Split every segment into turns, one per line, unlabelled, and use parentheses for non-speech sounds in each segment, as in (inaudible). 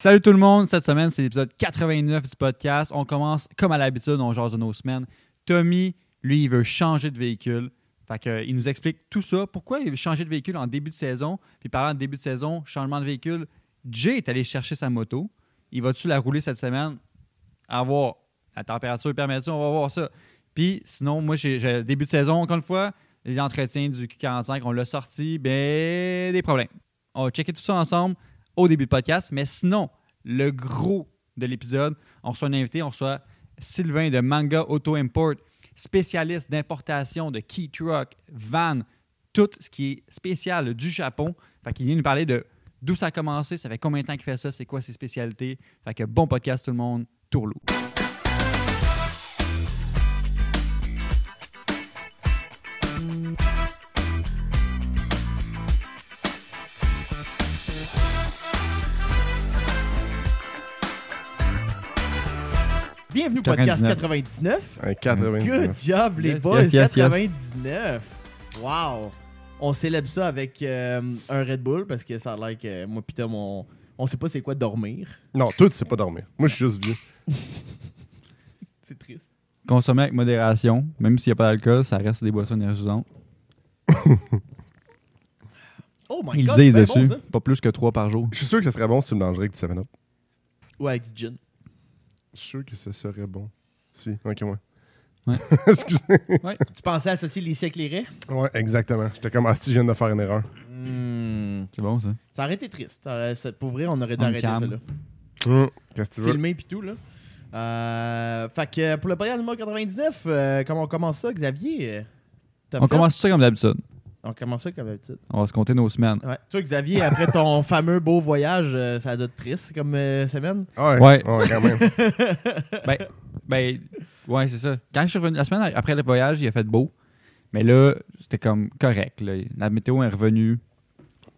Salut tout le monde, cette semaine c'est l'épisode 89 du podcast. On commence comme à l'habitude, on jase de nos semaines. Tommy, lui, il veut changer de véhicule. Fait que, euh, il nous explique tout ça, pourquoi il veut changer de véhicule en début de saison. Puis parlant de début de saison, changement de véhicule, Jay est allé chercher sa moto. Il va-tu la rouler cette semaine? À voir. La température permet-tu? On va voir ça. Puis sinon, moi, j'ai j'ai- début de saison, encore une fois, les entretiens du Q45, on l'a sorti, ben des problèmes. On va checker tout ça ensemble au début du podcast. Mais sinon, le gros de l'épisode, on reçoit un invité, on reçoit Sylvain de Manga Auto Import, spécialiste d'importation de key truck, van, tout ce qui est spécial du Japon. Fait qu'il vient nous parler de d'où ça a commencé, ça fait combien de temps qu'il fait ça, c'est quoi ses spécialités. Fait que bon podcast tout le monde, tourlou.
Bienvenue au podcast 99.
Un 80.
Good job, les
Yes,
boys.
yes, yes, yes.
99. Wow. On célèbre ça avec euh, un Red Bull parce que ça a l'air que moi, pis Tom, on, on sait pas c'est quoi dormir.
Non, toi, tu sais pas dormir. Moi, je suis juste vieux.
C'est triste.
Consommer avec modération, même s'il n'y a pas d'alcool, ça reste des boissons énergisantes.
Oh my
Ils
god.
disent
c'est
dessus,
bien bon,
pas plus que trois par jour.
Je suis sûr que ça serait bon si tu me mangerais avec du 7-Up.
ça. Ouais, avec du gin.
Je suis sûr que ça serait bon. Si, ok, moi.
Ouais.
Excusez.
Tu pensais associer les avec les raies?
Ouais, exactement. J'étais comme, ah, si, je viens de faire une erreur.
Hmm.
C'est bon ça.
Ça aurait été triste. Ça aurait- ça- pour vrai, on aurait dû
On
arrêter
calme.
ça là.
Hum, Qu'est-ce que tu veux?
Filmé pis tout là. Euh, fait que pour le podcast numéro 99, euh, comment on commence ça, Xavier? T'as
On
fait-
commence ça comme d'habitude.
On commence ça comme d'habitude.
On va se compter nos semaines.
Ouais. Toi, Xavier, après ton (laughs) fameux beau voyage, euh, ça doit être triste comme euh, semaine.
Ah Ouais,
Ouais.
ouais. quand (laughs) même.
Ben, ben, ouais, c'est ça. Quand je suis revenu, la semaine après le voyage, il a fait beau. Mais là, c'était comme correct. là. La météo est revenue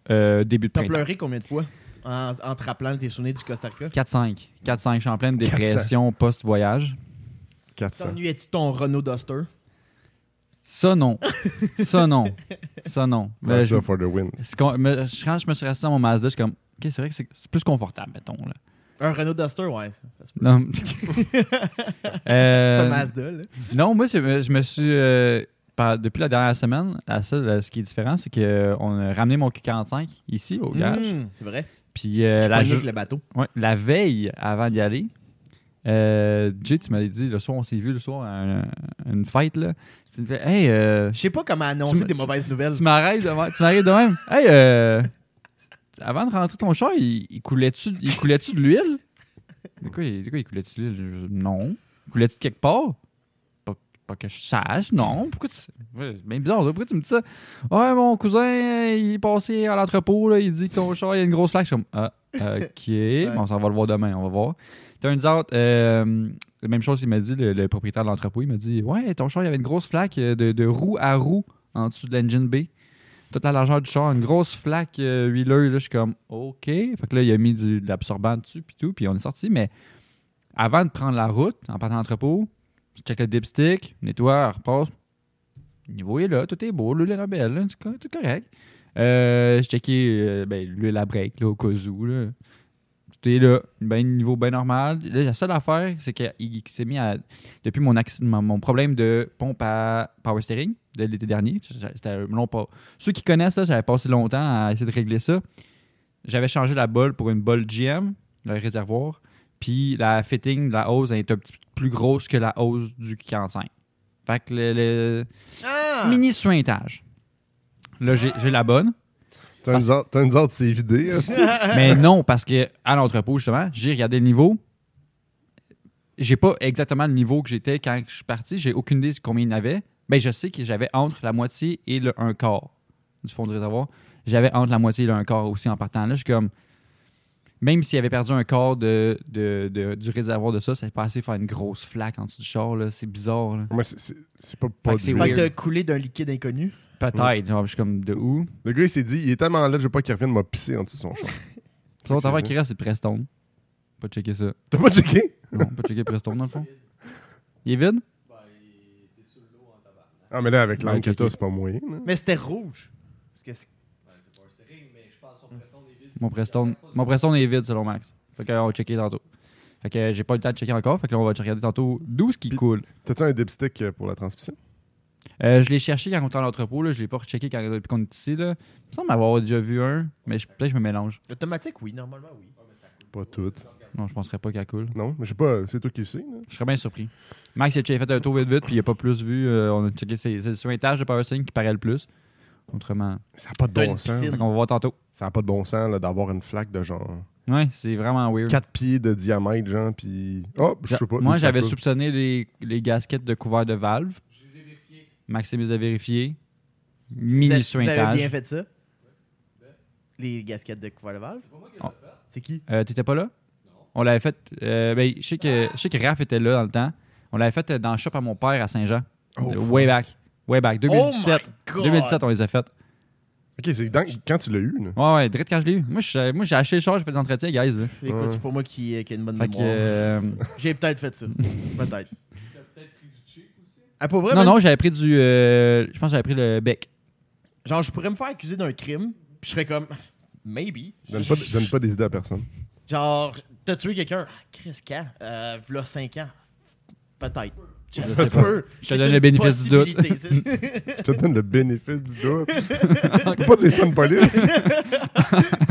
euh, début de
T'as
printemps.
pleuré combien de fois en, en te rappelant tes souvenirs du Costa Rica?
4-5. 4-5, je suis en pleine dépression post-voyais.
400.
T'ennuyais-tu ton Renault Duster?
Ça, non. ça, non. Ça, non. Mais je,
Mazda for the win.
c'est con- mais je- quand je me suis resté dans mon Mazda, je suis comme, OK, c'est vrai que c'est c'est plus confortable, mettons. Là.
Un Renault Duster, ouais.
Non.
Pas
Euh,
Mazda, là.
Non, moi, c'est- je me suis. euh, par- depuis la dernière semaine, la seule, euh, ce qui est différent, c'est qu'on a ramené mon Q45 ici au garage.
Hmm, c'est vrai.
Puis euh, la,
Je la
jo-
avec le bateau.
ouais, la veille, avant d'y aller, euh, Jay, tu m'avais dit, le soir, on s'est vu le soir à un- une fête. Là. Tu me fais, hey, euh,
Je sais pas comment
Tu
annoncer
me-
des
tu-
mauvaises nouvelles.
tu m'arrêtes de même. Tu m'arrêtes de même. Hey, euh, avant de rentrer ton char, il, il coulait-tu il coulait-tu de l'huile? De quoi, il- de quoi il coulait-tu de l'huile? Je- Non. Il coulait-tu de quelque part? Pas, pas que je sache, non. Pourquoi tu. Ouais, c'est bien bizarre, ça. pourquoi tu me dis ça? Ouais, mon cousin, euh, il est passé à l'entrepôt, là, il dit que ton char, il y a une grosse flaque. Je suis comme, ah, ok, bon, ça va le voir demain, on va voir. Turns out, euh, la même chose, il m'a dit, le, le propriétaire de l'entrepôt, il m'a dit Ouais, ton char, il y avait une grosse flaque euh, de, de roue à roue en dessous de l'engine B. Toute la largeur du char, une grosse flaque euh, huileuse. Là, je suis comme OK. Fait que là, il a mis du, de l'absorbant dessus, puis tout, puis on est sorti. Mais avant de prendre la route, en partant à l'entrepôt, je check le dipstick, nettoie, repasse. Le niveau est là, tout est beau, l'huile est belle, là, c'est co- tout correct. Euh, je checké euh, ben, l'huile à break, là, au cas où. Là. Tout est là, ben, niveau bien normal. Là, la seule affaire, c'est qu'il il s'est mis à. Depuis mon, accident, mon, mon problème de pompe à power steering de l'été dernier, c'était un long pas. Ceux qui connaissent, là, j'avais passé longtemps à essayer de régler ça. J'avais changé la bolle pour une bolle GM, le réservoir, puis la fitting de la hose elle est un petit peu plus grosse que la hose du 45. Fait que le, le
Ah!
mini sointage. Là, j'ai j'ai la bonne.
T'as nous autres- t'as nous autres, c'est vidé. hein, c'est-
Mais non, parce que à l'entrepôt, justement, j'ai regardé le niveau. J'ai pas exactement le niveau que j'étais quand je suis parti. J'ai aucune idée de combien il y en avait. Mais je sais que j'avais entre la moitié et le un quart du fond de réservoir. J'avais entre la moitié et le un quart aussi en partant. Là, je suis comme. Même s'il avait perdu un quart de, de- de- du réservoir de ça, ça passé faire une grosse flaque en dessous du char. là. C'est bizarre. là.
Moi, c'est- c'est c'est pas
Fait
pas
que c'est
du
Fait
weird.
que t'as coulé d'un liquide inconnu.
Peut-être. genre, Je suis comme de où
Le gars, il s'est dit, il est tellement laid, je veux pas qu'il revienne m'a pisser en dessous de son champ.
L'autre affaire qui reste, c'est Preston. Pas checker ça.
(laughs) T'as pas checké?
Non, pas checker Preston dans le fond. Il est vide
Ah, mais là, avec
Ouais,
l'angle que
checké.
t'as, c'est pas moyen. hein.
Mais c'était rouge. Parce que c'est-
Mon Preston, mon Preston est vide selon Max. Fait qu'on va checker tantôt. Fait que euh, j'ai pas eu le temps de checker encore. Fait que là, on va regarder tantôt d'où ce qui
Puis-
coule.
T'as-tu un dipstick euh, pour la transmission?
Euh, je l'ai cherché quand on était à l'entrepôt. là. Je l'ai pas rechecké quand, depuis qu'on est ici. Là. Il me semble avoir déjà vu un, mais je- peut-être que je me mélange.
Automatique, oui, normalement, oui.
Pas toutes.
Non, je penserais pas qu'elle coule.
Non, mais je sais pas, euh, c'est toi qui le sais. là.
Je serais bien surpris. Max, il a checké- fait un tour vite vite, puis il a pas plus vu. Euh, on a checké ses, ses étages de Power Sync qui paraît le plus. Autrement,
Ça n'a pas de
T'as
bon
une
sens.
piscine.
on va voir tantôt.
Ça n'a pas de bon sens là, d'avoir une flaque de genre
Ouais, c'est vraiment weird.
4 pieds de diamètre, genre, puis. Oh, je sais pas.
Moi,
une
j'avais
flaque.
soupçonné les, les gaskets de couvert de valve. Maxime les a vérifiés.
Vous avez-
Mini
Vous avez bien
suintage.
fait ça? Les gasquettes de couvert de valve?
Ah.
C'est qui?
Euh, T'étais pas là? On l'avait fait. euh, ben, je sais que, je sais que Raph était là dans le temps. On l'avait fait euh, dans le shop à mon père à Saint-Jean. Euh,
Oh, fuck.
way back. Way back. 2017.
Oh my God!
2017, on les a faites.
Ok, c'est dans- quand tu l'as eu, là.
Ouais, ouais, direct quand je l'ai eu. Moi, je- moi, j'ai acheté le char, j'ai fait des entretiens, guys. là.
Écoute,
Ouais.
c'est pas moi qui, euh, qui ai une bonne
Fait que,
mémoire.
euh,
J'ai peut-être
(laughs)
fait ça. peut-être. Ah, pour vrai,
non,
man,
non, j'avais pris du. euh, je pense que j'avais pris le
(laughs)
bec.
Genre, je pourrais me faire accuser d'un crime, puis je serais comme, maybe.
Donne pas, donne pas des idées
(laughs)
à personne.
Genre, t'as tué quelqu'un. Ah, Chris, quand? Euh, v'là 5 ans. Peut-être. Je
sais pas. Je te donne le bénéfice du doute. (laughs)
Je te donne le bénéfice du doute. tu peux pas dire ça à une police.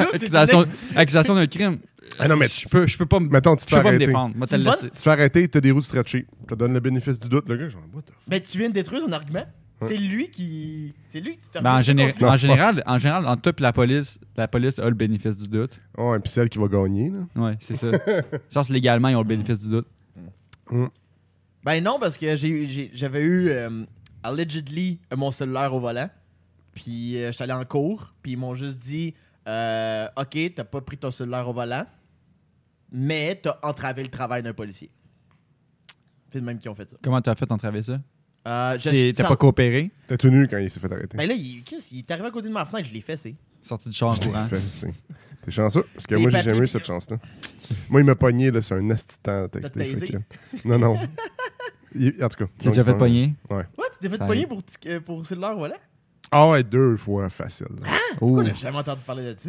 Accusation, accusation d'un crime.
Ah non, mais
je peux, je peux pas, me-
Mettons, tu
je
te fais
peux pas me
arrêter. Tu
défendre. Moi, te
C'est
le
une
laisser.
te fais arrêter, t'as des roues stretchées. Je te donne le bénéfice du doute. Le gars, genre, what the fuck?
Mais tu viens de détruire son argument.
Ouais.
C'est lui qui. C'est lui qui te
Ben, en, géné-
Non,
en
je
général, en général, entre toi et la police, la police a le bénéfice du doute.
Oh, et puis celle qui va gagner, là.
Ouais, c'est ça. Je pense que légalement, ils ont le bénéfice du doute.
Ben non, parce que j'ai- j'ai- j'avais eu euh, allegedly euh, mon cellulaire au volant. Puis euh, j'étais allé en cours. Puis ils m'ont juste dit euh, Ok, t'as pas pris ton cellulaire au volant, mais t'as entravé le travail d'un policier. C'est le même qui ont fait ça.
Comment t'as fait entraver ça?
Euh, je-
T'es- T'as
ça-
pas coopéré?
T'as tenu quand il s'est fait arrêter.
Ben là, il, Chris, il est arrivé à côté de ma fenêtre, je l'ai fessé.
Sorti du char en
Je t'ai
courant.
fessé. T'es chanceux, parce que
Des
moi, j'ai
papiers
jamais eu
pis-
cette chance-là. Moi, il m'a pogné, là, c'est un astitant
T'as taisé.
Non, non.
(laughs)
Il- En tout cas.
T'es déjà fait
donc, c'est un-
pogner?
Ouais, tu t'es fait
Ça
pogner
arrive.
pour, tic- euh, pour cellulaire au volant?
Ah ouais, deux fois facile.
Oh.
Pourquoi on n'a jamais entendu parler de ça?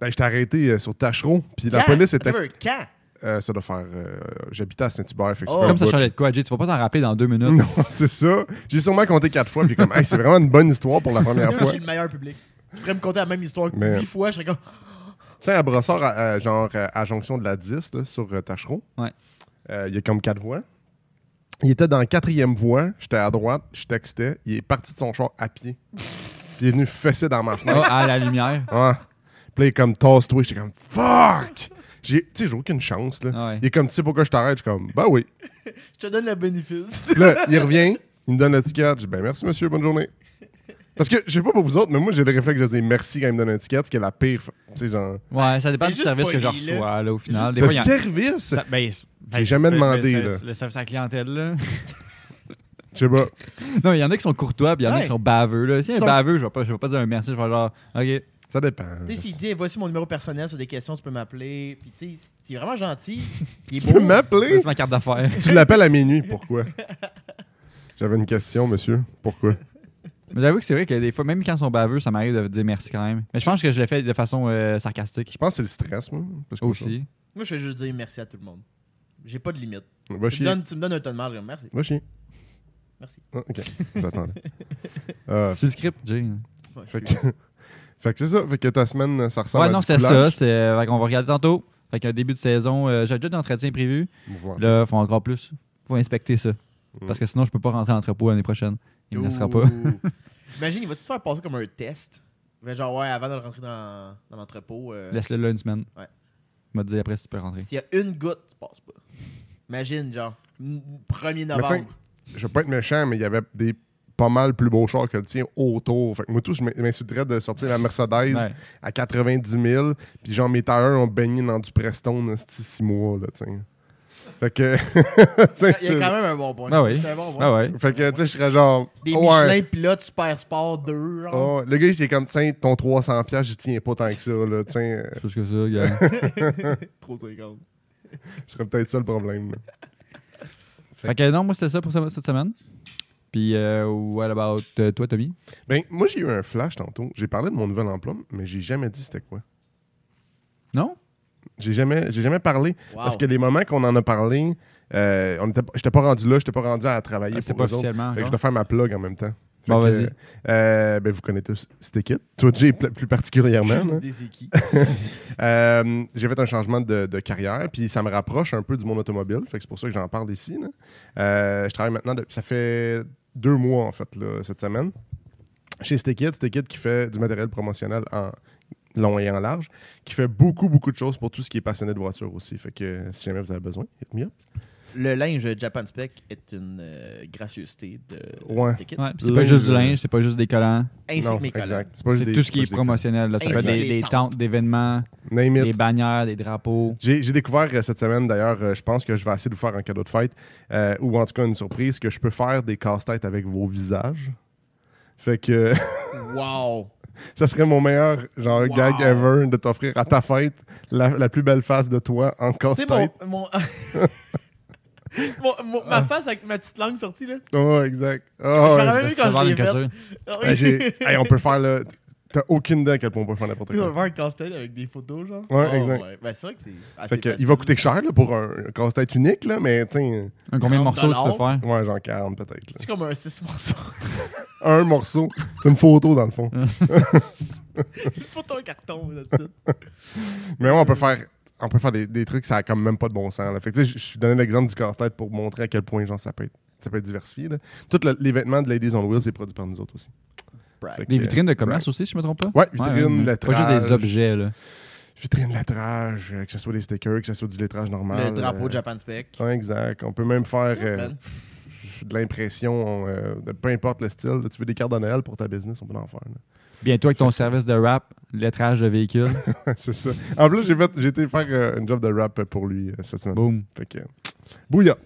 Ben, j'étais arrêté euh, sur Tachereau, puis la
Quand?
police était.
Attends, Quand?
Euh, ça doit faire. euh, J'habitais à Saint-Hubert, fait que
Oh.
fait un
Comme ça
bout.
changeait de quoi, Jay? Tu vas pas t'en rappeler dans deux minutes.
Non, (laughs) c'est ça. J'ai sûrement compté quatre fois, puis comme, hey, c'est vraiment une bonne histoire pour
(laughs)
la première
Moi, je
fois.
suis
Tu
le meilleur public. Tu pourrais me conter la même histoire que
Mais-
huit fois, je serais comme.
sais, à Brossard, à- à- genre à à jonction de la 10, là, sur euh, Tachereau,
Ouais.
euh, il y a comme quatre voies. Il était dans la quatrième voie, j'étais à droite, je textais, il est parti de son char à pied. Puis il est venu fesser dans ma fenêtre.
Ah, à la lumière.
Ouais. Puis là, il est comme, tasse-toi, j'étais comme, fuck! J'ai- Tu sais, j'ai aucune chance, là.
Ah ouais.
Il est comme, tu sais pourquoi je t'arrête? Je suis comme, bah oui.
Je te donne le bénéfice.
Puis là, il revient, il me donne l'étiquette. Je dis, ben merci, monsieur, bonne journée. Parce que, je sais pas pour vous autres, mais moi, j'ai le réflexe de dire merci quand il me donne un ticket, ce qui est la pire. fa- Tu sais, genre.
Ouais, ça dépend
C'est
du
juste
service que je
poli, là.
reçois, là, au final. Des
Le
fois, il y en-
service,
ça- ben, ben,
J'ai jamais
ben,
demandé,
ben,
là.
Le service à la clientèle, là.
je sais pas.
(laughs) Non, il y en a qui sont courtois, puis il y en a
Ouais.
qui sont baveux. Là. Si un
Sont-
baveux, je vais, pas, je vais pas dire un merci, je vais genre, OK.
Ça dépend.
tu sais, s'il dit, voici mon numéro personnel sur des questions, tu peux m'appeler. Puis, tu sais, c'est vraiment
(laughs)
gentil. Puis, il est
Tu peux
beau.
m'appeler?
C'est ma carte d'affaires.
Tu l'appelles à minuit, pourquoi? J'avais une question, monsieur. Pourquoi?
Mais j'avoue que c'est vrai que des fois, même quand ils sont baveux, ça m'arrive de dire merci quand même. Mais je pense que je le fais de façon euh, sarcastique
Je pense que c'est le stress, moi. parce que-
aussi.
Moi, je vais juste dire merci à tout le monde. J'ai pas de limite.
Va
Tu
chier.
me, donnes, tu me donnes un ton de marge, merci.
Va chier.
Merci.
Ah, ok, j'attendais. Euh,
Sur le script, Jay.
Ouais,
fait que, (laughs) fait que c'est ça. Fait que ta semaine, ça ressemble
Ouais,
à
non,
du
c'est ça.
coulage.
C'est, euh, fait qu'on va regarder tantôt. Fait qu'un début de saison, euh, j'ai déjà d'entretien prévu.
Ouais. Mm.
Là, faut encore plus. Faut inspecter ça. Parce que sinon, je peux pas rentrer en entrepôt l'année prochaine. Il me laissera pas. (laughs)
Ouh. (laughs) Imagine, il va-tu te faire passer comme un test? Ben, genre, ouais, avant de le rentrer dans, dans l'entrepôt, euh,
Laisse-le là une semaine.
Ouais.
Il m'a dit après si tu peux rentrer.
s'il y a une goutte, tu passes pas. Imagine, genre, m- 1er
Mais
novembre.
je veux pas être méchant, mais il y avait des pas mal plus beaux chars que le tien autour. Fait que moi, tout, je m'insulterais de sortir la Mercedes
Ouais.
à 90 000, puis genre, mes tailleurs ont baigné dans du Preston, c'est six mois, là, tu sais. Fait que, (laughs) tu sais,
Il y a
c'est-
quand même un bon point.
Ah oui.
C'est un bon point.
Ah ouais.
fait que, tu sais, je serais genre,
Des
Ah ouais.
Michelin pilotes Super Sport 2. genre.
Oh, le gars, il est comme, tiens, ton 300 pièces, j'y tiens pas tant que ça, là, tu sais. euh,
Plus que ça, gars.
(laughs)
Trop secondes.
Ce serait peut-être ça le problème. là.
Fait que non, moi c'était ça pour ce- cette semaine. Puis, euh, what about euh, toi, Tommy?
Ben, moi, j'ai eu un flash tantôt. J'ai parlé de mon nouvel emploi, mais j'ai jamais dit c'était quoi.
Non?
J'ai jamais, j'ai jamais parlé.
Wow.
Parce
(laughs)
que les moments qu'on en a parlé, euh, on était, j'étais pas rendu là, j'étais pas rendu à travailler
Ah, c'est
Ben, pour
pas
eux autres.
officiellement.
Fait que je
encore.
dois faire ma plug en même temps. Fait
Bon,
que,
vas-y.
euh, ben, vous connaissez tous cette équipe. Toi, Jay, pl-
(laughs)
plus particulièrement. là.
Des équipes.
Euh, j'ai fait un changement de, de carrière, puis ça me rapproche un peu du monde automobile. Fait que c'est pour ça que j'en parle ici. là. Euh, je travaille maintenant, de- ça fait deux mois en fait là, cette semaine. Chez Stekid, Stekid qui fait du matériel promotionnel en long et en large, qui fait beaucoup, beaucoup de choses pour tout ce qui est passionné de voiture aussi. Fait que si jamais vous avez besoin, hit me up.
Le linge Japan Spec est une euh, gracieuseté de
Ouais.
cette équipe.
Ouais, puis c'est pas juste du linge, c'est pas juste des collants.
Ainsi
Non,
que mes collègues.
exact. C'est pas juste
C'est
des-
tout ce
pas
qui est
juste des-
promotionnel. Là. Ça peut être
Ainsi que
des,
les
des
tentes.
tentes d'événements,
Name it.
des bannières, des drapeaux.
J'ai j'ai découvert euh, cette semaine, d'ailleurs, euh, je pense que je vais essayer de vous faire un cadeau de fête, euh, ou en tout cas une surprise, que je peux faire des casse-têtes avec vos visages. Fait que (laughs)
Wow!
ça serait mon meilleur genre
Wow.
gag ever de t'offrir à ta fête la, la plus belle face de toi en
Tu sais,
casse-tête.
mon, mon... (laughs) mon- mon-
Ah.
Ma face avec ma petite langue sortie, là.
Oh, exact. Oh,
me
ouais.
rappelle- Ah oui,
Ça,
quand
ça va
je l'ai
dans le
Ah oui. (laughs)
Hey, j'ai- hey, on peut faire le. T'as aucune idée à quel point on peut faire (laughs) n'importe
Il va
quoi.
faire un casse-tête avec des photos, genre.
Ouais, exact.
Ben, c'est vrai que c'est. assez
Fait que,
facile.
il va coûter cher là, pour un un casse-tête unique, là, mais tiens,
Un combien de morceaux tu peux faire?
ouais, genre 40 peut-être. là.
C'est comme un 6 morceaux. (laughs)
Un morceau, c'est une photo dans le fond.
Il faut un carton, là-dessus.
Mais ouais, on peut faire, on peut faire des, des trucs, ça a comme même pas de bon sens. là. Fait que, tu sais, je je suis donné l'exemple du casse-tête pour montrer à quel point genre, ça, peut être, ça peut être diversifié. Tous les vêtements de Ladies on Wheels, c'est produit par nous autres aussi. Fait que,
Des
euh,
vitrines de commerce
right.
aussi, si je me trompe pas?
Ouais, vitrine,
mais
lettrage.
Pas juste des objets, là.
Vitrine lettrage, euh, que ce soit des stickers, que ce soit du lettrage normal.
Le drapeau
euh,
Japan Spec. Ben,
ouais, exact. On peut même faire euh,
Man.
de l'impression, euh, de, peu importe le style. là. tu veux des cartes de Noël pour ta business, on peut en faire. là. (laughs)
Bientôt avec ton service de rap, lettrage de véhicule,
c'est ça. En plus, j'ai fait- j'ai été faire euh, une job de rap pour lui euh, cette semaine.
boum.
Fait que, bouilla.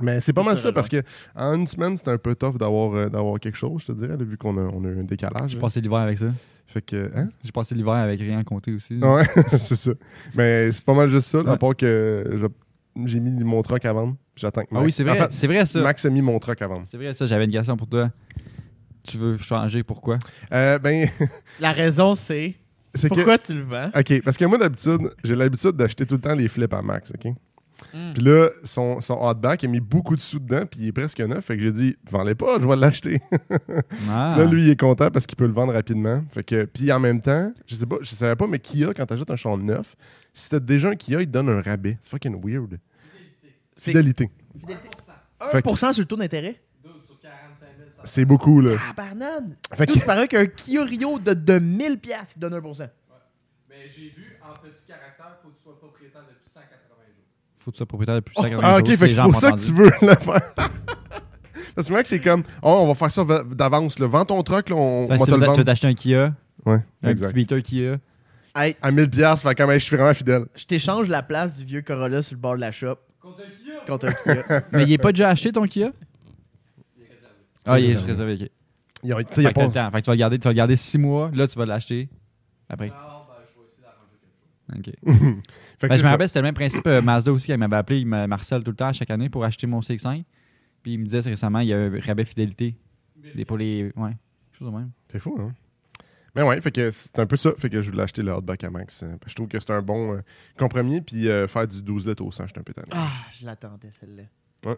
Mais c'est pas
Tout
mal
se
ça
rejoint.
parce que en une semaine, c'est un peu tough d'avoir euh, d'avoir quelque chose, je te dirais, là, vu qu'on a, on a eu un décalage.
J'ai
là.
passé l'hiver avec ça.
Fait que, hein? (laughs)
J'ai passé l'hiver avec rien à compter aussi. là.
Ouais, c'est ça. Mais c'est pas mal juste ça, là, à
Ouais.
part que je- j'ai mis mon truck à vendre. puis J'attends que
Ah oui, c'est vrai,
En fait,
c'est vrai ça.
Max a mis mon truck à vendre.
C'est vrai ça, j'avais une question pour toi. Tu veux changer, pourquoi?
Euh, ben, (laughs)
La raison, c'est.
c'est que.
Pourquoi tu le vends?
OK, parce que moi, d'habitude, j'ai l'habitude d'acheter tout le temps les flips à Max, OK?
Mm.
Puis là, son, son hotback, il a mis beaucoup de sous dedans, puis il est presque neuf. Fait que j'ai dit, vends-les pas, je vais l'acheter.
Ah.
Là, lui, il est content parce qu'il peut le vendre rapidement. Fait que, puis en même temps, je sais pas, je savais pas, mais Kia, quand t'achètes un champ neuf, si t'as déjà un Kia, il te donne un rabais. C'est fucking weird.
C'est
Fidélité.
1% sur le taux d'intérêt?
C'est beaucoup, là.
Ah, banane!
Euh, Fait que,
Tout paraît qu'un Kia Rio de 2000$, piastres, il donne 1%.
Mais j'ai vu en petit caractère, faut que tu sois propriétaire depuis 180 jours.
Faut que tu sois propriétaire depuis 50
ah, ok, fait que c'est pour ça que tu veux le faire. (laughs) Parce que, mec, c'est comme, oh, on va faire ça va- d'avance, là. Vends ton truck, là, on, on va te
Ben, tu
le
veux
vendre.
t'acheter un Kia,
Ouais,
un petit
exact.
beater Kia.
Hey,
À 1000 piastres, fait quand même, je suis vraiment fidèle.
je t'échange la place du vieux Corolla sur le bord de la shop
Contre un Kia,
contre un
(laughs)
Kia.
Mais il est pas déjà acheté ton Kia?
il est réservé.
Ah, il est réservé. ok.
Il y a, tu sais, il y
Fait
a
que t'as
pas...
le temps. Fait que tu vas le garder, tu vas le garder 6 mois, là tu vas l'acheter. Après.
Non, ben, je vais essayer d'arranger quelque chose.
OK.
Fait que
Ben,
c'est
je me
ça.
rappelle, c'était le même principe. euh, Mazda aussi, il m'avait appelé, il me harcèle tout le temps, chaque année, pour acheter mon CX5. Puis il me disait récemment, il y a un rabais fidélité. Des- Pour les. Ouais. Chose de même.
C'est fou, hein? Mais ouais, fait que c'est un peu ça. Fait que je voulais acheter le hardback à Max. euh, parce que Je trouve que c'est un bon euh, compromis. Puis euh, faire du 12 lettres au 100, j'étais un peu tanné.
Ah, je l'attendais, celle-là.
Ouais.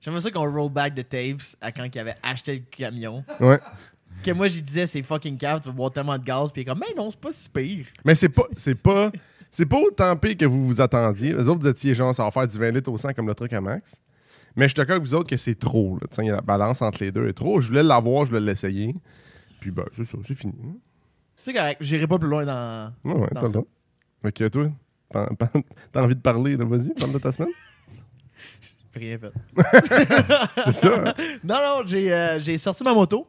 J'aimerais ça qu'on roll back de tapes à quand il avait acheté le camion.
Ouais.
Que moi, j'y disais, c'est fucking cave, tu vas boire tellement de gaz, puis il est comme, mais non, c'est pas si pire.
Mais c'est pas, c'est pas, c'est pas autant pire que vous vous attendiez. Les autres, vous étiez genre, ça va faire du 20 litres au 100 comme le truc à Max. Mais je suis d'accord avec vous autres que c'est trop. là. Tu sais, La balance entre les deux est trop. Je voulais l'avoir, je voulais l'essayer. Puis ben, c'est ça, c'est fini. hein.
C'est correct, j'irai pas plus loin dans.
Ouais, ouais,
Dans
t'as le
ça.
droit. Fait que toi, t'en- t'en- t'as envie de parler, là, vas-y, parle de ta semaine.
J'ai rien fait.
C'est ça. hein?
Non, non, j'ai euh, j'ai sorti ma moto.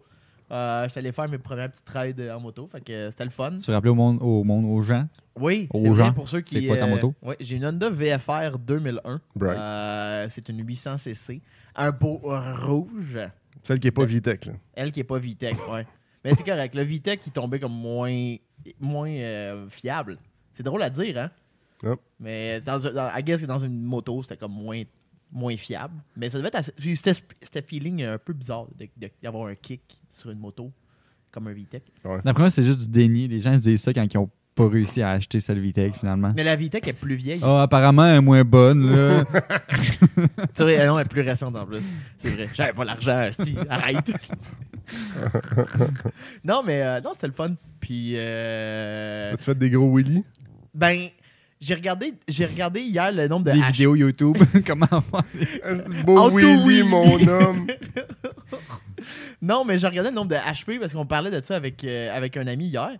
Euh, J'étais allé faire mes premières petites rides en moto, fait que euh, c'était le fun.
Tu veux rappeler au monde, au monde aux gens.
Oui,
Aux
c'est vrai,
gens,
pour ceux qui.
c'est quoi ta
euh,
moto?
ouais, j'ai une Honda VFR 2001.
Brag.
Euh, c'est une 800cc. Un beau rouge.
Celle qui est pas Vitech, là.
Elle qui est pas Vitec, ouais. Mais c'est correct. Le Vitec, il tombait comme moins, moins euh, fiable. C'est drôle à dire, hein?
Yep.
Mais dans, un- dans, I guess que dans une moto, c'était comme moins, moins fiable. Mais ça devait être assez- puis C'était c'était feeling un peu bizarre de- de- d'avoir un kick sur une moto comme un Vitec.
D'après moi, c'est juste du déni. Les gens se disent ça quand ils ont pas réussi à acheter celle Vitec finalement.
Mais la Vitec est plus vieille.
Ah, apparemment, elle est moins bonne, (laughs) là.
Tu sais, non, elle est plus récente en plus. C'est vrai. J'avais pas l'argent, si. Arrête. (laughs) non, mais euh, non, c'était le fun. Puis, euh,
As-tu fait des gros Willy?
ben, j'ai regardé, j'ai regardé hier le nombre de
Des
hashtags.
vidéos YouTube. Comment faire?
Ah, c'est Beau
Auto
Willy,
Willy.
mon homme!
(laughs) Non, mais j'ai regardé le nombre de HP parce qu'on parlait de ça avec, euh, avec un ami hier.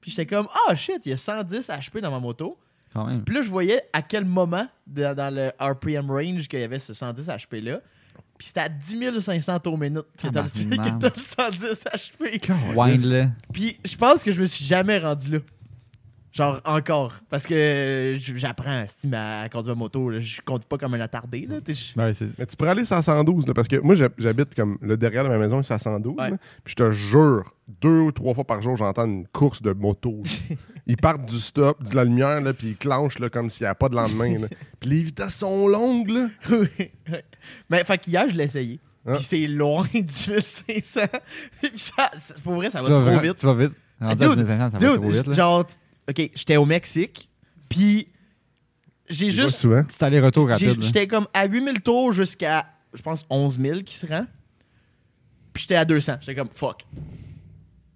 Puis j'étais comme, ah shit, il y a 110 HP dans ma moto.
Quand même.
Puis là, je voyais à quel moment de- dans le RPM range qu'il y avait ce 110 HP-là. Puis c'était à 10 500 tours minute que
Ah,
t'as le, (laughs)
Tabarnak.
que t'as le 110 HP.
Wind, là.
Puis je pense que je me suis jamais rendu là. Genre encore. Parce que j- j'apprends esti, ma- à conduire ma moto. là. Je compte pas comme un attardé. Là. T'es- (laughs) je-
Ben, c'est- Mais tu pourrais aller sur la 112, là, parce que moi, j'hab- j'habite comme le derrière de ma maison, c'est à 112.
Ouais.
là, Puis je te jure, deux ou trois fois par jour, j'entends une course
(laughs)
de moto. là. ils partent du stop, de la lumière, là, puis ils clenchent là, comme s'il n'y a pas de
(laughs)
lendemain. là. Puis les vitesses sont longues. Là.
Oui, oui. Mais fait qu'hier, je l'ai essayé.
Ah.
Puis c'est loin, (laughs) 1500. Puis ça, c'est- pour vrai, ça
Tu vas
va trop
vra-
vite.
Tu vas vite. Rendu à
Dude,
2500, ça va
Dude,
trop vite, là.
genre, t- ok, j'étais au Mexique. Puis j'ai
Je vois
juste.
souvent.
Petit aller-retour
j'ai-
rapide, là.
J'étais comme à 8000 tours jusqu'à, je pense, 11 000 qui se rend. Puis j'étais à 200. J'étais comme fuck.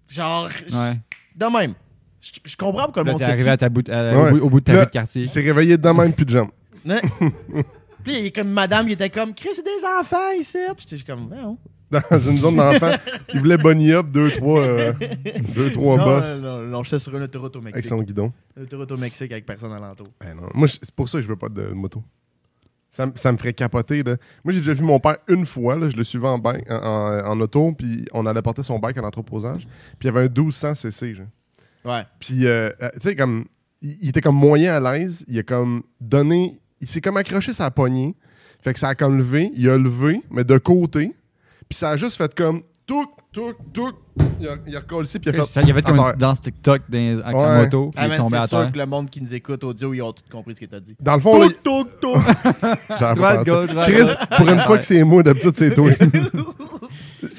Genre, j-
Ouais.
de même. Je je comprends pourquoi le
Là,
monde
t'es
se
arrivé
tue.
à ta bout- à- au
Ouais.
bout- au bout de ta
Là,
vie de quartier.
Il s'est réveillé de même, plus de jambes. (laughs)
Ouais. hein? (laughs) Puis il y a comme madame qui était comme Chris, c'est des enfants ici. Puis j'étais comme, Ben non.
Dans une zone d'enfant, il voulait Bonnie Up, deux, trois, euh, deux, trois
non,
boss
Non, euh, non, non, j'étais sur une autoroute au
avec
Mexique.
son guidon.
Une autoroute au Mexique avec personne alentour.
Ben non. Moi, je- c'est pour ça que je veux pas de moto. Ça, me- ça me ferait capoter. Là. Moi, j'ai déjà vu mon père une fois. Là, je le suivais en, bike- en, en- en auto, puis on allait porter son bike à l'entreposage. Puis il y avait un 1200 cc. Genre.
Ouais.
Puis, euh, euh, tu sais, comme, il, il était comme moyen à l'aise. Il a comme donné. Il s'est comme accroché sa poignée. Fait que ça a comme levé. Il a levé, mais de côté. Puis ça a juste fait comme. Touc, touc, touc. Il a, il a recollé ici, puis il a fait.
Ça, Il y avait comme
à
une
terre.
petite danse TikTok dans- avec sa
Ouais.
moto, puis
Ah,
il est
man,
tombé à
c'est sûr
terre.
que le monde qui nous écoute audio, ils ont tout compris ce que t'as dit.
Dans le fond, là,
toc, toc.
il- j'avais pas
Droite,
pensé.
gauche, droite,
Chris,
gauche.
pour une fois que c'est moi, d'habitude,
(laughs)
c'est toi.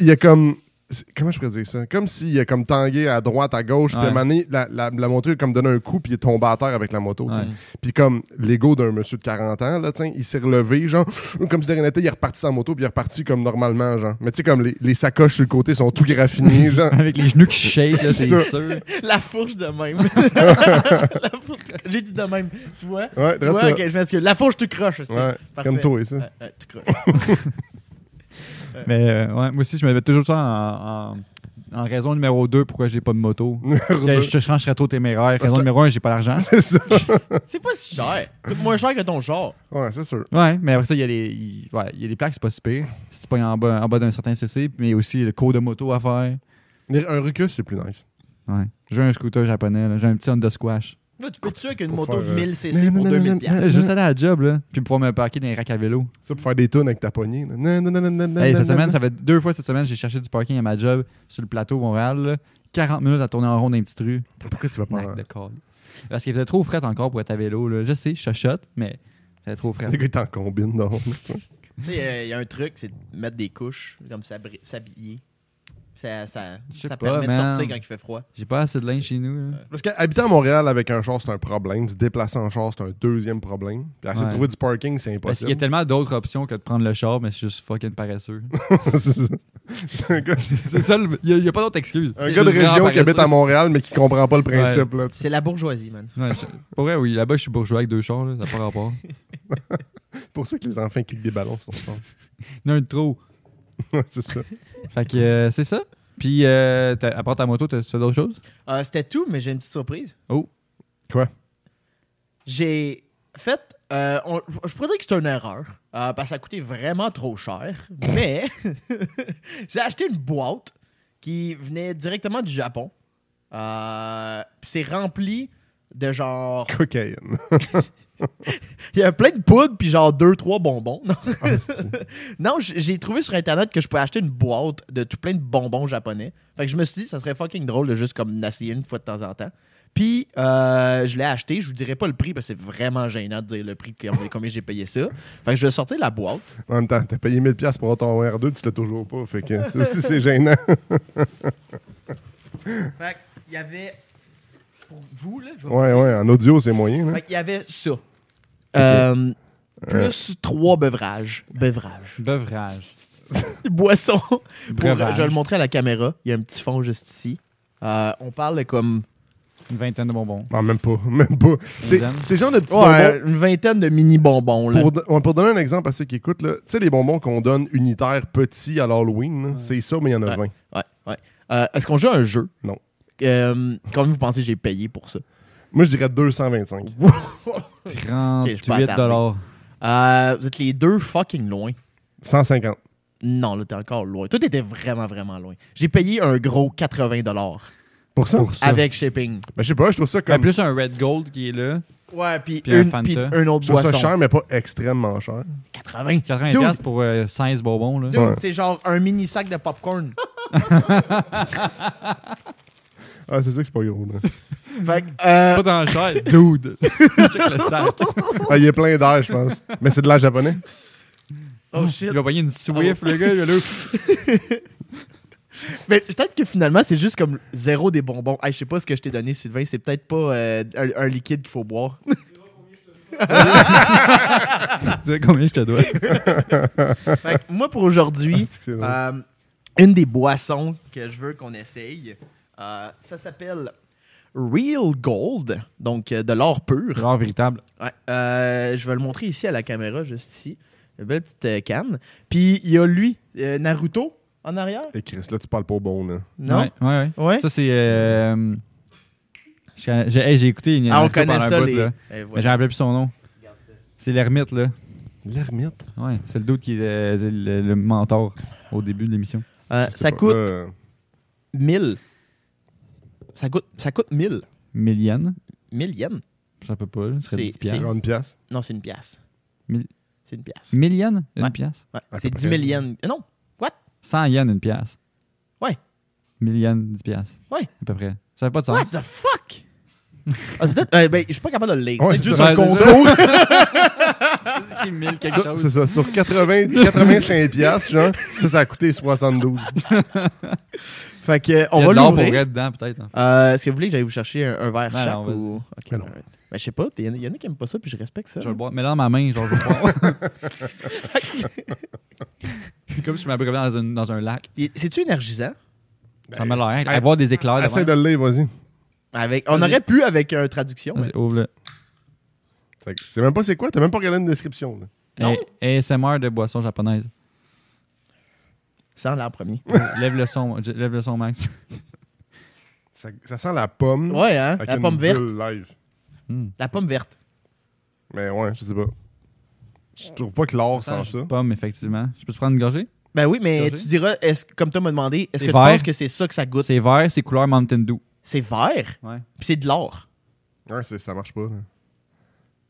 il y a comme. c'est- Comment je pourrais dire ça? Comme s'il a comme tangué à droite, à gauche, puis à un
Ouais.
moment donné, la, la, la moto, il a comme donné un coup, puis il est tombé à terre avec la moto. tu sais.
Ouais.
Puis comme l'ego d'un monsieur de 40 ans, là, tiens, il s'est relevé, genre, comme si de rien n'était, il est reparti sa moto, puis il est reparti comme normalement, genre. Mais tu sais, comme les, les sacoches sur le côté sont
(laughs)
tout graffinées, genre.
Avec les genoux qui chassent, là,
C'est
c'est
ça.
sûr.
(laughs) La fourche de
(laughs)
même. La fourche- J'ai dit de même. Tu vois?
Ouais,
Tu
drôle,
vois,
ça.
ok, je pense que la fourche, tu croches. c'est-
Ouais,
Parfait.
comme toi, ça.
Ouais, ouais, tu croches.
Mais euh, ouais, moi aussi, je m'avais toujours ça en, en- en raison numéro 2 pourquoi j'ai pas de moto.
(laughs) Numéro
Que
deux.
je, je serais- je serais trop téméraire.
Parce
Raison
que-
numéro 1, j'ai pas l'argent.
C'est ça.
C'est pas si cher. C'est moins cher que ton char.
Ouais, c'est sûr.
Ouais, mais après ça, il y a les, il- ouais, il y a les plaques, c'est pas si pire. Si tu pognes en bas, en bas d'un certain CC, mais aussi le cours de moto à faire.
Mais Un recul, c'est plus nice.
Ouais. J'ai un scooter japonais, là. j'ai un petit Honda Squash.
Là, tu peux-tu avec une
Pour
moto
faire, euh,
1000 cc pour
nanana,
2000 piastres?
Là, Juste aller à la job, là, puis pouvoir me parquer dans les racks à vélo.
Ça, pour faire des tunes avec ta poignée, là. Nan, nan, nan, nan,
Hey,
nan,
cette
nan,
semaine,
nan.
ça fait deux fois cette semaine, j'ai cherché du parking à ma job sur le plateau Montréal. là. 40 minutes à tourner en rond dans une petite rue.
Pourquoi tu vas pas.
Nac de colis. Parce qu'il faisait trop fret encore pour être à vélo. Là. Je sais, je chuchote, mais c'était trop
(laughs)
fret.
Le gars, il t'en combine, non?
Tu sais, euh, il y a un truc, c'est de mettre des couches, comme s'abri- s'habiller. Ça, ça,
Je sais
ça
pas,
permet
man.
de sortir quand il fait froid.
J'ai pas assez de linge chez nous. là.
Parce qu'habiter à Montréal avec un char, c'est un problème. Se déplacer en char, c'est un deuxième problème. Puis essayer de
Ouais.
trouver du parking, c'est
Parce qu'il y
impossible.
a tellement d'autres options que de prendre le char, mais c'est juste fucking paresseux.
(laughs) c'est ça. C'est un gars,
c'est ça, le- il n'y a, pas d'autre excuse.
un
C'est
gars de
juste vraiment
région qui habite à
paresseux.
Montréal, mais qui comprend pas le principe, là. tu sais.
C'est la bourgeoisie, man.
Ouais, je- Pour vrai, oui, là-bas, je suis bourgeois avec deux chars, là, ça n'a pas rapport.
C'est pour ça que les enfants kickent des ballons sur son
Il y en a un de trop.
(laughs) Ouais, c'est ça.
Fait que euh, c'est ça. Puis, euh, t'as- à part ta moto, t'as tu fais d'autres choses?
Euh, C'était tout, mais j'ai une petite surprise.
Oh.
Quoi?
J'ai fait. euh, on- je pourrais dire que c'est une erreur, euh, parce que ça a coûté vraiment trop cher. Mais (laughs) j'ai acheté une boîte qui venait directement du Japon. Euh, puis c'est rempli de genre.
Cocaïne.
Il y a plein de poudre, puis genre deux, trois bonbons. Non,
Ah, c'est-
(laughs) non, j- j'ai trouvé sur Internet que je pouvais acheter une boîte de tout plein de bonbons japonais. Fait que je me suis dit, ça serait fucking drôle de juste comme essayer une fois de temps en temps. Puis, euh, je l'ai acheté. Je vous dirai pas le prix parce que c'est vraiment gênant de dire le prix, que- combien j'ai payé ça. Fait que je vais sortir la boîte.
en même temps, t'as payé 1000$ pour avoir ton R2, tu l'as toujours pas. Fait que ça aussi, c'est gênant.
Fait qu'il y avait. pour vous, là. Je vais
(laughs) Ouais,
vous dire.
ouais, en audio, c'est moyen. Là.
Fait qu'il y avait ça. Euh, plus trois beverages. Beverages.
Bevrage.
Boisson. Pour- euh,
Breuvage.
je vais le montrer à la caméra. Il y a un petit fond juste ici. Euh, on parle de comme
Une vingtaine de bonbons.
Non, Ah, même pas, même pas. C'est
Dizaine.
c'est le genre de petits
ouais,
bonbons.
une vingtaine de mini bonbons. Là.
Pour, don- ouais, pour donner un exemple à ceux qui écoutent, là, tu sais, les bonbons qu'on donne unitaires petits à l'Halloween, là, c'est ça, mais il y en a 20.
Ouais, ouais. Euh, Est-ce qu'on joue à un jeu?
Non.
Euh, combien vous pensez que j'ai payé pour ça?
Moi, je dirais 225.
je peux
38
attendre. Euh, vous êtes les deux fucking loin.
150.
Non, là, t'es encore loin. Toi, t'étais vraiment, vraiment loin. J'ai payé un gros 80$
Pour ça?
Pour ça.
avec shipping.
Ben, je sais pas, je trouve ça
En
comme.
plus un Red Gold qui est là.
Ouais, puis
Puis un
une,
Fanta.
puis un autre
je trouve ça
boisson. Mm.
cher, mais pas extrêmement cher.
80.
80
Dude.
piastres pour euh, 16 bonbons. Là.
Dude,
Ouais.
C'est genre un mini sac de popcorn.
Ah, c'est sûr que c'est pas gros. là. (laughs)
fait que, euh,
Pas dans la chair. Dude. (laughs) Check le sac.
ah, il est plein d'air, je pense. Mais c'est de l'air japonais.
oh shit.
Il va pogner une Swift, le gars. il va là, pff,
Mais peut-être que finalement, c'est juste comme zéro des bonbons. Hey, je sais pas ce que je t'ai donné, Sylvain. C'est peut-être pas euh, un, un liquide qu'il faut boire.
tu sais combien je te dois.
fait que moi, pour aujourd'hui,
C'est drôle.
euh, une des boissons que je veux qu'on essaye, euh, ça s'appelle Real Gold, donc euh, de l'or pur.
Rare véritable.
Ouais, euh, je vais le montrer ici à la caméra, juste ici. Une belle petite euh, canne. Puis il y a lui, euh, Naruto, en arrière.
Et Eh, Chris, là, tu parles pas bon, là.
Non?
Ouais, ouais, ouais.
Ouais.
Ça, c'est. euh, j'ai j'ai- hey, j'ai écouté une
Ah, on
une fois
connaît
pendant un
ça,
bout,
les...
là.
Eh,
Mais
voilà.
j'ai rappelé plus son nom. C'est l'ermite, là.
L'ermite.
Ouais, c'est le doute qui est euh, le, le- le mentor au début de l'émission.
Euh,
Je sais
ça
pas.
coûte
Là,
1000. Ça coûte, ça coûte 1000.
Mille yens.
1000 yens.
Ça peut pas, là. Ce serait
C'est-
10 piastres.
genre une pièce.
Non, c'est une pièce.
Mille.
C'est une pièce.
Mille yens, une
Ouais.
pièce.
Ouais,
À
c'est
peu
10 000
près.
yens. Eh Non,
100 yens, une pièce.
Ouais.
Mille yens, 10 piastres.
Ouais.
À peu près. Ça n'a pas de sens.
what the fuck?
(laughs)
ah, c'est peut-être- euh, ben, je suis pas capable de le lire.
Ouais,
c'est
c'est
juste
ça.
un
Ouais,
concours.
c'est ça. C'est mille quelque (laughs)
Ça, C'est
chose.
ça, sur 80, 85 piastres, genre, ça, ça a coûté 72.
Fait que, euh,
Il y
on
a
va
de l'or pour
l'ouvrir.
vrai dedans, peut-être. hein.
Euh, Est-ce que vous voulez que j'aille vous chercher un, un verre
Non,
chaque
non, vas-y.
ou... Ok,
Mais non.
alright. Ben, je sais pas, il y en a qui aiment pas ça, puis je respecte ça.
Je vais le boire. Mais là, dans ma main, genre, je vais le (laughs)
(laughs)
boire. Comme si je m'abreuvais dans, une- dans un lac.
Il- C'est-tu énergisant?
Ça m'a l'air. Hey, Avoir des éclairs. de
Essaye
verre.
de le lire, vas-y.
Avec, on
Vas-y.
aurait pu avec une traduction. mais-
Vas-y, Ouvre-le.
Fait que C'est même pas c'est quoi, t'as même pas regardé une description. Là.
Non.
Eh, ASMR de boisson japonaise.
Sans l'en premier.
(laughs) Lève le son, J- lève le son, Max.
Ça, ça sent la pomme.
Ouais, hein?
avec
La
une
pomme verte.
bulle live.
Hmm.
La pomme verte.
Mais ouais, je sais pas. Je
Euh,
trouve pas que l'or sent ça.
Pomme, effectivement. Je peux te prendre une gorgée?
Ben oui, mais
Gorgée?
tu diras, est-ce, comme tu m'as demandé, est-ce
C'est
que tu
vert.
penses que c'est ça que ça goûte?
C'est vert, c'est couleur Mountain Dew.
C'est vert,
Ouais.
puis c'est de l'or. (laughs)
Ouais, c'est- ça marche pas. là.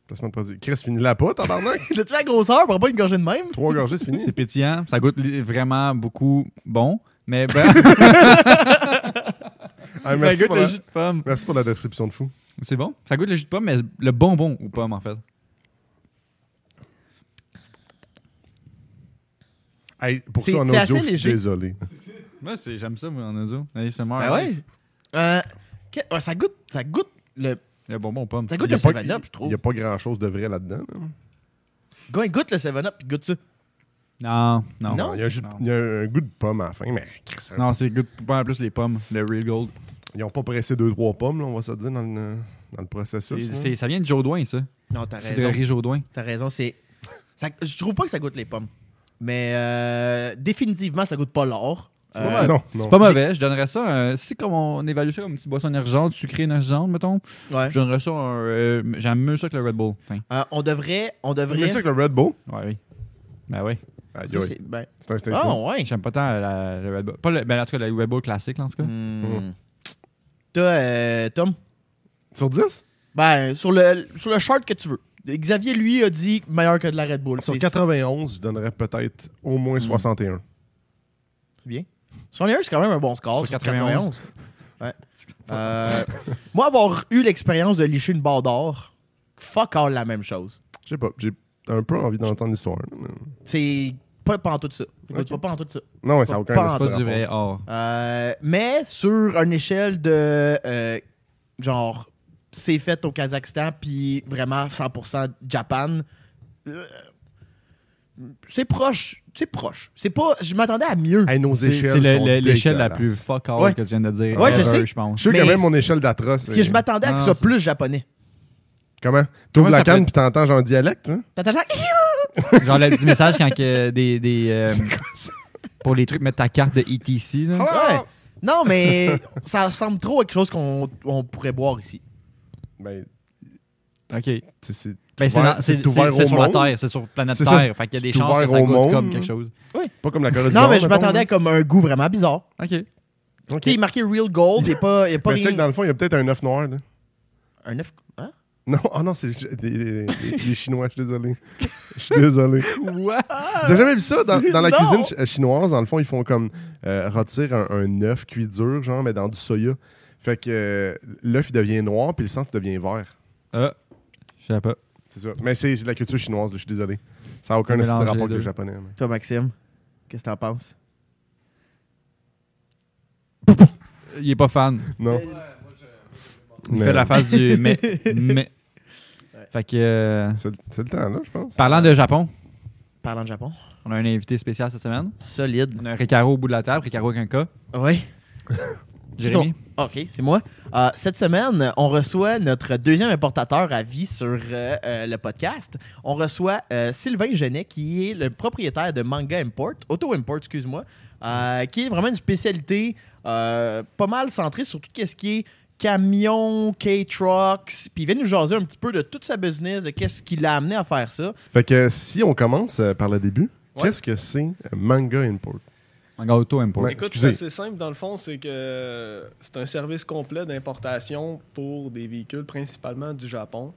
Placement de produit. Chris, finis-la pas,
(laughs)
tabarnak.
T'as-tu la grosseur pour pas une gorgée de même?
Trois gorgées, c'est fini.
C'est pétillant, ça goûte li- vraiment beaucoup bon, mais ben,
Ah,
ça
merci,
goûte
pour
le
la...
jus de pomme.
merci pour la description de fou.
C'est bon? Ça goûte le jus de pomme, mais le bonbon ou pomme, en fait.
Hey, pour
C'est-
ça, en
c'est assez
audio, je suis
léger.
désolé.
Moi, c'est- j'aime ça, moi, en audio. ASMR.
Ben ouais. Euh, que- ouais, ça goûte, ça goûte le.
Le bonbon ou pomme.
Ça
Il
goûte
n'y
le
a, pas-
7 up, je
il y
trouve.
a pas grand-chose de vrai là-dedans. là.
Goûte, goûte le 7 up, puis goûte ça.
Non, non.
Non?
Non,
Il y, a un jus de-
Non.
il y a un goût de pomme à la fin, mais Chris, hein,
c'est goûte pas plus les pommes, le Real Gold.
ils ont pas pressé deux, trois pommes, là, on va se dire, dans le, dans le processus.
C'est-
là.
c'est- ça vient de Jaudoin, ça.
Non, t'as raison.
Cidrerie Jaudoin.
T'as raison, c'est. ça- je trouve pas que ça goûte les pommes. Mais euh, définitivement, ça goûte pas l'or.
C'est
Euh,
pas mal.
non, non.
C'est pas mauvais, je donnerais ça. un- si comme on évalue ça comme une petite boisson énergisante, sucrée énergisante, mettons,
ouais.
je donnerais ça un. euh, J'aime mieux ça que le Red Bull. Tiens.
Euh, on devrait. On
T'aimes
devrait.
ça avec le Red Bull.
Ouais, oui. Ben oui.
Aïe,
Ça,
aïe.
c'est- ben-
C'est un
Ah,
statement.
ouais.
J'aime pas tant la, le Red Bull. Pas le, ben, en tout cas, le Red Bull classique, là, en tout
Mm.
cas.
Hmm.
Hein?
Toi, euh, Tom,
Sur 10?
ben, sur le, sur le chart que tu veux. Xavier, lui, a dit meilleur que de la Red Bull.
Sur
C'est- Hmm.
91, je donnerais peut-être au moins 61.
C'est bien. 61, c'est quand même un bon score.
Sur
Sur 91.
91.
Ouais. Euh, moi, avoir eu l'expérience de licher une barre d'or, fuck all la même chose.
Je sais pas, j'ai un peu envie d'entendre l'histoire. là, mais-
C'est pas pas en tout ça. Écoute,
Ok.
Pas en tout ça.
Non, ouais, ça
Pas-
n'a aucun
pas en
C'est
rapport.
pas du vrai or.
Euh, mais sur une échelle de euh, genre c'est fait au Kazakhstan, puis vraiment 100% Japan. Euh, C'est proche. C'est proche. C'est pas. Je m'attendais à mieux.
Hey, nos
C'est
échelles.
c'est le-
sont
le- l'échelle la
dégueulasses.
plus fuck all
Ouais.
que tu viens de dire.
Ouais, je
ever,
sais.
Je pense.
Je sais que
Mais-
même mon échelle d'atroce.
Parce que
c'est-
je m'attendais à que ce
Ah,
soit
c'est-
plus japonais.
Comment
Comment
T'ouvres
ça
la
peut
canne
être-
puis t'entends genre dialecte, hein?
T'entends genre,
Genre le petit message quand que des. des
(laughs)
euh, pour les trucs, mettre ta carte de ETC. Là.
Ouais.
Ah!
Non, mais (laughs) ça ressemble trop à quelque chose qu'on on pourrait boire ici.
Ben,
Ok.
tu sais, Ah c'est
Ben, c'est
ouvert-
dans- c'est-
c'est ouvert
c'est- c'est
au
sur la
monde.
Terre, c'est sur planète
C'est ça,
Terre. Fait qu'il y a des
c'est
chances que
ouvert
ça
au
goûte comme
monde.
quelque chose.
pas comme la Corée du
Non,
Nord,
mais je
mettons,
m'attendais à
là.
comme un goût vraiment bizarre.
Ok.
Ok.
Tu sais, il est marqué Real Gold, il n'y a pas, il y a pas
Mais
rien.
check, dans le fond, il y a peut-être un œuf noir, là.
Un œuf. Hein?
Non, ah non, c'est les, les- les- les Chinois, je suis désolé. Je suis désolé.
Ouais.
Vous
(laughs)
avez jamais vu ça? Dans, dans la
Non.
cuisine chi- euh, chinoise, dans le fond, ils font comme euh, rôtir un, un œuf cuit dur, genre, mais dans du soya. Fait que euh, l'œuf, il devient noir, puis le centre, il devient vert.
Ah. Je sais pas.
C'est ça. Mais c'est c'est de la culture chinoise, là, je suis désolé. Ça n'a aucun
Mélanger
esti de rapport
les
avec le
deux.
japonais. mais-
Toi, Maxime, qu'est-ce que t'en penses?
Il est pas fan.
Non.
Il
Mais
fait la face du mais. mais. Fait que. euh,
C'est c'est le temps, là, je pense.
parlant de Japon,
Parlant de Japon.
on a un invité spécial cette semaine.
Solide.
On a Ricaro au bout de la table, Ricaro avec un cas.
Oui.
Jérémy.
OK, c'est moi. Euh, cette semaine, on reçoit notre deuxième importateur à vie sur euh, euh, le podcast. On reçoit euh, Sylvain Genet, qui est le propriétaire de Manga Import, Auto Import, excuse-moi, euh, qui est vraiment une spécialité euh, pas mal centrée sur tout ce qui est camions, K-trucks, puis il vient nous jaser un petit peu de toute sa business, de qu'est-ce qui l'a amené à faire ça.
Fait que si on commence euh, par le début,
Ouais.
qu'est-ce que c'est euh, Manga Import?
Manga Auto Import.
Ouais.
Écoute,
excusez.
c'est assez simple dans le fond, c'est que euh, c'est un service complet d'importation pour des véhicules principalement du Japon.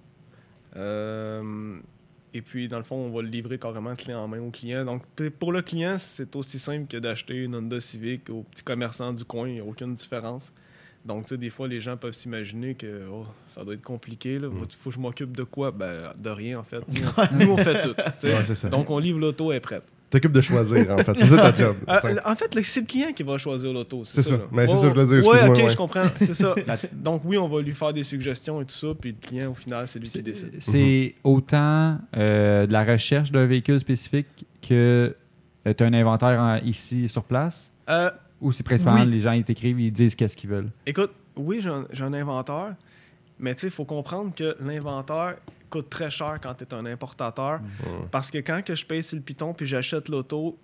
Euh, et puis dans le fond, on va le livrer carrément clé en main au client. Donc t- pour le client, c'est aussi simple que d'acheter une Honda Civic au petit commerçant du coin, il n'y a aucune différence. Donc, tu sais, des fois, les gens peuvent s'imaginer que oh, ça doit être compliqué.
Hmm.
Il faut que je m'occupe de quoi Ben, de rien,
(laughs)
en fait. Nous, on- Nous, on fait tout. tu sais.
Ouais, c'est ça.
Donc, on livre l'auto, elle est prête.
T'occupes de choisir, en fait. C'est ça ta job.
Ah,
Tiens.
le- en fait, le- c'est le client qui va choisir l'auto.
C'est ça.
là.
Mais c'est
Ouais,
ça que je voulais dire,
ouais,
excuse-moi,
ok,
ouais.
je comprends.
(laughs)
C'est ça. Donc, oui, on va lui faire des suggestions et tout ça. Puis le client, au final, c'est lui qui décide.
C'est- C'est autant euh, de la recherche d'un véhicule spécifique que euh, t'as un inventaire en- ici sur place.
Euh,
Ou c'est principalement
Oui.
les gens ils t'écrivent, ils disent qu'est-ce qu'ils veulent.
écoute, oui, j'ai un, j'ai un inventeur. Mais tu sais, il faut comprendre que l'inventeur coûte très cher quand tu es un importateur. Parce que quand que je paye sur le piton puis j'achète l'auto,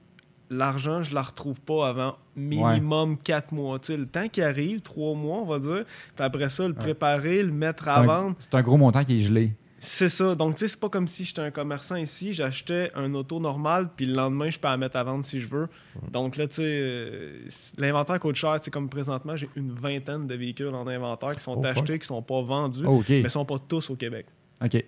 l'argent, je la retrouve pas avant minimum 4 mois. Tu sais, le temps qui arrive, 3 mois, on va dire. Puis après ça, le préparer, le mettre
C'est
à
un,
vendre.
c'est un gros montant qui est gelé.
C'est ça. Donc, tu sais, c'est pas comme si j'étais un commerçant ici, j'achetais un auto normal, puis le lendemain, je peux la mettre à vendre si je veux.
Mm.
Donc, là, tu sais, euh, c- l'inventaire coûte cher. Tu sais, comme présentement, j'ai une vingtaine de véhicules en inventaire qui sont
Oh,
achetés, qui sont pas vendus,
Oh, OK.
mais sont pas tous au Québec.
OK.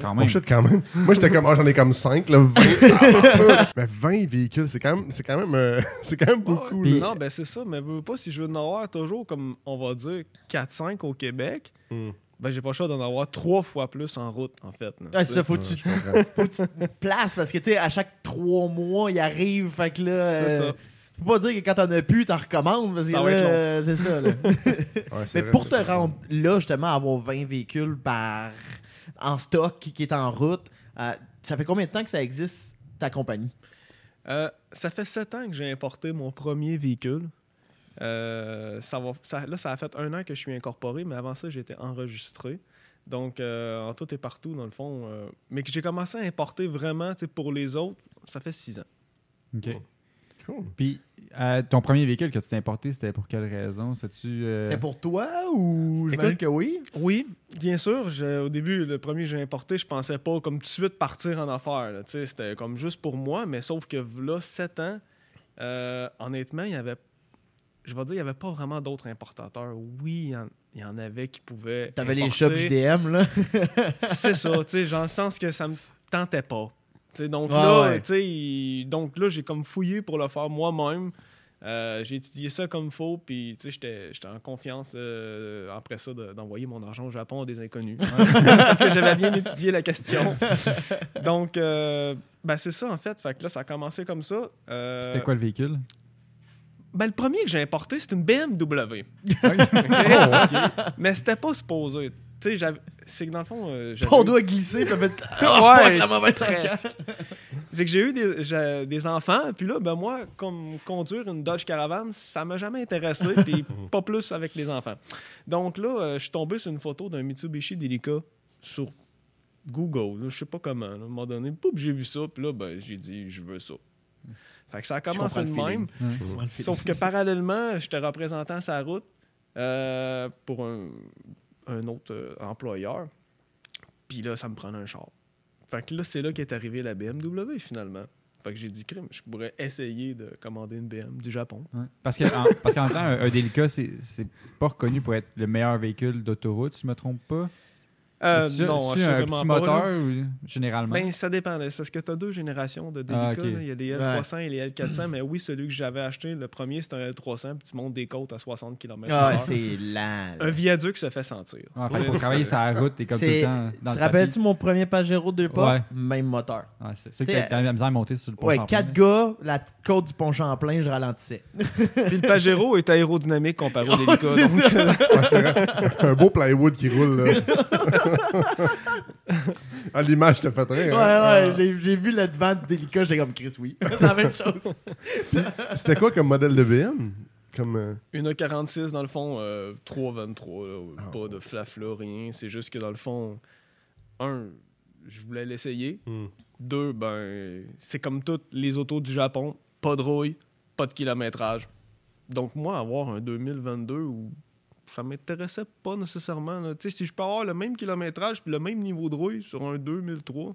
Quand
Oh
même.
shit, quand même. Moi, j'étais comme, ah, j'en ai comme 5, là,
(laughs)
20. mais 20 véhicules, c'est quand même, c'est quand même, euh, (laughs) c'est quand même beaucoup,
Puis-
là.
Non, ben c'est ça, mais veux veux pas, si je veux en avoir toujours, comme on va dire, 4-5 au Québec,
Hmm.
ben j'ai pas le choix d'en avoir trois fois plus en route, en fait. là.
Ah,
Ouais, Ah, c'est ça, faut que
Ouais,
tu
je
(laughs)
comprends.
te places parce que, tu sais, à chaque trois mois, il arrive, fait que là.
C'est
euh,
ça.
Tu peux pas dire que quand t'en as plus, t'en recommandes. Parce que
Ça va être
là,
long.
euh, c'est ça, là.
Ouais, c'est
Mais
vrai,
pour
c'est
te
vrai.
rendre là, justement, avoir 20 véhicules par en stock qui, qui est en route, euh, ça fait combien de temps que ça existe, ta compagnie?
Euh, ça fait sept ans que j'ai importé mon premier véhicule. Euh, ça va, ça- là, ça a fait un an que je suis incorporé, mais avant ça, j'étais enregistré. Donc, euh, en tout et partout, dans le fond. euh, mais que j'ai commencé à importer vraiment tu sais, pour les autres, ça fait six ans.
OK.
Cool.
Puis, euh, ton premier véhicule que tu t'es importé, c'était pour quelle raison? C'était-tu... euh,
C'est pour toi ou j'imagine
Écoute-
que oui?
Oui, bien sûr. j'ai- Au début, le premier que j'ai importé, je pensais pas comme tout de suite partir en affaires. là, tu sais, C'était comme juste pour moi, mais sauf que là, 7 ans, euh, honnêtement, il y avait. Je vais dire, il n'y avait pas vraiment d'autres importateurs. Oui, il y en- il y, en avait qui pouvaient.
T'avais les shops
importer.
JDM, là.
C'est ça, tu sais, dans le sens que ça me tentait pas. Tu sais, donc,
Ouais,
là,
ouais.
tu sais, il- donc là, j'ai comme fouillé pour le faire moi-même. Euh, j'ai étudié ça comme faut, puis tu sais, j'étais j'étais en confiance euh, après ça de- d'envoyer mon argent au Japon à des inconnus. (laughs) Parce que j'avais bien étudié la question. Donc, euh, ben, c'est ça en fait. Fait que là, ça a commencé comme ça. Euh,
C'était quoi le véhicule?
(laughs)
ben,
(laughs)
le premier que j'ai importé, c'est une BMW. OK? Mais c'était pas supposé tu sais, j'avais- c'est que dans le fond, euh, j'avais
Ton
eu-
doigt glissé, peut (laughs) mettre.
Ouais,
la mauvaise
presque.
casque.
C'est que j'ai eu des, j'ai- des enfants, puis là, ben moi, comme conduire une Dodge Caravan, ça m'a
(laughs)
jamais intéressé, puis pas plus avec les enfants. Donc là, euh, je suis tombé sur une photo d'un Mitsubishi Delica sur Google, là, je sais pas comment, là, à un moment donné, pouf, j'ai vu ça, puis là, ben, j'ai dit, je veux ça. Fait que ça a commencé
comprends
de
le feeling.
même, sauf que parallèlement, j'étais représentant sa route euh, pour un, un autre euh, employeur, puis là, ça me prenait un char. Fait que là, c'est là qu'est arrivée la BMW finalement. Fait que j'ai dit, crime, je pourrais essayer de commander une BM du Japon.
Ouais. Parce que en- parce qu'en même temps, un, un Delica, c'est c'est pas reconnu pour être le meilleur véhicule d'autoroute, si je me trompe pas.
Euh,
C'est-tu-
non,
c'est-tu un
assurément
petit
pas, là.
moteur, ou- généralement.
Ben, ça dépend. là. C'est parce que tu as deux générations de Delica.
Ah, ok.
là. Il y a les L300 et les L400. mais oui, celui que j'avais acheté, le premier, c'est un L300, puis tu montes des côtes à 60 km.
Ah, ouais, c'est lent.
un viaduc se fait sentir.
Ah, fait que pour travailler sur la route, t'es comme tout le
C'est-
temps dans
Tu
le
te
tapis.
rappelles-tu mon premier Pajero deux pas?
Ouais.
Même moteur.
Ouais, c'est c'est que
T'sais,
t'as t'as la misère à monter sur le pont
ouais,
Champlain,
quatre
là.
gars, la petite côte du pont Champlain, je ralentissais.
Puis le Pajero est aérodynamique comparé au
(laughs) Ouais,
Delica.
c'est
donc, euh,
ça.
Ouais, c'est vrai. un beau plywood qui
(laughs)
roule, là. ah, l'image te fait
Ouais,
rire. hein?
ouais, j'ai- j'ai vu le devant du délicat, j'étais comme Chris, oui. C'est la même chose.
C'était quoi comme modèle de BM? Comme... euh,
Une 46 dans le fond, euh, 323, là,
Ah,
pas de flafla, rien. C'est juste que dans le fond, un, je voulais l'essayer.
Hmm.
Deux, ben, c'est comme toutes les autos du Japon, pas de rouille, pas de kilométrage. Donc moi, avoir un 2022 ou ça m'intéressait pas nécessairement. là. Tu sais, si je peux avoir le même kilométrage puis le même niveau de rouille sur un 2003,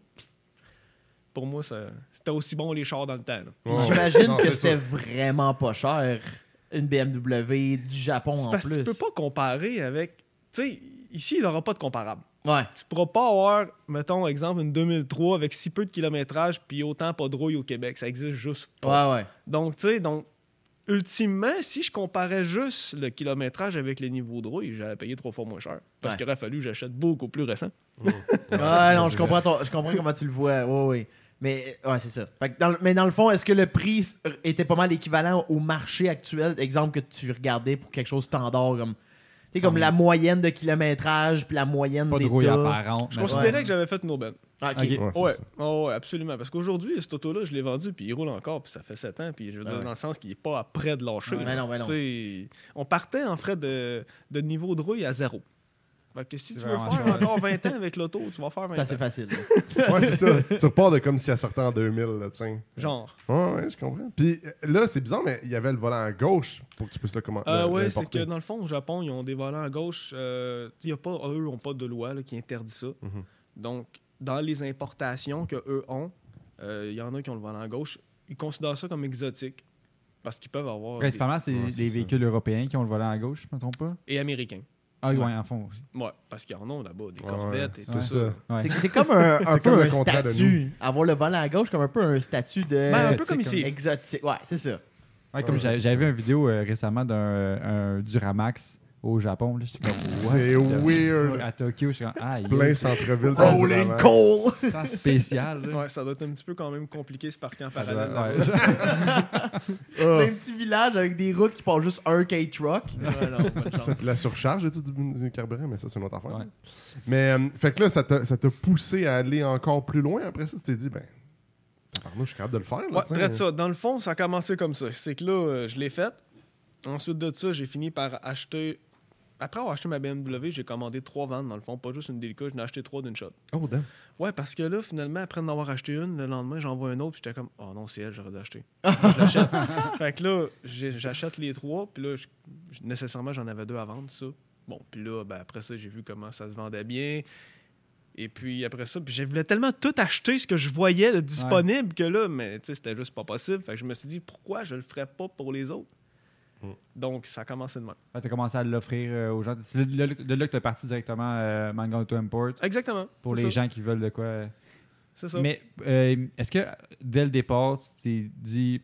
pour moi, ça- c'était aussi bon les chars dans le temps. là.
ouais, ouais.
J'imagine
Non,
que
c'est
c'était
sûr.
vraiment pas cher, une BMW du Japon
C'est
en
parce que
plus.
tu peux pas comparer avec. Tu sais, ici, il n'y aura pas de comparable.
Ouais.
Tu pourras pas avoir, mettons, exemple, une 2003 avec si peu de kilométrage puis autant pas de rouille au Québec. Ça existe juste pas.
Ouais, ouais.
Donc, tu sais, donc, ultimement, si je comparais juste le kilométrage avec les niveaux de rouille, j'allais payer trois fois moins cher. Parce
Ouais.
qu'il aurait fallu que j'achète beaucoup plus récent.
Ouais, non, je comprends, ton- je comprends comment tu le vois. Ouais, ouais. Mais ouais, c'est ça. Fait que dans le- mais dans le fond, est-ce que le prix euh, était pas mal équivalent au marché actuel, exemple que tu regardais pour quelque chose de standard comme. Tu sais, comme la moyenne de kilométrage, puis la moyenne
Pas de
d'état.
rouille apparente.
Je
mais-
considérais
Ben ouais.
que j'avais fait une aubaine.
Ah, ok.
Ok.
Ouais, c'est
Ouais,
ça.
oh, ouais, absolument. Parce qu'aujourd'hui, cet auto-là, je l'ai vendu, puis il roule encore, puis ça fait 7 ans, puis je veux
Ah
dire,
ouais.
dans le sens qu'il n'est pas à près de lâcher.
Ouais,
là.
non, ouais, non.
Tu sais, On partait en frais de, de niveau de rouille à zéro. Fait que si tu veux
vraiment
faire
cher.
encore 20 ans avec l'auto, tu vas faire 20
C'est assez
ans.
facile. là.
Ouais, c'est ça. Tu repars de comme si elle sortait en 2000, là, tiens.
Genre.
Ouais, ouais, je comprends. Puis euh, là, c'est bizarre, mais il y avait le volant à gauche pour que tu puisses le commander.
Ah
Euh, ouais, c'est que dans le fond, au Japon, ils ont des volants à gauche. euh, il y a pas, eux n'ont pas de loi là, qui interdit ça.
Mhm.
Donc, dans les importations que eux ont, euh, il y en a qui ont le volant à gauche. Ils considèrent ça comme exotique parce qu'ils peuvent avoir. des-
Principalement, c'est
Ouais, c'est
les
ça.
véhicules européens qui ont le volant à gauche, je me trompe pas.
Et américains.
Ah, ouais,
Ouais.
en fond aussi.
Ouais, parce qu'il y en a là-bas, des
Ouais,
corvettes et
c'est
tout
ça.
ça.
Ouais.
C'est- C'est
(laughs)
comme un, un
C'est
peu
comme le
un
contrat de
statut. Avoir le volant à gauche, comme un peu un statut de.
Ben, un peu
Exotique,
comme ici.
Exotique. Ouais, c'est ça.
Ouais, comme
Ouais,
j'avais
c'est
j'avais vu une vidéo euh, récemment d'un euh, un Duramax au Japon. là, J'étais comme, what?
C'est weird.
À Tokyo, je suis comme, ah, il
Plein
est
centre-ville.
Rolling coal!
tant spécial. là.
Ouais, ça doit être un petit peu quand même compliqué ce parc
(laughs)
en
Ouais,
parallèle.
ouais.
là-bas.
Ah.
Ah.
C'est un petit village avec des routes qui passent juste un K-Truck.
(laughs)
Ça, puis la surcharge et tout du, du carburant, mais ça, c'est une autre affaire.
Ouais.
Mais, euh, fait que là, ça t'a ça t'a poussé à aller encore plus loin. Après ça, tu t'es dit, ben, tabarnouche, je suis capable de le faire. Là,
Ouais,
tiens.
traite ça. Dans le fond, ça a commencé comme ça. C'est que là, euh, je l'ai faite. Ensuite de ça, j'ai fini par acheter. Après avoir acheté ma BMW, j'ai commandé trois ventes, dans le fond, pas juste une Delica, j'en ai acheté trois d'une shot.
Oh, damn.
Ouais, parce que là, finalement, après en avoir acheté une, le lendemain, j'en vois une autre, puis j'étais comme, oh non, c'est elle, j'aurais
(laughs)
dû acheter. Je l'achète. fait que là, j'ai- j'achète les trois, puis là, je- je- nécessairement, j'en avais deux à vendre, ça. Bon, puis là, ben, après ça, j'ai vu comment ça se vendait bien. Et puis après ça, puis je voulais tellement tout acheter ce que je voyais de disponible que là, mais tu sais, c'était juste pas possible. Fait que je me suis dit, pourquoi je le ferais pas pour les autres?
Mm.
Donc, ça a commencé de même.
Ouais, T'as commencé à l'offrir euh, aux gens. C'est de là de là que t'es parti directement euh, Manga Auto Import
Exactement.
pour
c'est
les
ça,
gens qui veulent de quoi. euh,
C'est ça.
Mais euh, est-ce que dès le départ, tu t'es dit,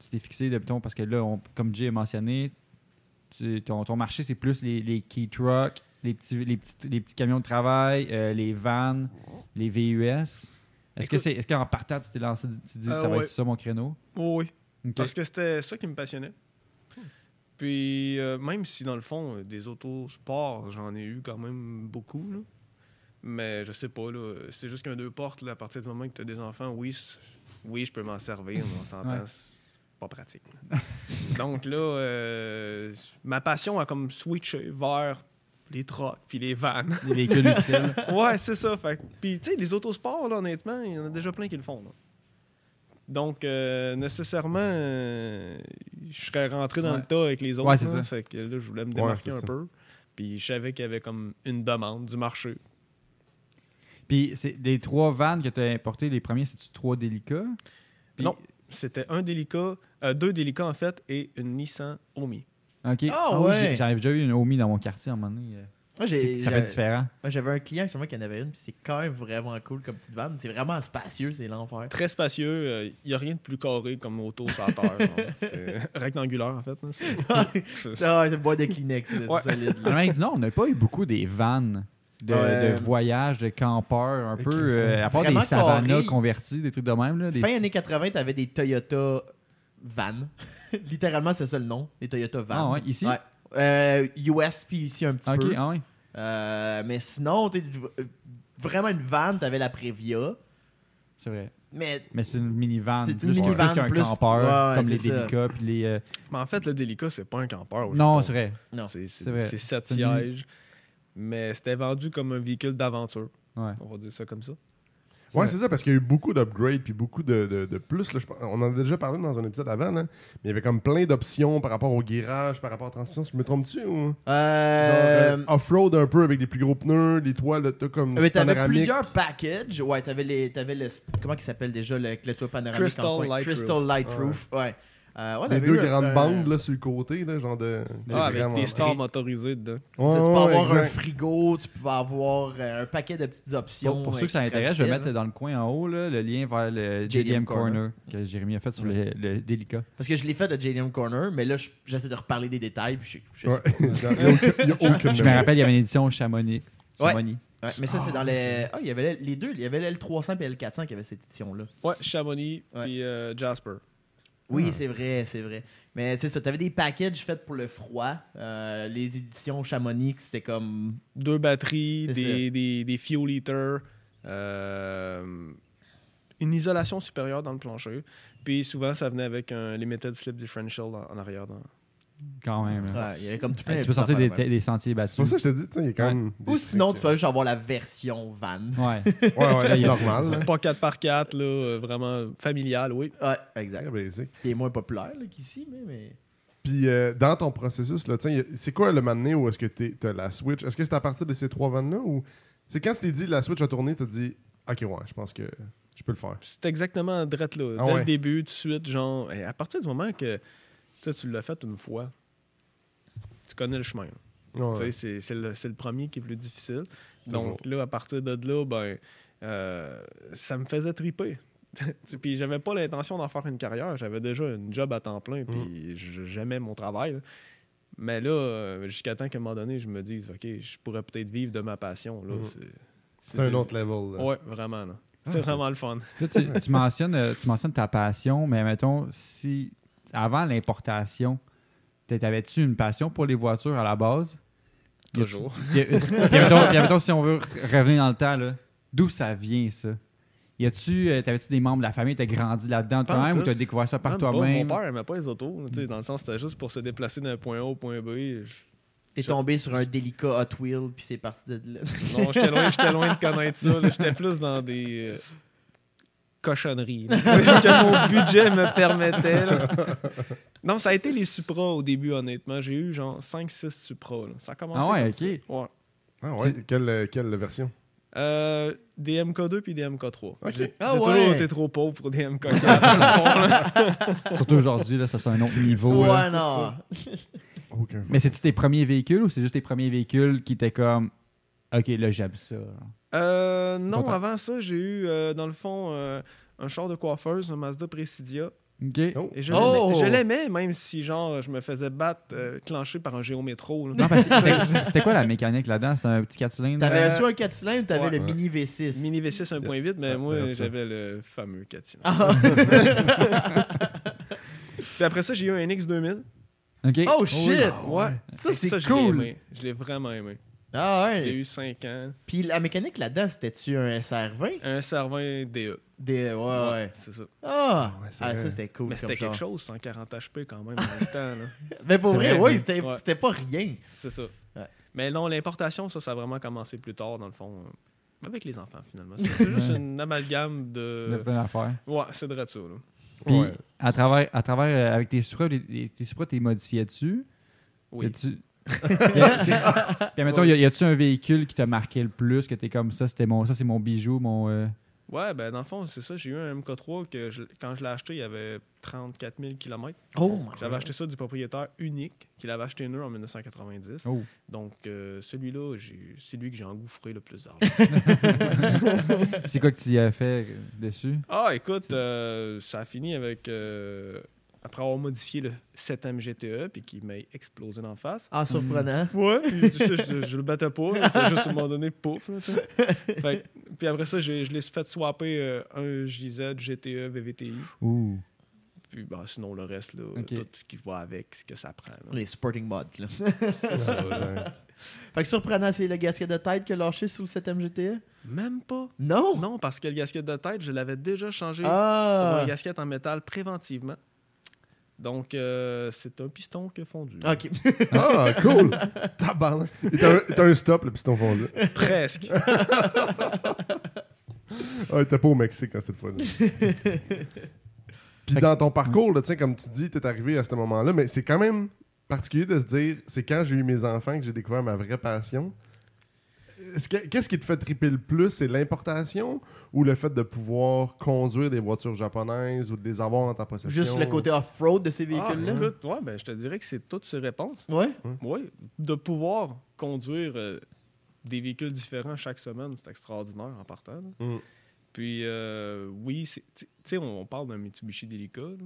tu t'es fixé, de, mettons, parce que là, on- comme Jay a mentionné, tu- ton, ton marché, c'est plus les, les key trucks, les petits, les, petits, les petits camions de travail, euh, les vannes, les VUS. Est-ce que
Écoute-
c'est, est-ce qu'en partant, tu t'es lancé, tu t'es dit,
Euh,
ça va
ouais.
être ça mon créneau?
Oui, oui.
Ok.
Parce que c'était ça qui me passionnait. Puis, euh, même si dans le fond, euh, des autosports, j'en ai eu quand même beaucoup. là. Mais je sais pas, là, c'est juste qu'un deux portes, là, à partir du moment que tu as des enfants, oui, c- oui je peux m'en servir, mais
(laughs)
on s'entend,
Ouais.
c'est pas pratique. là. (laughs) Donc là, euh, ma passion a comme switché vers les trucks puis les vannes.
Les véhicules utiles.
ouais, c'est ça. Fait. que- Puis, tu sais, les autosports, là, honnêtement, il y en a déjà plein qui le font. là. Donc, euh, nécessairement, euh, je serais rentré dans
Ouais.
le tas avec les autres.
Ouais, c'est
là.
ça.
Fait que là, je voulais me
Ouais,
démarquer
c'est
un
ça.
peu. Puis, je savais qu'il y avait comme une demande du marché.
Puis c'est des trois vannes que tu as importées, les premiers, c'est-tu trois délicats? Puis-
Non. C'était un délicat, euh, deux délicats en fait, et une Nissan Omi.
OK.
Ah
oui,
ouais.
j'ai- J'avais déjà eu une Omi dans mon quartier à un moment donné. euh,
Moi,
c'est-
j'ai-
Ça fait
j'ai-
différent.
moi, j'avais un client justement qui en avait une, puis c'est quand même vraiment cool comme petite vanne. C'est vraiment spacieux,
(laughs)
c'est l'enfer.
Très spacieux, euh, il n'y a rien de plus carré comme auto sur la terre.
(laughs)
là. C'est rectangulaire en fait. là. C'est-
ah,
c'est-
c'est une boîte de Kleenex, là, c'est
Ouais.
solide.
En
là.
Amérique du Nord, on n'a pas eu beaucoup des vannes de,
Ouais.
de voyage, de campeurs, un
Et
peu.
Christ,
euh, à part
vraiment
des savanas
carré.
convertis, des trucs de même. Là, (laughs) des-
Fin années 80, t'avais des Toyota Van. (laughs) Littéralement, c'est ça le nom, les Toyota Van.
Ah ouais, ici?
Ouais. Euh, US, puis ici un petit
Ok,
peu.
ah ouais.
Euh, mais sinon, t'es euh, vraiment une vanne, t'avais la Previa.
C'est vrai.
Mais
Mais c'est une minivan.
C'est une
plus-
minivan
Plus qu'un
plus-
campeur,
Ouais,
comme
c'est
les
ça. Oh,
délicats. Puis les, euh,
Mais en fait, le délicat, c'est pas un campeur. au
Non,
Japon.
c'est vrai.
Non.
C'est-
C'est vrai.
C'est c'est sept
C'est une-
sièges. Mais c'était vendu comme un véhicule d'aventure.
Ouais.
On va dire ça comme ça.
Ouais.
Ouais, c'est ça, parce qu'il y a eu beaucoup d'upgrades puis beaucoup de, de- de plus. là. Je pense- on en a déjà parlé dans un épisode avant, là, mais il y avait comme plein d'options par rapport au guirage, par rapport à la transmission. Je me trompe-tu ou...
euh, Ah,
Genre, euh, off-road un peu avec des plus gros pneus, des toiles, t'as comme
mais t'avais
panoramique.
plusieurs packages. Ouais, t'avais les, t'avais le, comment il s'appelle déjà le, le toit panoramique
Crystal
en coin?
Light
Crystal Light Roof. Ouais. Euh, ouais,
Les
t'avais
deux
eu un-
grandes
un-
bandes là, sur le côté, là, genre de.
Ah, avec
grandes-
des stars
Ok.
motorisées dedans.
c'est
Ouais,
ça, tu peux
ouais,
avoir un
exact.
frigo, tu pouvais avoir euh, un paquet de petites options.
Pour, pour ceux que ça
extra
intéresse, je vais
style,
mettre dans le coin en haut là, le lien vers le
JDM
JDM Corner que Jérémy a fait sur le, le délicat.
hein. Parce que je l'ai fait de JDM Corner, mais là, je- j'essaie de reparler des détails. Puis je- je-
Ouais. Il y a aucune- (laughs) il y a aucune
Je me
mémoire.
rappelle, il y avait une édition Chamonix.
Ouais.
Chamonix.
Ouais, mais ça, c'est dans les. Ah, il y avait les deux. Il y avait l'L300 et l'L400 qui avaient cette édition-là.
Ouais, Chamonix
Ouais.
puis euh, Jasper.
Oui, c'est vrai, c'est vrai. Mais c'est ça, t'avais des packages faits pour le froid. Euh, les éditions Chamonix, c'était comme.
Deux batteries,
C'est
des, des, des fuel heaters, euh, une isolation supérieure dans le plancher. Puis souvent, ça venait avec un limited slip differential en, en arrière. dans-
Quand même. hein.
Ouais, il y avait comme tout
Hey,
plein
tu peux
de
sortir des,
affaires
des sentiers
C'est
battus.
pour ça que je te dis, tu sais, il y a quand
Ouais.
même.
de même. Ou sinon,
euh.
tu peux juste avoir la version van.
Ouais.
(laughs) Ouais, ouais,
il y a ça,
normal.
c'est ça.
là.
Pas 4x4, là, euh, vraiment familial, oui.
Ouais,
Très
exact.
basic.
Qui est moins populaire là, qu'ici, mais. mais...
Puis euh, dans ton processus, là, tiens, y a- c'est quoi le moment donné où est-ce que tu as la Switch Est-ce que c'est à partir de ces trois vannes-là ou c'est quand tu t'es dit la Switch a tourné, tu as dit Ok, ouais, je pense que je peux le faire.
C'est exactement drette là. Dès
Ah ouais.
le début, tout de suite, genre, hey, à partir du moment que tu sais, tu l'as fait une fois, tu connais le chemin. là. Tu sais,
Ouais.
C'est c'est le, c'est le premier qui est plus difficile.
Toujours.
Donc là, à partir de là, ben, euh, ça me faisait triper. (laughs) Tu sais, puis j'avais pas l'intention d'en faire une carrière. J'avais déjà une job à temps plein, puis
Mm.
je- j'aimais mon travail. là. Mais là, euh, jusqu'à temps qu'à un moment donné, je me dise, OK, je pourrais peut-être vivre de ma passion. Là,
Mhm.
c'est-
C'est un autre hein. Ah, level. là.
Ouais, vraiment. là. C'est vraiment le fun.
Là, tu, tu mentionnes, euh, tu mentionnes ta passion, mais mettons, si avant l'importation, t'es- t'avais-tu une passion pour les voitures à la base? Y a-tu-
Toujours.
y a- Puis mettons, puis mettons, si on veut re- revenir dans le temps, là, d'où ça vient, ça? Y a-tu, euh, t'avais-tu des membres de la famille, t'as grandi là-dedans
Pas
toi-même
en
ou t'as
tout.
découvert ça par
Même pas.
toi-même?
Mon père aimait pas les autos. tu sais, Dans le sens, c'était juste pour se déplacer d'un point A au point B. Je-
T'es
Je-
tombé sur un délicat Hot Wheel, puis c'est parti de là.
Non, j'étais loin, j'étais loin de connaître ça. là. J'étais plus dans des euh, cochonneries. là. (laughs) Ce que mon budget me permettait. là. Non, ça a été les Supras au début, honnêtement. J'ai eu genre 5-6 Supras. là. Ça a commencé
Ah ouais,
comme
ok.
ça. Ouais.
Ah ouais, quelle, euh, quelle version
Euh, des MK2 puis des MK3.
Ok.
J'ai
Ah
j'ai
ouais.
toujours été trop pauvre pour des
(laughs)
MK4. là.
Surtout aujourd'hui, là, ça c'est un
(laughs)
autre niveau. là.
Ouais, non.
Aucun.
Mais c'est-tu tes premiers véhicules ou c'est juste tes premiers véhicules qui étaient comme OK, là j'aime ça.
Euh, non,
Content.
avant ça, j'ai eu, euh, dans le fond, euh, un char de coiffeuse, un Mazda Presidia.
OK.
Oh.
Et je
Oh!
l'aimais- je l'aimais, même si genre je me faisais battre euh, clenché par un géométro. là.
Non, parce que c'était- c'était quoi la mécanique là-dedans? C'était un petit 4 cylindres?
T'avais
Euh,
soit un 4 cylindres ou t'avais
ouais.
le mini V6.
(laughs) Mini V6 1.8, mais
Ouais,
moi
regarde ça.
j'avais le fameux Catina.
Ah.
Puis après ça, j'ai eu un X2000
OK.
Oh shit!
Ouais.
Ça,
Et
c'est
je l'ai
cool.
aimé. Je l'ai vraiment aimé.
Ah
J'ai
ouais.
eu 5 ans.
Puis la mécanique là-dedans, c'était-tu un SR20?
Un servant DE.
Des... Ouais, ouais.
C'est ça.
Ah!
Ouais, c'est
Ah,
vrai.
ça, c'était cool.
Mais
comme
c'était quelque
genre.
chose, 140 HP quand même en même temps.
(laughs)
là.
Mais pour
C'est
vrai,
vrai,
oui,
oui.
c'était
Ouais.
c'était pas rien.
C'est ça.
Ouais.
Mais non, l'importation, ça, ça a vraiment commencé plus tard, dans le fond. euh, Avec les enfants,
(laughs)
finalement. C'était juste
Ouais.
une amalgame
Il y a
de.
plein d'affaires.
Ouais, c'est de ça. Là.
Puis,
Ouais.
à travers, à travers euh, avec tes supras, les- les- tes supras, t'es modifié dessus.
Oui.
tu Puis, mettons, y a- y a-tu un véhicule qui t'a marqué le plus, que t'es comme ça, c'était mon, ça c'est mon bijou, mon. euh,
Ouais, ben dans le fond, c'est ça. J'ai eu un MK3 que je- quand je l'ai acheté, il y avait 34 000 km.
Oh my
J'avais acheté ça du propriétaire unique, qu'il avait acheté neuf en 1990.
Oh.
Donc euh, celui-là, j'ai- c'est lui que j'ai engouffré le plus d'argent.
C'est quoi que tu y as fait euh, dessus?
Ah, écoute, euh, ça a fini avec. euh, après avoir modifié le 7M GTE, E puis qui m'a explosé d'en face.
Ah, surprenant.
Ouais, puis tu sais, je, je le battais pas. là, C'était juste à un moment donné, pouf. Là, tu sais. Fait que- puis après ça, j'ai- je l'ai fait swapper euh, un JZ, GTE, VVTI.
Ouh.
Puis bah, sinon, le reste, là,
Ok.
tout ce qui va avec, ce que ça prend. là.
Les sporting mods,
(laughs)
là.
C'est ça, là.
Fait que surprenant, c'est le gasket de tête que lâché sous le 7ème GTA?
Même pas.
Non!
Non, parce que le gasket de tête, je l'avais déjà changé pour
Ah!
un gasket en métal préventivement. Donc, euh, c'est un piston qui a fondu.
Ok. (laughs)
Ah, cool! Tabarnak! Et T'as un, t'as un stop, le piston fondu.
(laughs)
(laughs)
Presque.
Ah, t'es pas au Mexique hein, cette fois-là. Puis dans ton parcours, là, tu sais, comme tu dis, t'es arrivé à ce moment-là, mais c'est quand même particulier de se dire, c'est quand j'ai eu mes enfants que j'ai découvert ma vraie passion. Est-ce que- Qu'est-ce qui te fait triper le plus? C'est l'importation ou le fait de pouvoir conduire des voitures japonaises ou de les avoir en ta possession?
Juste le côté off-road de ces
Ah,
véhicules-là.
écoute, ouais, ben, je te dirais que c'est toutes ces réponses.
ouais.
Oui, de pouvoir conduire euh, des véhicules différents chaque semaine, c'est extraordinaire en partant. là.
Mm.
Puis, euh, oui, c'est- tu tu sais, on, on parle d'un Mitsubishi délicat. Il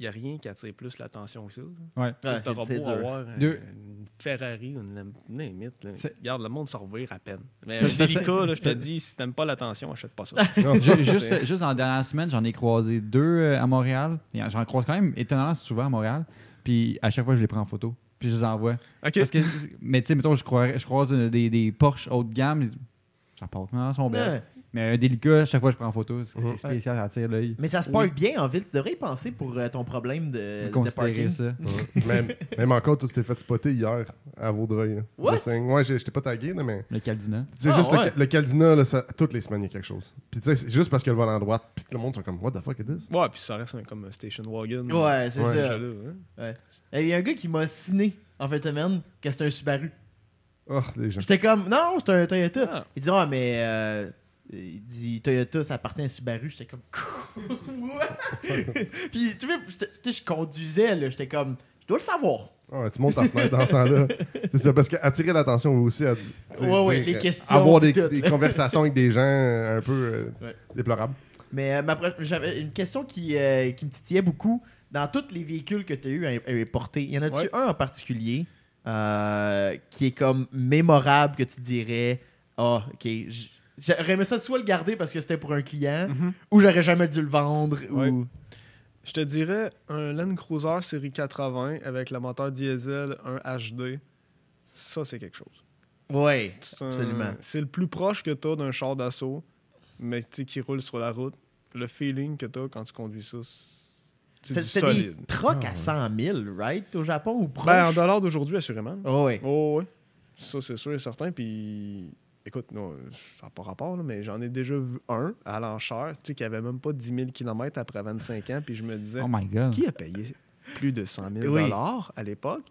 n'y a rien qui attire plus l'attention que ça.
Ouais.
là.
Ouais,
T'auras
c'est- c'est
beau
dur.
avoir un-
Deux.
une Ferrari, une Lam- n'importe. là.
C'est-
Regarde, le monde s'en revire à peine. Mais
Ça,
un
ça,
délicat,
ça,
là, je te
ça-
dis, si t'aimes pas l'attention, achète pas
(laughs)
ça.
Non,
Ju- juste, juste en dernière semaine, j'en ai croisé deux euh, à Montréal. Et J'en croise quand même étonnamment souvent à Montréal. Puis à chaque fois, je les prends en photo. Puis je les envoie.
OK.
Parce que, mais tu sais, mettons, je, croirais- je croise euh, des, des Porsche haut de gamme. J'en porte, non, elles sont belles.
Ouais.
Mais un délicat, à chaque fois, je prends en photo. C'est c'est
Mhm.
spécial, ça attire l'œil.
Mais ça se parque bien en ville. Tu devrais y penser pour euh, ton problème de, de
Considérer
parking.
ça.
hum. même, même encore, toi, tu t'es fait spotter hier à Vaudreuil. là.
What?
Le cinq- Ouais, j'ai- j'étais pas tagué, là, mais.
Le Caldina.
C'est
Ah,
juste le
ouais.
ca- le, Caldina, là, ça- toutes les semaines, il y a quelque chose. Puis tu sais, c'est juste parce que le volant droite, puis que le monde sont comme, What the fuck is this?
Ouais, puis ça reste un- comme un station wagon.
Ouais, c'est
Ouais.
ça.
Déjà là, hein.
Et Il y a un gars qui m'a ciné en fin de semaine que c'était un Subaru.
Oh, les gens.
J'étais comme, non, c'est un Toyota.
Ah.
Il dit, ah, mais. euh, il dit Toyota, ça appartient à Subaru. J'étais comme. (laughs) What? (laughs) Puis, tu vois, j'étais- tu sais, je conduisais, là. J'étais comme, je dois le savoir.
Ah, tu montes ta fenêtre dans ce
(laughs)
temps-là. C'est ça, parce qu'attirer l'attention vous aussi à. tu sais,
Ouais, ouais,
dire,
les
euh,
questions,
Avoir des,
tout.
des conversations avec des gens euh, un peu euh,
Ouais.
déplorables.
Mais euh, ma pro- j'avais une question qui, euh, qui me titillait beaucoup. Dans tous les véhicules que tu as eu à, à porter, y en a-tu
Ouais.
un en particulier euh, qui est comme mémorable que tu dirais Ah, ok, j- j'aurais aimé ça soit le garder parce que c'était pour un client
Mhm.
ou j'aurais jamais dû le vendre ou.
Je te dirais un Land Cruiser série 80 avec le moteur diesel 1 HD. Ça, c'est quelque chose.
Ouais.
C'est un-
Absolument.
C'est le plus proche que t'as d'un char d'assaut, mais tu sais, qui roule sur la route. Le feeling que t'as quand tu conduis ça, c'est c'est
C'est
du
c'était des
solide.
trocs à 100 000, right, au Japon ou proche?
Ben, en dollars d'aujourd'hui, assurément.
Oh, ouais.
Oh, ouais. Ça, c'est sûr et certain. Puis, écoute, non, ça n'a pas rapport, là, mais j'en ai déjà vu un à l'enchère, tu sais, qui avait même pas 10 000 km après 25 ans. Puis je me disais,
Oh my god.
qui a payé plus de 100 000
Oui.
dollars à l'époque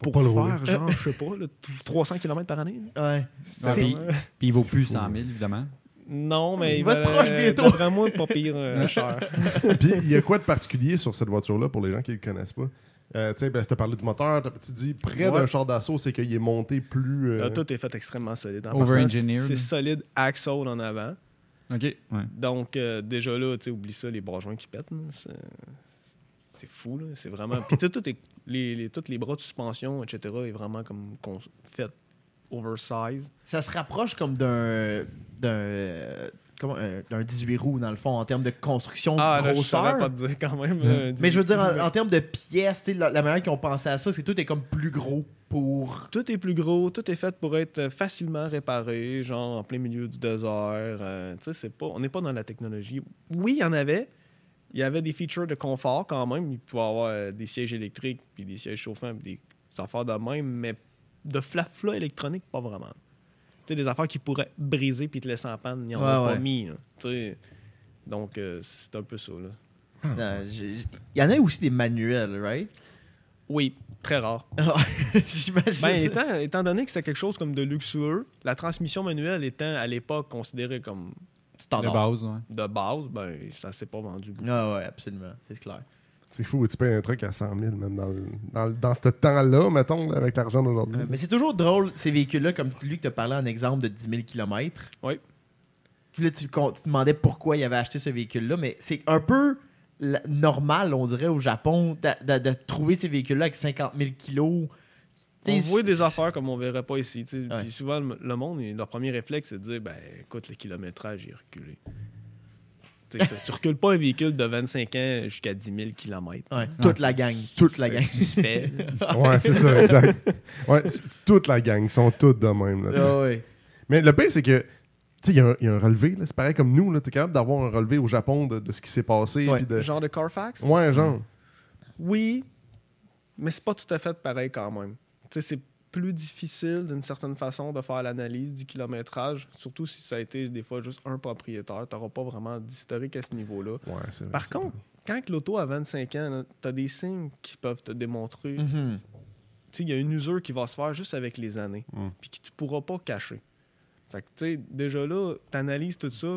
pour,
Pour pas le
faire, genre, je sais pas, là, 300 km par année? là?
Ouais.
Ouais,
C'est-
puis, puis il vaut plus 100 000, évidemment.
Non, mais
Il
il,
va
va
être proche bientôt.
Vraiment pas pire (laughs) euh, cher.
Puis il y a quoi de particulier sur cette voiture-là pour les gens qui ne connaissent pas? Euh, tu sais, ben, je t'ai parlé du moteur, t'as- tu dis près
Ouais.
d'un char d'assaut, c'est qu'il est monté plus. euh,
Là, tout est fait extrêmement solide. En
Over-engineered.
partant, C'est solide axle en avant.
OK. Ouais.
Donc, euh, déjà là, tu sais, oublie ça, les bras joints qui pètent. là. C'est- C'est fou, là. C'est vraiment. Puis, tu sais, tout est- les, les- tous les bras de suspension, etc., est vraiment comme cons- fait oversize.
Ça se rapproche comme d'un. d'un. euh, comment, euh, d'un 18 roues, dans le fond, en termes de construction, de
Ah, là, je
grosseur.
saurais pas te dire quand même.
Ouais.
euh,
mais je veux dire, en,
du-
en termes de pièces, tu sais, la, la manière qu'ils ont pensé à ça, c'est que tout est comme plus gros pour.
tout est plus gros, tout est fait pour être euh, facilement réparé, genre en plein milieu du désert. euh, tu sais, c'est pas, on n'est pas dans la technologie. Oui, il y en avait. Il y avait des features de confort quand même. Il pouvait avoir euh, des sièges électriques, puis des sièges chauffants, puis des affaires de même, mais de flafla électronique, pas vraiment. Tu sais, des affaires qui pourraient briser puis te laisser en panne, ils n'en
Ouais,
ont
ouais.
pas mis. hein, tu sais. Donc, euh, c'est un peu ça. là.
Euh, j'ai- j'ai- Il y en a aussi des manuels, right? (laughs)
Oui, très rare.
J'imagine.
(laughs)
Ben, étant, étant donné que c'était quelque chose comme de luxueux, la transmission manuelle étant à l'époque considérée comme
De
standard.
base, ouais.
de base, ben ça s'est pas vendu beaucoup.
Ah ouais, absolument, c'est clair.
C'est fou, tu payes un truc à 100 000 même dans, le- dans, le- dans ce temps-là, mettons, là, avec l'argent d'aujourd'hui.
Euh, Mais c'est toujours drôle, ces véhicules-là, comme lui que tu as parlé en exemple de 10 000 km.
Oui.
Puis là, tu, con- tu te demandais pourquoi il avait acheté ce véhicule-là, mais c'est un peu la- normal, on dirait, au Japon, d'a- d'a- de, trouver ces véhicules-là avec 50 000 kilos.
On
T'sais,
voit des
c'est-
affaires comme on verrait pas ici. tu sais.
Ouais.
Puis souvent, le, le monde, il- leur premier réflexe, c'est de dire ben, écoute, le kilométrage, il est reculé. Tu sais, tu- tu recules pas un véhicule de 25 ans jusqu'à 10 000 km.
Ouais, toute la gang, toute la
(laughs)
gang.
Suspect. là.
Ouais, c'est (laughs) ça, exact. Ouais, c'est- toute la gang, ils sont toutes de même. là, tu
(laughs)
sais.
Ah ouais.
Mais le pire, c'est que. Tu sais, il y a un- il y, a un relevé, là. c'est pareil comme nous, là, t'es capable d'avoir un relevé au Japon de, de ce qui s'est passé.
Ouais.
puis de-
Genre de Carfax?
ouais genre.
Oui, mais c'est pas tout à fait pareil quand même. Tu sais, c'est plus difficile d'une certaine façon de faire l'analyse du kilométrage, surtout si ça a été des fois juste un propriétaire. T'auras pas vraiment d'historique à ce niveau-là.
Ouais, c'est vrai,
Par
c'est
contre, quand que l'auto a 25 ans, là, t'as des signes qui peuvent te démontrer.
Mhm.
Tu sais, il y a une usure qui va se faire juste avec les années,
Mm.
puis que tu pourras pas cacher. Fait que, tu sais, déjà là, t'analyses tout ça,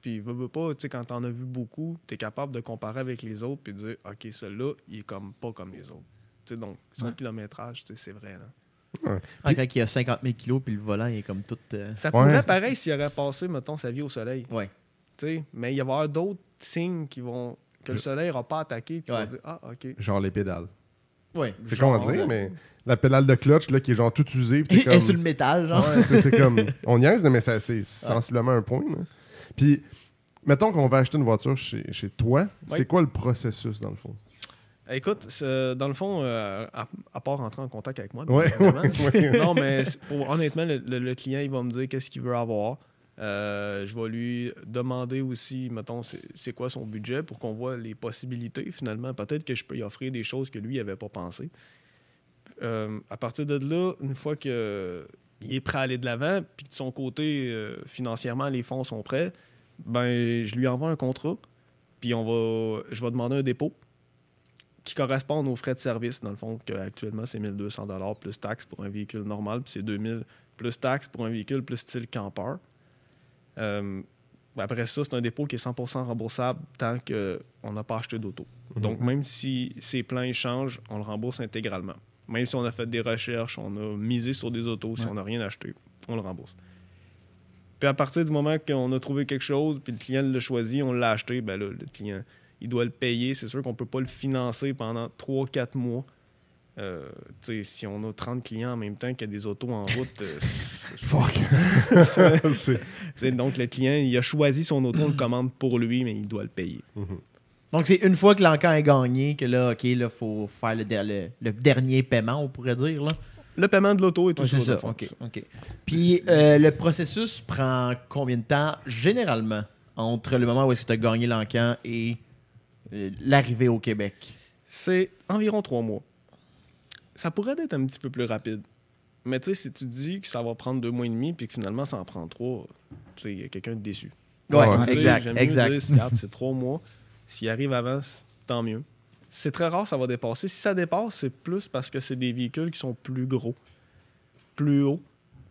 puis veux, veux pas, tu sais, quand t'en as vu beaucoup, t'es capable de comparer avec les autres, puis de dire, OK, celui-là, il est comme pas comme les autres. Tu sais, donc, son
Ouais.
kilométrage, tu sais, c'est vrai, là.
Ah, quand il y a 50 000 kilos, puis le volant, il est comme tout. euh,
Ça
Ouais.
pourrait pareil s'il aurait passé, mettons, sa vie au soleil.
Ouais.
Tu sais, mais il va y avoir d'autres signes qui vont... que le soleil n'aura pas attaqué, puis
Ouais.
tu vas dire, ah, OK.
Genre les pédales.
Ouais.
C'est comment dire, mais la pédale de clutch, là, qui est genre toute usée. puis
Et,
t'es comme-
sur le métal, genre.
Ouais, tu sais,
(laughs)
t'es comme. On niaise, mais ça, c'est sensiblement un point. là. Puis, mettons qu'on va acheter une voiture chez, chez toi. C'est
Oui.
quoi le processus, dans le fond?
Écoute, c'est- dans le fond, euh, à, à part rentrer en contact avec moi, bien
Ouais,
évidemment.
(laughs) ouais,
non, mais c'est- pour- honnêtement, le, le- le client, il va me dire qu'est-ce qu'il veut avoir. Euh, je vais lui demander aussi, mettons, c'est c'est quoi son budget pour qu'on voit les possibilités finalement. Peut-être que je peux y offrir des choses que lui n'avait pas pensé. Euh, à partir de là, une fois que il est prêt à aller de l'avant, puis que de son côté, euh, financièrement, les fonds sont prêts, ben je lui envoie un contrat, puis on va, je vais demander un dépôt qui correspondent aux frais de service, dans le fond, que actuellement c'est 1200 plus taxes pour un véhicule normal, puis c'est 2000 plus taxes pour un véhicule plus style camper. Euh, après ça, c'est un dépôt qui est 100% remboursable tant qu'on n'a pas acheté d'auto. Donc, même si ses plans ils changent, on le rembourse intégralement. Même si on a fait des recherches, on a misé sur des autos, si
Ouais.
on n'a rien acheté, on le rembourse. Puis à partir du moment qu'on a trouvé quelque chose, puis le client l'a choisi, on l'a acheté, ben là, le client, il doit le payer. C'est sûr qu'on ne peut pas le financer pendant 3-4 mois. Euh, tu sais, si on a 30 clients en même temps qu'il y a des autos en route, euh, (laughs)
Fuck. C'est-
tu sais, donc le client, il a choisi son auto, on le commande pour lui, mais il doit le payer.
Donc, c'est une fois que l'encan est gagné que là, OK, là, faut faire le, der- le- le dernier paiement, on pourrait dire, là.
Le paiement de l'auto est tout
Ouais, c'est ça, OK, OK. Puis, euh, le processus prend combien de temps, généralement, entre le moment où est-ce que tu as gagné l'encan et euh, l'arrivée au Québec?
C'est environ trois mois. Ça pourrait être un petit peu plus rapide. Mais tu sais, si tu te dis que ça va prendre deux mois et demi, puis que finalement ça en prend trois, tu sais, il y a quelqu'un de déçu.
Ouais,
Ouais,
Tu sais,
exact,
j'aime mieux
exact.
dire, c'est- regarde, c'est trois mois. S'il arrive avant, c'est- tant mieux. C'est très rare, ça va dépasser. Si ça dépasse, c'est plus parce que c'est des véhicules qui sont plus gros, plus hauts.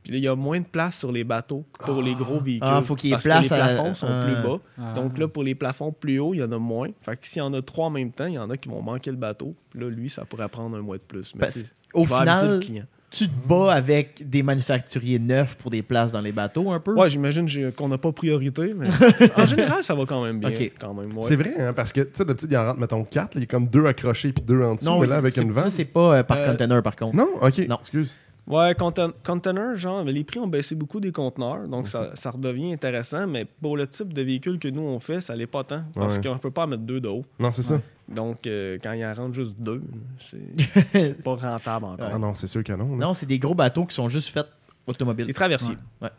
Puis là, il y a moins de place sur les bateaux pour les gros véhicules.
Ah, faut qu'il y ait
parce que
place
les
à-
plafonds sont
Ah.
plus bas.
Ah.
Donc là, pour les plafonds plus hauts, il y en a moins. Fait que s'il y en a trois en même temps, il y en a qui vont manquer le bateau. Puis là, lui, ça pourrait prendre un mois de plus. Mais
Parce-
tu sais,
Au
va aviser le
final,
client.
tu te bats avec des manufacturiers neufs pour des places dans les bateaux, un peu?
Ouais, j'imagine j'ai- qu'on n'a pas priorité,
(laughs)
mais en général, ça va quand même bien.
Ok.
Quand même, ouais.
C'est vrai, hein, parce que, tu sais, d'habitude, il en rentre, mettons, 4, il y a comme deux accrochés puis deux en dessous, mais là, avec
c'est-
une vanne.
Ça, c'est pas euh, par
Euh,
container, par contre.
Non, ok.
Non.
Excuse.
Ouais, conten- container, genre, mais les prix ont baissé beaucoup des conteneurs, donc ça, ça redevient intéressant, mais pour le type de véhicule que nous on fait, ça l'est pas tant, parce
Ouais.
qu'on peut pas en mettre deux de haut.
Non, c'est ça.
Donc, euh, quand il en rentre juste deux, c'est
(laughs)
c'est pas rentable encore.
Ah non, c'est sûr que non. là.
Non, c'est des gros bateaux qui sont juste faits automobiles.
Les traversiers.
Ouais.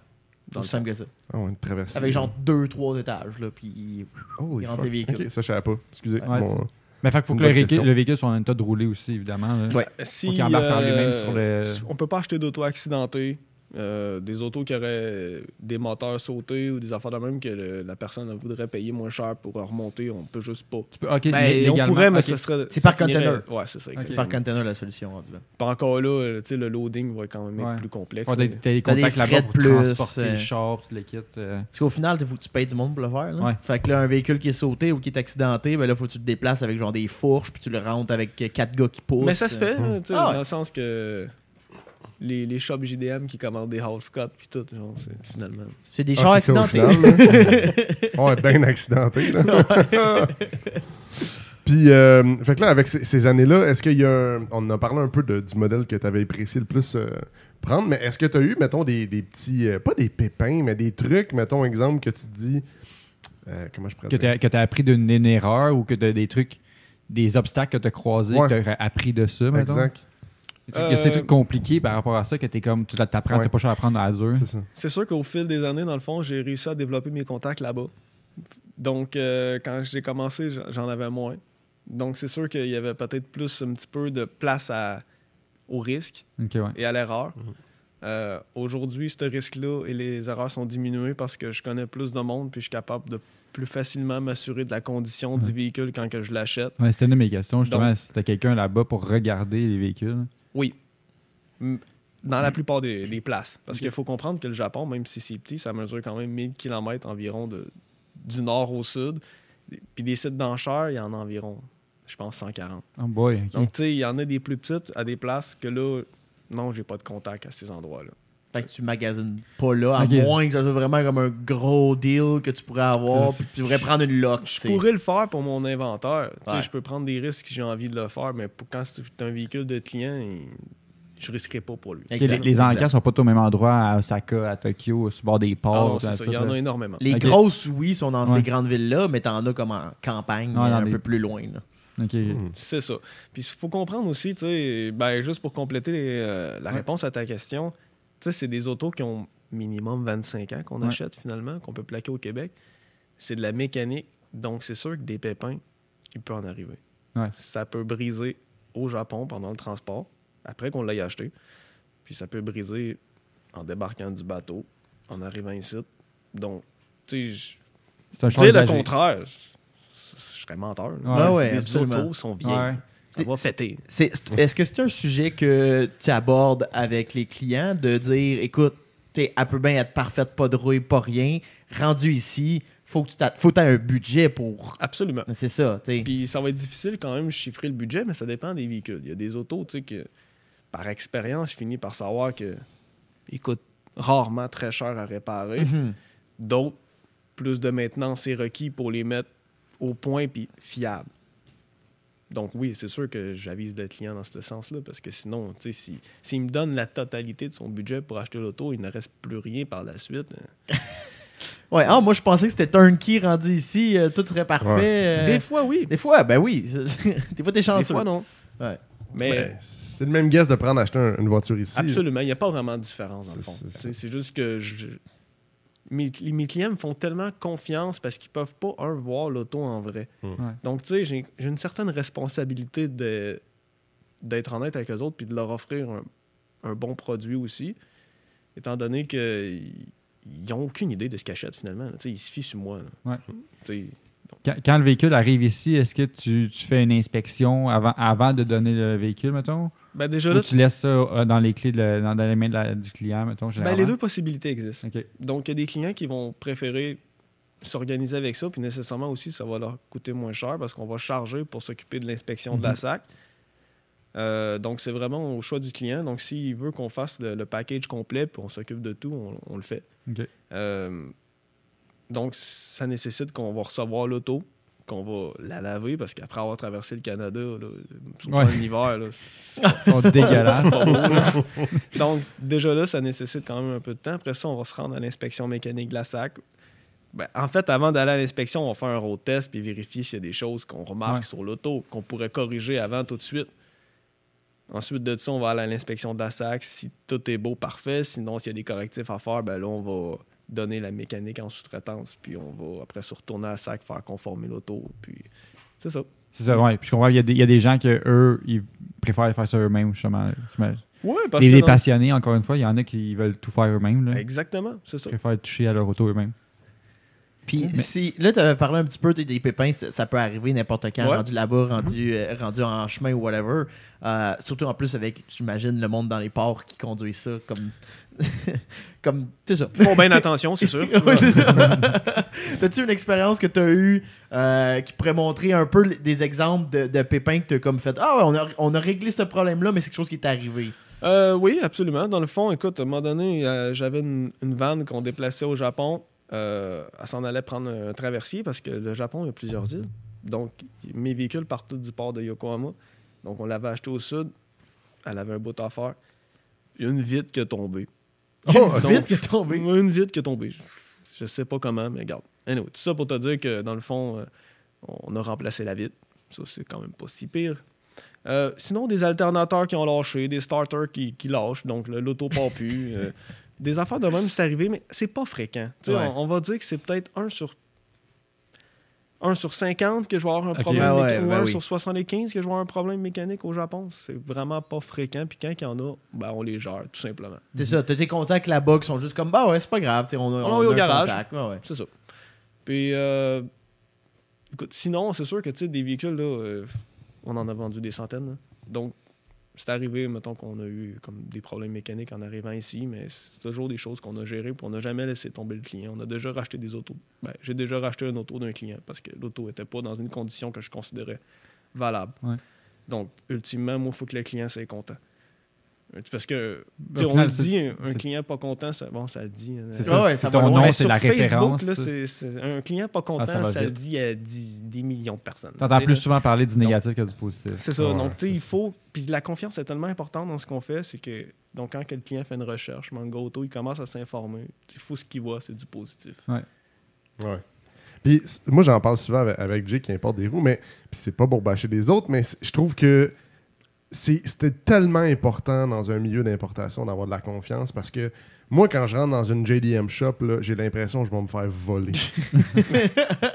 Dans
Dans le
simple que ça.
Ah, ouais, une traversée.
Avec genre deux, trois étages, là, puis
Holy
grand
fuck.
véhicule.
Ok, ça, je savais pas. Excusez.
Ouais,
Bon,
Mais fait qu'il faut
Une
que le,
bonne
véhicule-
question.
le véhicule soit en état de rouler aussi, évidemment. là.
Ouais.
euh, Si,
Faut qu'il embarque par
euh,
lui-même sur le-
si- On peut pas acheter d'auto accidentés, euh, des autos qui auraient des moteurs sautés ou des affaires de même que le- la personne voudrait payer moins cher pour remonter, on peut juste pas.
Tu peux, ok,
Ben,
lé-
on
légalement,
pourrait, mais
ok.
ce serait.
C'est
ça
par container.
Ouais, c'est
c'est
ça. exactement.
par container la solution. rendu là.
Pas encore là, euh, tu sais, le loading va quand même être
Ouais.
plus complexe.
Ouais,
mais-
t'as- T'as des
T'as des
contacts là-bas
frais
pour
de plus,
transporter
euh,
le char, tout le kit. euh.
Parce qu'au final, t'sais, faut que tu payes du monde pour le faire. là.
Ouais.
Fait que là, un véhicule qui est sauté ou qui est accidenté, ben là, faut que tu te déplaces avec genre des fourches, puis tu le rentres avec euh, quatre gars qui poussent.
Mais ça se fait, là, tu sais,
Ah ouais.
dans le sens que les, les shops JDM qui commandent des half cuts puis tout, genre, c'est- finalement.
C'est des
Ah,
chars
c'est ça, au
accidentés.
final,
(laughs)
là. on est bien accidenté. Là. (laughs) Puis, euh, fait que là, avec ces, ces années-là, est-ce qu'il y a un- On en a parlé un peu de- du modèle que tu avais apprécié le plus euh, prendre, mais est-ce que tu as eu, mettons, des, des petits. euh, pas des pépins, mais des trucs, mettons, exemple, que tu te dis. euh, comment je pourrais
que
dire?
t'as que t'as appris d'une d'une erreur ou que t'as des trucs, des obstacles que t'as croisés,
Ouais.
que t'as appris de ça, mettons.
Exact.
Des trucs- Il y a des
Euh,
trucs compliqués par rapport à ça que t'es comme, tu t'apprends,
Ouais.
t'as pas cher à prendre à la dure.
C'est ça.
C'est sûr qu'au fil des années, dans le fond, j'ai réussi à développer mes contacts là-bas. Donc, euh, quand j'ai commencé, j'en- j'en avais moins. Donc, c'est sûr qu'il y avait peut-être plus un petit peu de place à- au risque
Ok, ouais.
et à l'erreur. Euh, Aujourd'hui, ce risque-là et les erreurs sont diminuées parce que je connais plus de monde puis je suis capable de plus facilement m'assurer de la condition du véhicule quand que je l'achète.
Ouais, c'était une de mes questions, justement.
Donc-
si t'as quelqu'un là-bas pour regarder les véhicules.
Oui. M- Dans la plupart des, des places. Parce qu'il faut comprendre que le Japon, même si c'est petit, ça mesure quand même 1000 km environ de, du nord au sud. Puis des sites d'enchères, il y en a environ, je pense, 140.
Oh boy,
Mm.
ok.
Donc, tu sais, il y en a des plus petites à des places que là, non, j'ai pas de contact à ces endroits-là.
Fait que tu magasines pas là, à
Ok.
moins que ça soit vraiment comme un gros deal que tu pourrais avoir, puis que tu devrais prendre une loque.
Je
t'sais.
pourrais le faire pour mon inventaire. Tu sais,
Ouais.
Je peux prendre des risques si j'ai envie de le faire, mais pour, quand c'est un véhicule de client, il- je risquerai pas pour lui.
Ok, les, les enquêtes sont pas tous au même endroit à Osaka, à Tokyo, au bord des
Ah
ports.
non, c'est
tout
ça, Il y en a énormément.
Les
Ok.
grosses, oui, sont dans ces
Ouais.
grandes villes-là, mais t'en as comme en campagne,
Ouais, dans
un
des-
peu plus loin. là.
Ok,
Hmm.
ok.
C'est ça. Puis il faut comprendre aussi, tu sais, ben, juste pour compléter euh, la
Ouais.
réponse à ta question, tu sais, c'est des autos qui ont minimum 25 ans qu'on
Ouais.
achète finalement, qu'on peut plaquer au Québec. C'est de la mécanique, donc c'est sûr que des pépins, il peut en arriver.
Ouais.
Ça peut briser au Japon pendant le transport, après qu'on l'ait acheté. Puis ça peut briser en débarquant du bateau, en arrivant ici. Donc, tu sais, je-
C'est un
dire le
usagé.
contraire, je je serais menteur. là.
Ouais,
C'est-
ouais,
les
absolument.
autos sont vieilles.
Ouais.
Ça va péter.
C'est- Est-ce que c'est un sujet que tu abordes avec les clients de dire écoute, t'es à peu bien être parfaite, pas de rouille, pas rien, rendu ici, faut que tu t'a- faut que t'aies un budget pour.
Absolument.
C'est ça, tu sais.
Puis ça va être difficile quand même de chiffrer le budget, mais ça dépend des véhicules. Il y a des autos, tu sais, que par expérience, je finis par savoir que ils coûtent rarement très cher à réparer.
Mhm.
D'autres, plus de maintenance est requis pour les mettre au point puis fiable. Donc oui, c'est sûr que j'avise le client dans ce sens-là, parce que sinon, tu sais, si- s'il me donne la totalité de son budget pour acheter l'auto, il ne reste plus rien par la suite.
Ouais, ah, moi je pensais que c'était turnkey rendu ici, euh, tout serait parfait.
Ouais,
euh,
Des
des...
fois, oui.
fois, ben oui. (laughs) des fois, t'es chanceux.
Des fois, non.
Ouais.
Mais...
Ben, c'est le même guess de prendre acheter un- une voiture ici.
Absolument, il n'y a pas vraiment de différence dans le
C'est-
fond.
c'est ça.
C'est c'est juste que je- mes, mes clients me font tellement confiance parce qu'ils peuvent pas, un, voir l'auto en vrai.
Mm.
Ouais.
Donc, tu sais, j'ai j'ai une certaine responsabilité de- d'être honnête avec eux autres puis de leur offrir un, un bon produit aussi, étant donné qu'ils n'ont aucune idée de ce qu'ils achètent finalement. là. Tu sais, ils se fient sur moi. là.
Ouais.
Tu sais,
Quand, quand le véhicule arrive ici, est-ce que tu, tu fais une inspection avant, avant de donner le véhicule, mettons?
ben déjà,
Ou
là,
tu laisses ça euh, dans les clés, de la- dans, dans les mains de la- du client, mettons,
ben, les
généralement?
deux possibilités existent.
OK.
Donc, il y a des clients qui vont préférer s'organiser avec ça, puis nécessairement aussi, ça va leur coûter moins cher parce qu'on va charger pour s'occuper de l'inspection de la
Mhm.
SAC. Euh, donc, c'est vraiment au choix du client. Donc, s'il veut qu'on fasse le, le package complet, puis on s'occupe de tout, on, on le fait.
OK.
Euh, donc, ça nécessite qu'on va recevoir l'auto, qu'on va la laver parce qu'après avoir traversé le Canada, là, surtout
Ouais.
en hiver, là,
Ils sont dégueulasses.
(laughs) donc, déjà là, ça nécessite quand même un peu de temps. Après ça, on va se rendre à l'inspection mécanique de la SAC. Ben, en fait, avant d'aller à l'inspection, on va faire un road test puis vérifier s'il y a des choses qu'on remarque
Ouais.
sur l'auto, qu'on pourrait corriger avant tout de suite. Ensuite de ça, on va aller à l'inspection de la SAC. Si tout est beau, parfait. Sinon, s'il y a des correctifs à faire, ben là, on va donner la mécanique en sous-traitance. Puis on va après se retourner à la SAC, faire conformer l'auto. Puis c'est ça.
C'est ça, ouais. Puis je comprends, il y, a des- il y a des gens que eux, ils préfèrent faire ça eux-mêmes, justement. J'imagine.
Ouais, parce
Les,
que
les
dans-
passionnés, encore une fois, il y en a qui veulent tout faire eux-mêmes. là. Ils
Exactement, c'est ça.
préfèrent toucher à leur auto eux-mêmes.
Puis
Mais-
si, là, tu avais parlé un petit peu t'sais, des pépins, ça, ça peut arriver n'importe quand,
Ouais.
rendu là-bas, rendu, euh, rendu en chemin ou whatever. Euh, surtout en plus avec, j'imagine, le monde dans les ports qui conduit ça comme. (laughs) comme. C'est ça.
Ils font bien attention, c'est (laughs) sûr.
(laughs) Ouais, c'est ça. T'as-tu une expérience que t'as eue euh, qui pourrait montrer un peu les- des exemples de, de pépins que t'as comme fait Ah, ouais, on a, on a réglé ce problème-là, mais c'est quelque chose qui est arrivé.
Euh, oui, absolument. Dans le fond, écoute, à un moment donné, euh, j'avais une, une vanne qu'on déplaçait au Japon. Euh, elle s'en allait prendre un traversier parce que le Japon, il y a plusieurs îles. Donc, mes véhicules partaient du port de Yokohama. Donc, on l'avait acheté au sud. Elle avait un bout à faire. Il y a une vitre qui est tombée.
Oh,
Donc,
Vite, t'es tombé.
oui, une vitre qui est tombée. Je sais pas comment, mais regarde. Anyway, tout ça pour te dire que, dans le fond, euh, on a remplacé la vitre. Ça, c'est quand même pas si pire. Euh, sinon, des alternateurs qui ont lâché, des starters qui, qui lâchent, donc le- l'auto part
(laughs)
plus. euh, des affaires de même, c'est arrivé, mais c'est pas fréquent. Tu sais,
Ouais.
On, on va dire que c'est peut-être 1 sur... 1 sur 50 que je vais avoir un
Ok.
problème
Ah ouais,
mécanique, ou
ben
1
oui.
sur 75 que je vais avoir un problème mécanique au Japon. C'est vraiment pas fréquent. Puis quand il y en a, ben, on les gère, tout simplement.
C'est ça, t'as tes contacts là-bas qui sont juste comme Bah ouais, c'est pas grave, t'sais, on a,
On l'a eu au
un
garage.
contact. Ouais, ouais.
C'est ça. Puis, euh, écoute, sinon, c'est sûr que, tu sais, des véhicules, là, euh, on en a vendu des centaines. là. Donc, c'est arrivé, mettons, qu'on a eu comme des problèmes mécaniques en arrivant ici, mais c'est toujours des choses qu'on a gérées, puis on n'a jamais laissé tomber le client. On a déjà racheté des autos. Ben, j'ai déjà racheté un auto d'un client parce que l'auto n'était pas dans une condition que je considérais valable.
Ouais.
Donc, ultimement, moi, il faut que le client soit content. Euh, Parce que,
Au
tu sais, on
final,
le
c'est-
dit, un, un
c'est-
client pas content, ça, bon, ça le dit. euh,
C'est
Ouais,
ça.
ouais,
C'est
ça va
ton
loin.
nom,
mais
c'est
sur
la
Facebook,
référence.
là,
Tu
c'est- c'est- un client pas content,
Ah, ça va
ça le
vite.
dit à 10, des millions de personnes.
entends
T'sais,
plus
là,
souvent parler du négatif que du positif.
C'est ça.
Ouais,
donc, tu sais,
c'est
il
ça.
faut. Puis la confiance est tellement importante dans ce qu'on fait, c'est que. Donc, quand que le client fait une recherche, Mango Auto, il commence à s'informer. Il faut ce qu'il voit, c'est du positif.
Ouais. Puis c- moi, j'en parle souvent avec, avec Jay qui importe des roues, mais puis c'est pas pour bâcher les autres, mais c- je trouve que c'est- c'était tellement important dans un milieu d'importation d'avoir de la confiance parce que moi, quand je rentre dans une JDM shop, là, j'ai l'impression que je vais me faire voler.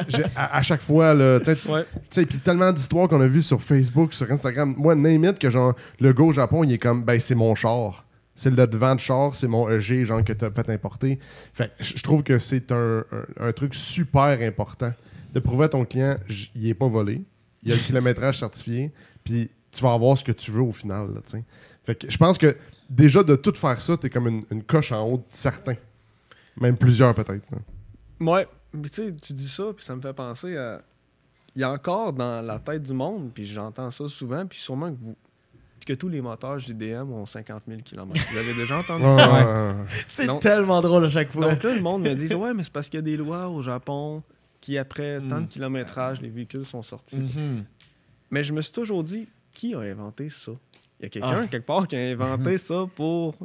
J'ai- à, à chaque fois, là, tu sais, tu-
Ouais.
tu sais, puis tellement d'histoires qu'on a vues sur Facebook, sur Instagram. Moi, name it, que genre, le go au Japon, il est comme, ben, c'est mon char. C'est le devant de char, c'est mon EG, genre, que t'as fait importer. Fait que je je trouve que c'est un, un- un truc super important de prouver à ton client, j- il est pas volé, il y a le kilométrage certifié, puis tu vas avoir ce que tu veux au final, là, tu sais. Fait que je pense que déjà de tout faire ça, t'es comme une, une coche en haut, de certain. Même plusieurs, peut-être. là.
Ouais, mais tu sais, tu dis ça, puis ça me fait penser à. Il y a encore dans la tête du monde, puis j'entends ça souvent, puis sûrement que vous. Que tous les moteurs JDM ont 50 000 km. Vous
(laughs)
avez déjà entendu ça?
ouais.
C'est
Non.
tellement drôle à chaque fois.
Donc là, le monde me dit Ouais, mais c'est parce qu'il y a des lois au Japon qui, après tant de kilométrages, les véhicules sont sortis.
Mhm.
Mais je me suis toujours dit Qui a inventé ça Il y a quelqu'un,
Ah.
quelque part, qui a inventé ça pour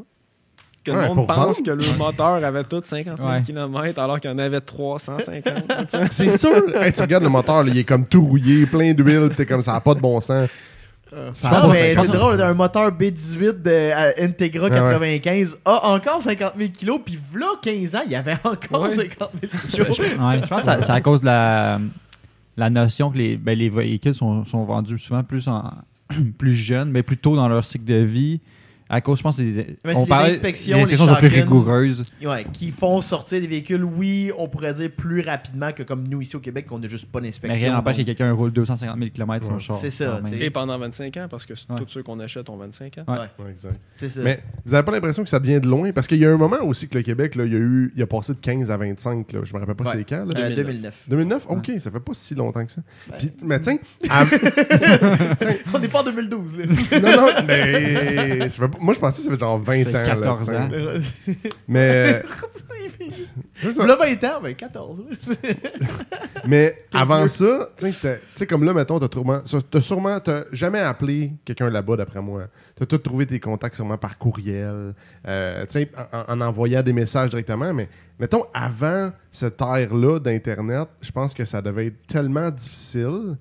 que
Ouais,
le monde
pour
pense
vendre.
que le moteur avait tout 50 000
Ouais.
km alors qu'il y en avait 350. tu sais.
C'est sûr. Hey, tu regardes le moteur, là, il est comme tout rouillé, plein d'huile, pis t'es comme ça, a pas de bon sens. Ça a
Non,
pas
Euh, ah, mais
50.
c'est drôle, un moteur B18 de euh, Integra
Ouais,
95 a encore 50 000 kilos, puis v'là 15 ans, il y avait (laughs) encore 50
Ouais.
000 kilos.
Ouais, je pense que c'est- c'est à cause de la, la notion que les, ben, les véhicules sont, sont vendus souvent plus, en, (clears throat) plus jeunes, mais plus tôt dans leur cycle de vie. À cause, je pense, des,
c'est les inspections,
les
les
inspections sont plus
chacune.
rigoureuses.
Ouais, qui font sortir des véhicules, oui, on pourrait dire plus rapidement que comme nous ici au Québec, qu'on n'a juste pas d'inspection.
Mais rien n'empêche que
donc-
quelqu'un roule 250 000 km sur
Ouais.
le char.
C'est ça,
quand même.
t'sais.
Et pendant 25 ans, parce que
Ouais.
tous ceux qu'on achète ont 25 ans.
Ouais.
Ouais, exact.
C'est ça.
Mais vous avez pas l'impression que ça devient de loin? Parce qu'il y a un moment aussi que le Québec, là, il, y a eu, il a passé de 15 à 25. Là, je me rappelle pas
Ouais.
c'est quand. là.
Euh,
2009.
2009.
2009? Ok, ça fait pas si longtemps que ça. Puis, mais tiens, à-
(laughs) on n'est pas en 2012. là.
(laughs) non, non, mais ça fait pas- Moi, je pensais que ça fait genre 20
Ça
ans.
fait
là,
14
tu sais.
ans.
Là,
Mais. euh, C'est ça.
20 ans, ben 14. là.
Mais avant ça, tu sais, c'était- tu sais, comme là, mettons, t'as sûrement, t'as sûrement t'as jamais appelé quelqu'un là-bas, d'après moi. T'as tout trouvé tes contacts sûrement par courriel, euh, tu sais, en, en envoyant des messages directement. Mais mettons, avant cette ère-là d'Internet, je pense que ça devait être tellement difficile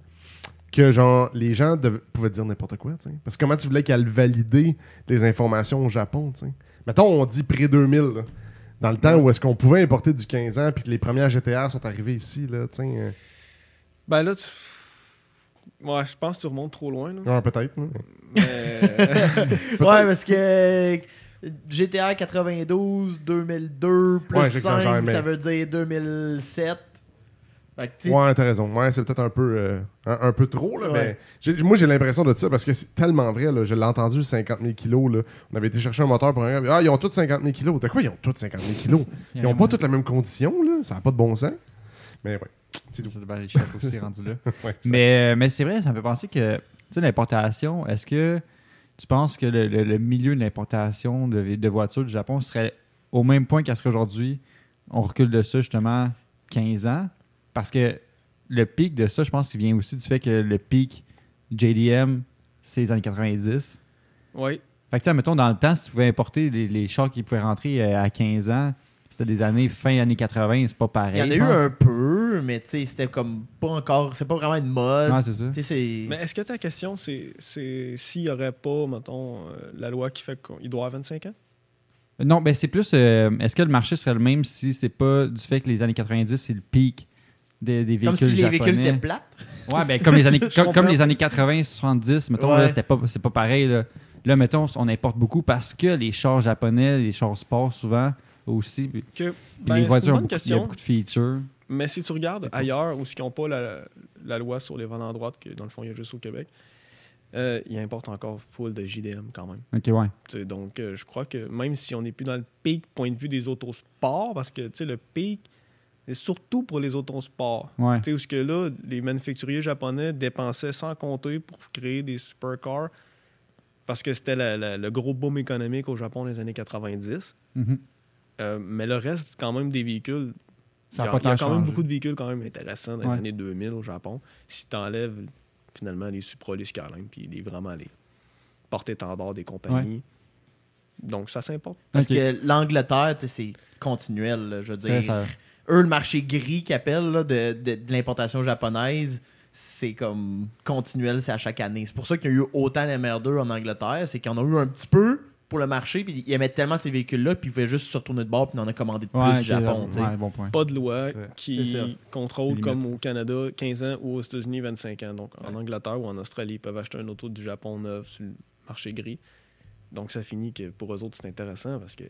que genre les gens dev- pouvaient dire n'importe quoi, tu sais. Parce que comment tu voulais qu'elle valide les informations au Japon, tu sais. Mettons, on dit près 2000, là. Dans le temps où est-ce qu'on pouvait importer du 15 ans puis que les premières GTR sont arrivées ici, là, tu sais. euh,
Ben là, tu. Ouais, je pense que tu remontes trop loin. Là.
Ouais, peut-être. hein.
Mais...
ouais, parce que GTA 92, 2002, plus
Ouais, j'exagère,
5,
mais-
ça veut dire 2007. Fait que, tu sais,
Ouais, t'as raison. Ouais, c'est peut-être un peu, euh, un, un peu trop, là,
Ouais.
mais j'ai- moi, j'ai l'impression de ça parce que c'est tellement vrai. Là, je l'ai entendu, 50 000 kilos. Là. On avait été chercher un moteur pour un... Ah, ils ont tous 50 000 kilos. T'as quoi, ils ont tous 50 000 kilos?
(laughs)
Ils ont pas toutes la même condition, là. Ça n'a pas de bon sens. Mais ouais. (laughs)
Ça doit les chefs aussi (laughs) rendus là.
ouais ça-
Mais, euh, mais c'est vrai, ça me fait penser que, tu sais, l'importation, est-ce que tu penses que le, le- le milieu de l'importation de, de voitures du Japon serait au même point qu'à ce qu'aujourd'hui, on recule de ça justement 15 ans? Parce que le pic de ça, je pense qu'il vient aussi du fait que le pic JDM, c'est les années 90.
ouais.
Fait que, tu sais, mettons, dans le temps, si tu pouvais importer les, les chars qui pouvaient rentrer euh, à 15 ans, c'était des années fin années 80, c'est pas pareil.
il y en a
je
eu
pense.
un peu, mais tu sais, c'était comme pas encore, c'est pas vraiment une mode.
Non, c'est ça.
Tu sais, c'est.
Mais est-ce que ta question, c'est c'est s'il n'y aurait pas, mettons, euh, la loi qui fait qu'il doit avoir 25 ans?
Non, ben c'est plus. euh, Est-ce que le marché serait le même si c'est pas du fait que les années 90 c'est le pic des, des véhicules
Comme si les
japonais?
véhicules étaient plates.
Ouais, ben
(laughs)
comme les années,
Je
comme,
comprends.
comme les années 80, 70, mettons
Ouais.
là, c'était pas c'est pas pareil là. Là, mettons, on importe beaucoup parce que les chars japonais, les chars sport souvent aussi, puis
Que,
puis
ben,
les
c'est
voitures
une
ont
bonne
beaucoup, il y a
question.
beaucoup de features.
Mais si tu regardes ailleurs où ils n'ont pas la, la loi sur les ventes en droite, que dans le fond, il y a juste au Québec, euh, ils importent encore full de JDM quand même.
OK, ouais.
Tu sais, donc, euh, je crois que même si on n'est plus dans le pic point de vue des autosports, parce que tu sais, le pic, c'est surtout pour les autosports.
Ouais.
Tu sais, où ce que là, les manufacturiers japonais dépensaient sans compter pour créer des supercars parce que c'était la- la- le gros boom économique au Japon des années 90.
Mhm.
Euh, mais le reste, quand même, des véhicules.
Ça a
il y a,
pas
il y a
tant
quand même
changé.
beaucoup de véhicules quand même intéressants dans
Ouais.
les années 2000 au Japon. Si tu enlèves finalement les Supra, les Skyline, puis les, vraiment les portes étendards des compagnies. Donc ça s'importe.
Parce
Ok.
que l'Angleterre, tu sais, c'est continuel, là, je veux
C'est
dire.
ça.
Eux, le marché gris qu'ils appellent là, de, de- de l'importation japonaise, c'est comme continuel, c'est à chaque année. C'est pour ça qu'il y a eu autant de MR2 en Angleterre, c'est qu'ils en ont eu un petit peu pour le marché, puis ils aimaient tellement ces véhicules-là, puis ils pouvaient juste se retourner de bord, puis ils en ont commandé de plus
Ouais,
du
ok,
Japon. tu sais.
ouais, bon point.
Pas de loi
C'est ça.
qui contrôle
Limite.
comme au Canada 15 ans ou aux États-Unis 25 ans. Donc en Angleterre ou en Australie, ils peuvent acheter un auto du Japon neuf sur le marché gris. Donc ça finit que pour eux autres, c'est intéressant parce que tu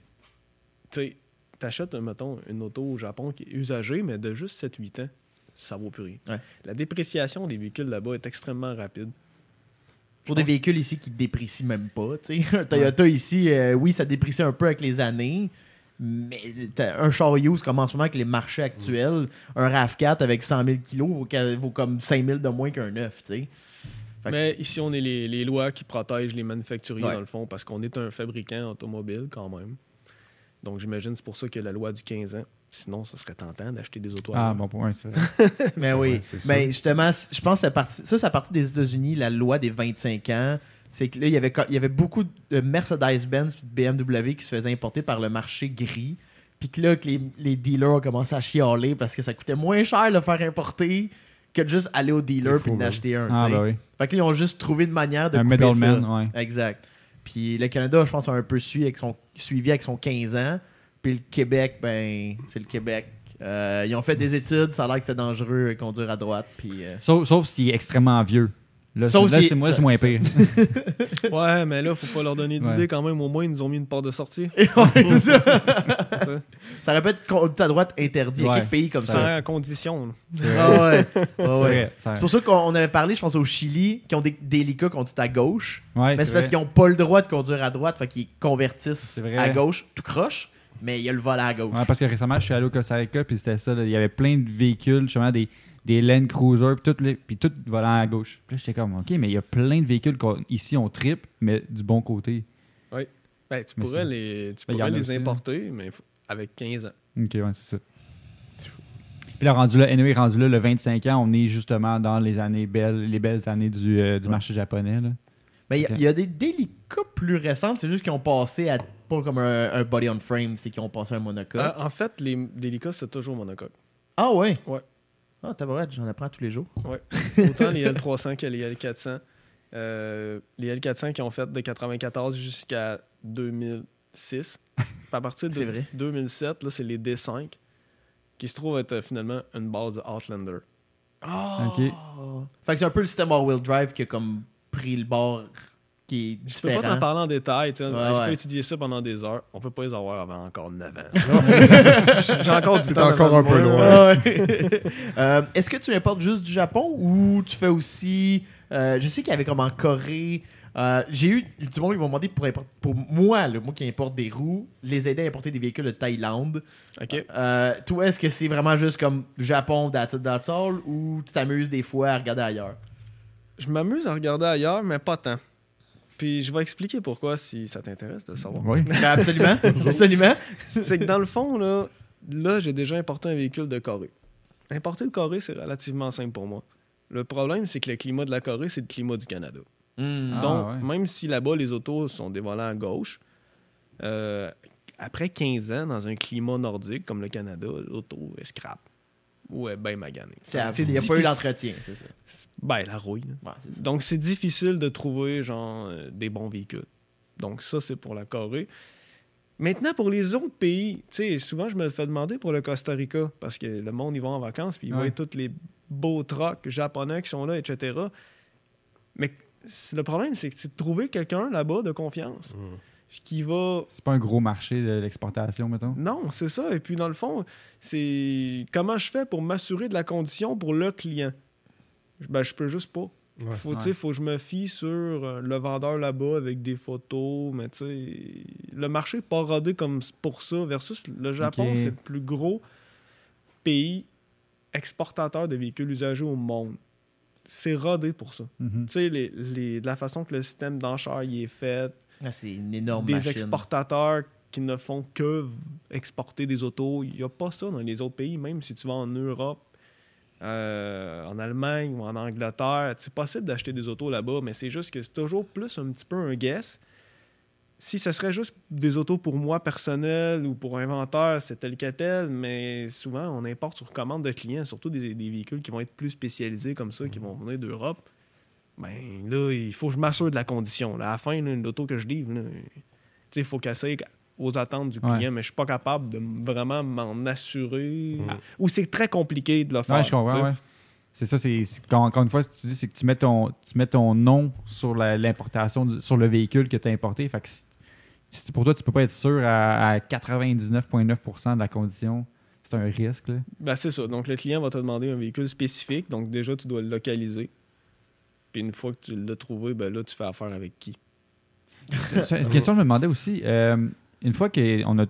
sais, t'achètes, mettons, une auto au Japon qui est usagée, mais de juste 7-8 ans, ça vaut plus rien.
Ouais.
La dépréciation des véhicules là-bas est extrêmement rapide.
Pour des
pense-
véhicules ici qui déprécient même pas. tu sais. (laughs) Un Toyota ici, euh, oui, ça déprécie un peu avec les années, mais t'as un char use comme en ce moment avec les marchés actuels,
Mm.
un RAV4 avec 100 000 kilos vaut, ca- vaut comme 5 000 de moins qu'un neuf. tu sais. Fait que-
Mais ici, on est les, les lois qui protègent les manufacturiers,
Ouais.
dans le fond, parce qu'on est un fabricant automobile quand même. Donc, j'imagine c'est pour ça qu'il y a la loi du 15 ans. Sinon, ça serait tentant d'acheter des autos.
Ah,
ailleurs.
bon point.
(laughs)
ça.
Mais
C'est
oui.
vrai, c'est ça.
Mais justement, c- je pense que ça, parti- ça, ça partie des États-Unis, la loi des 25 ans. C'est que là, il y avait, co- il y avait beaucoup de Mercedes-Benz et de BMW qui se faisaient importer par le marché gris. Puis que là, que les, les dealers ont commencé à chialer parce que ça coûtait moins cher de le faire importer que de juste aller au dealer
C'est
puis
fou,
d'en
hein.
acheter un.
Ah,
t'sais.
bah oui.
Fait que là, ils ont juste trouvé une manière de
Un
couper ça.
middleman, ouais.
Exact. Puis le Canada, je pense, a un peu suivi avec son, suivi avec son 15 ans. Puis le Québec, ben, c'est le Québec. Euh, ils ont fait des études, ça a l'air que c'est dangereux euh, conduire à droite. Puis, euh,
Sauf, sauf s'il est extrêmement vieux. Là,
Sauf
c'est- là,
s'il-
c'est moi,
ça-
c'est moins
ça-
pire.
Ouais, mais là, faut pas leur donner d'idée
Ouais.
quand même. Au moins, ils nous ont mis une porte de sortie.
(laughs) Ouais, (laughs) ça. ça aurait pu être conduite à droite interdit.
Ouais.
C'est pays comme ça.
Sans condition. là.
Ah ouais. Ah
C'est
ouais.
vrai, c'est
C'est
vrai.
pour ça qu'on avait parlé, je pense, au Chili, qui ont des délicats conduite à gauche.
Ouais,
mais c'est parce
vrai.
qu'ils n'ont pas le droit de conduire à droite, fait qu'ils convertissent
C'est vrai.
à gauche, tout croche, mais il y a le volant à gauche.
Ouais, parce que récemment, je suis allé au Costa Rica, puis c'était ça. là. Il y avait plein de véhicules, justement, des, des Land Cruiser, puis tout, les- puis tout volant à gauche. Puis là, j'étais comme, OK, mais il y a plein de véhicules qu'on- ici, on tripe, mais du bon côté.
Ouais. Ben, tu
Mais
pourrais
c'est-
les, tu
Ben, il y
pourrais
en a
les
aussi, là.
importer, mais faut- avec 15 ans.
Ok, ouais, c'est ça. Puis là, rendu là, anyway, rendu là, le 25 ans, on est justement dans les années belles, les belles années du, euh, du marché japonais. Là.
Mais il y a-
Ok.
il y, a des délicats plus récentes, c'est juste qu'ils ont passé à pas comme un, un body on frame, c'est qu'ils ont passé un monocoque.
Ah,
Ah,
en fait, les délicats, c'est toujours monocoque.
ouais?
Ouais.
Ah, tabarouette, j'en apprends tous les jours.
Ouais. Autant les L300 que les L400. Euh, les L400 qui ont fait de 94 jusqu'à 2006. Puis à partir de
C'est vrai.
2007, là, c'est les D5 qui se trouvent être euh, finalement une base de Outlander.
Ah!
Ok.
Fait que c'est un peu le système all-wheel drive qui a comme pris le bord qui est
Je peux
différent.
pas t'en parler en détail. tu sais.
Ouais,
J'ai
ouais.
pas étudié ça pendant des heures. On peut pas les avoir avant encore 9 ans. (laughs) J'ai
(laughs)
encore du
T'es
temps.
encore
devant
un peu
moi,
loin.
là.
Ah ouais. (laughs) Euh, Est-ce que tu importes juste du Japon ou tu fais aussi. euh, je sais qu'il y avait comme en Corée. euh, J'ai eu du monde qui m'ont demandé pour, import- pour moi, le moi qui importe des roues, les aider à importer des véhicules de Thaïlande.
OK.
Euh, toi, est-ce que c'est vraiment juste comme Japon, that's it, that's all, ou tu t'amuses des fois à regarder ailleurs?
(laughs) Je m'amuse à regarder ailleurs, mais pas tant. Puis je vais expliquer pourquoi si ça t'intéresse de le savoir.
Oui.
Ben, absolument, absolument.
c'est que dans le fond, là, là j'ai déjà importé un véhicule de Corée. Importer de Corée, c'est relativement simple pour moi. Le problème, c'est que le climat de la Corée, c'est le climat du Canada.
Ah,
Donc,
ouais.
même si là-bas, les autos sont des volants à gauche, euh, après 15 ans, dans un climat nordique comme le Canada, l'auto est scrap. Ou est bien maganée.
C'est-
Donc, c'est
Il n'y a pas eu
difficile-
d'entretien, c'est ça.
Ben, la rouille. là.
Ouais, c'est ça.
Donc, c'est difficile de trouver genre, euh, des bons véhicules. Donc, ça, c'est pour la Corée. Maintenant, pour les autres pays, tu sais, souvent, je me le fais demander pour le Costa Rica, parce que le monde, ils vont en vacances, puis ils
Ouais.
voient tous les beaux trucks japonais qui sont là, etc. Mais c'est- le problème, c'est que c'est de trouver quelqu'un là-bas de confiance
Mmh.
qui va
C'est pas un gros marché de l'exportation, mettons.
non, c'est ça. Et puis, dans le fond, c'est comment je fais pour m'assurer de la condition pour le client? Je- Ben, je peux juste pas.
Ouais.
faut, tu
Ouais.
sais, faut que je me fie sur euh, le vendeur là-bas avec des photos, mais tu sais, le marché est pas rodé comme c- pour ça. Versus le Japon,
Ok.
c'est le plus gros pays exportateur de véhicules usagés au monde. C'est rodé pour ça.
Mm.
Mhm.
Tu sais, les, les- de la façon que le système d'enchères y est fait,
Ah, c'est une énorme
des
machine.
exportateurs qui ne font que exporter des autos. Il n'y a pas ça dans les autres pays, même si tu vas en Europe, euh, en Allemagne ou en Angleterre. C'est possible d'acheter des autos là-bas, mais c'est juste que c'est toujours plus un petit peu un guess. Si ce serait juste des autos pour moi personnel ou pour inventeur, c'est tel que tel, mais souvent on importe sur commande de clients, surtout des, des véhicules qui vont être plus spécialisés comme ça,
Mhm.
qui vont venir d'Europe. Ben là, il faut que je m'assure de la condition. là. À la fin, là, l'auto que je livre, là, il faut qu'elle soit aux attentes du
Ouais.
client, mais je suis pas capable de m- vraiment m'en assurer. Ou c'est très compliqué de le faire.
Mhm. Ouais, je comprends,
tu sais.
ouais. C'est ça, c'est c'est quand- encore une fois, ce que tu dis, c'est que tu mets ton, tu mets ton nom sur la- l'importation, du- sur le véhicule que tu as importé. Fait que si- si- pour toi, tu peux pas être sûr à, à 99,9% de la condition. C'est un risque.
(laughs)
Là.
Ben, c'est ça. Donc, le client va te demander un véhicule spécifique. Donc, déjà, tu dois le localiser. Puis, une fois que tu l'as trouvé, ben là, tu fais affaire avec qui.
C'est Une question, que je me demandais aussi, euh, une fois qu'on a.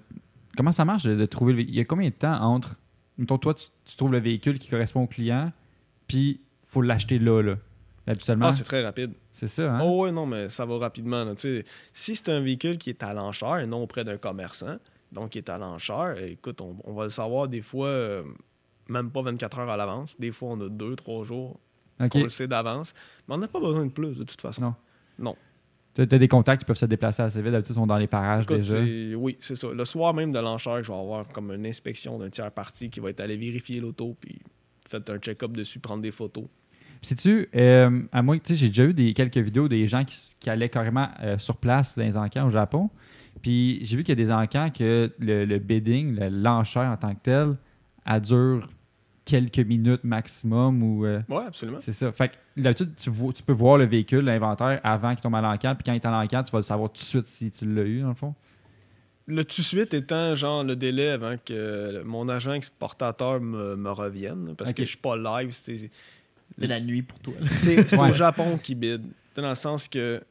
Comment ça marche de, de trouver le véhicule Il y a combien de temps entre. Mettons, toi, tu, tu trouves le véhicule qui correspond au client, puis faut l'acheter là, là. Habituellement,
Ah, c'est très rapide.
c'est ça, hein?
Oh, ouais, non, mais ça va rapidement. là. Tu sais, Si c'est un véhicule qui est à l'enchère et non auprès d'un commerçant, donc qui est à l'enchère, eh, écoute, on, on va le savoir des fois, euh, même pas 24 heures à l'avance. Des fois, on a deux, trois jours.
Ok.
On Oh, le sait d'avance. Mais on n'a pas besoin de plus, de toute façon.
Non. T'as t'as des contacts qui peuvent se déplacer assez vite. D'habitude, ils sont dans les parages
Écoute,
déjà.
c'est- oui, c'est ça. Le soir même de l'enchère, je vais avoir comme une inspection d'un tiers parti qui va être allé vérifier l'auto, puis faites un check-up dessus, prendre des photos.
Sais-tu, euh, à moi, tu sais, j'ai déjà vu des, quelques vidéos des gens qui, s- qui allaient carrément euh, sur place dans les encans au Japon. Puis j'ai vu qu'il y a des encans que le, le bidding, le- l'enchère en tant que tel, elle dure quelques minutes maximum ou. euh,
Oui, absolument.
c'est ça. Fait que d'habitude, tu, vois- tu peux voir le véhicule, l'inventaire avant qu'il tombe à l'encan. Puis quand il est à l'encan, tu vas le savoir tout de suite si tu l'as eu, dans le fond.
Le tout de suite étant genre le délai avant que euh, mon agent exportateur me, me revienne, parce
Ok.
que je suis pas live. C'est
C'est la nuit pour toi. là.
c'est- c'est
Ouais.
au Japon qui bide. C'est Dans le sens que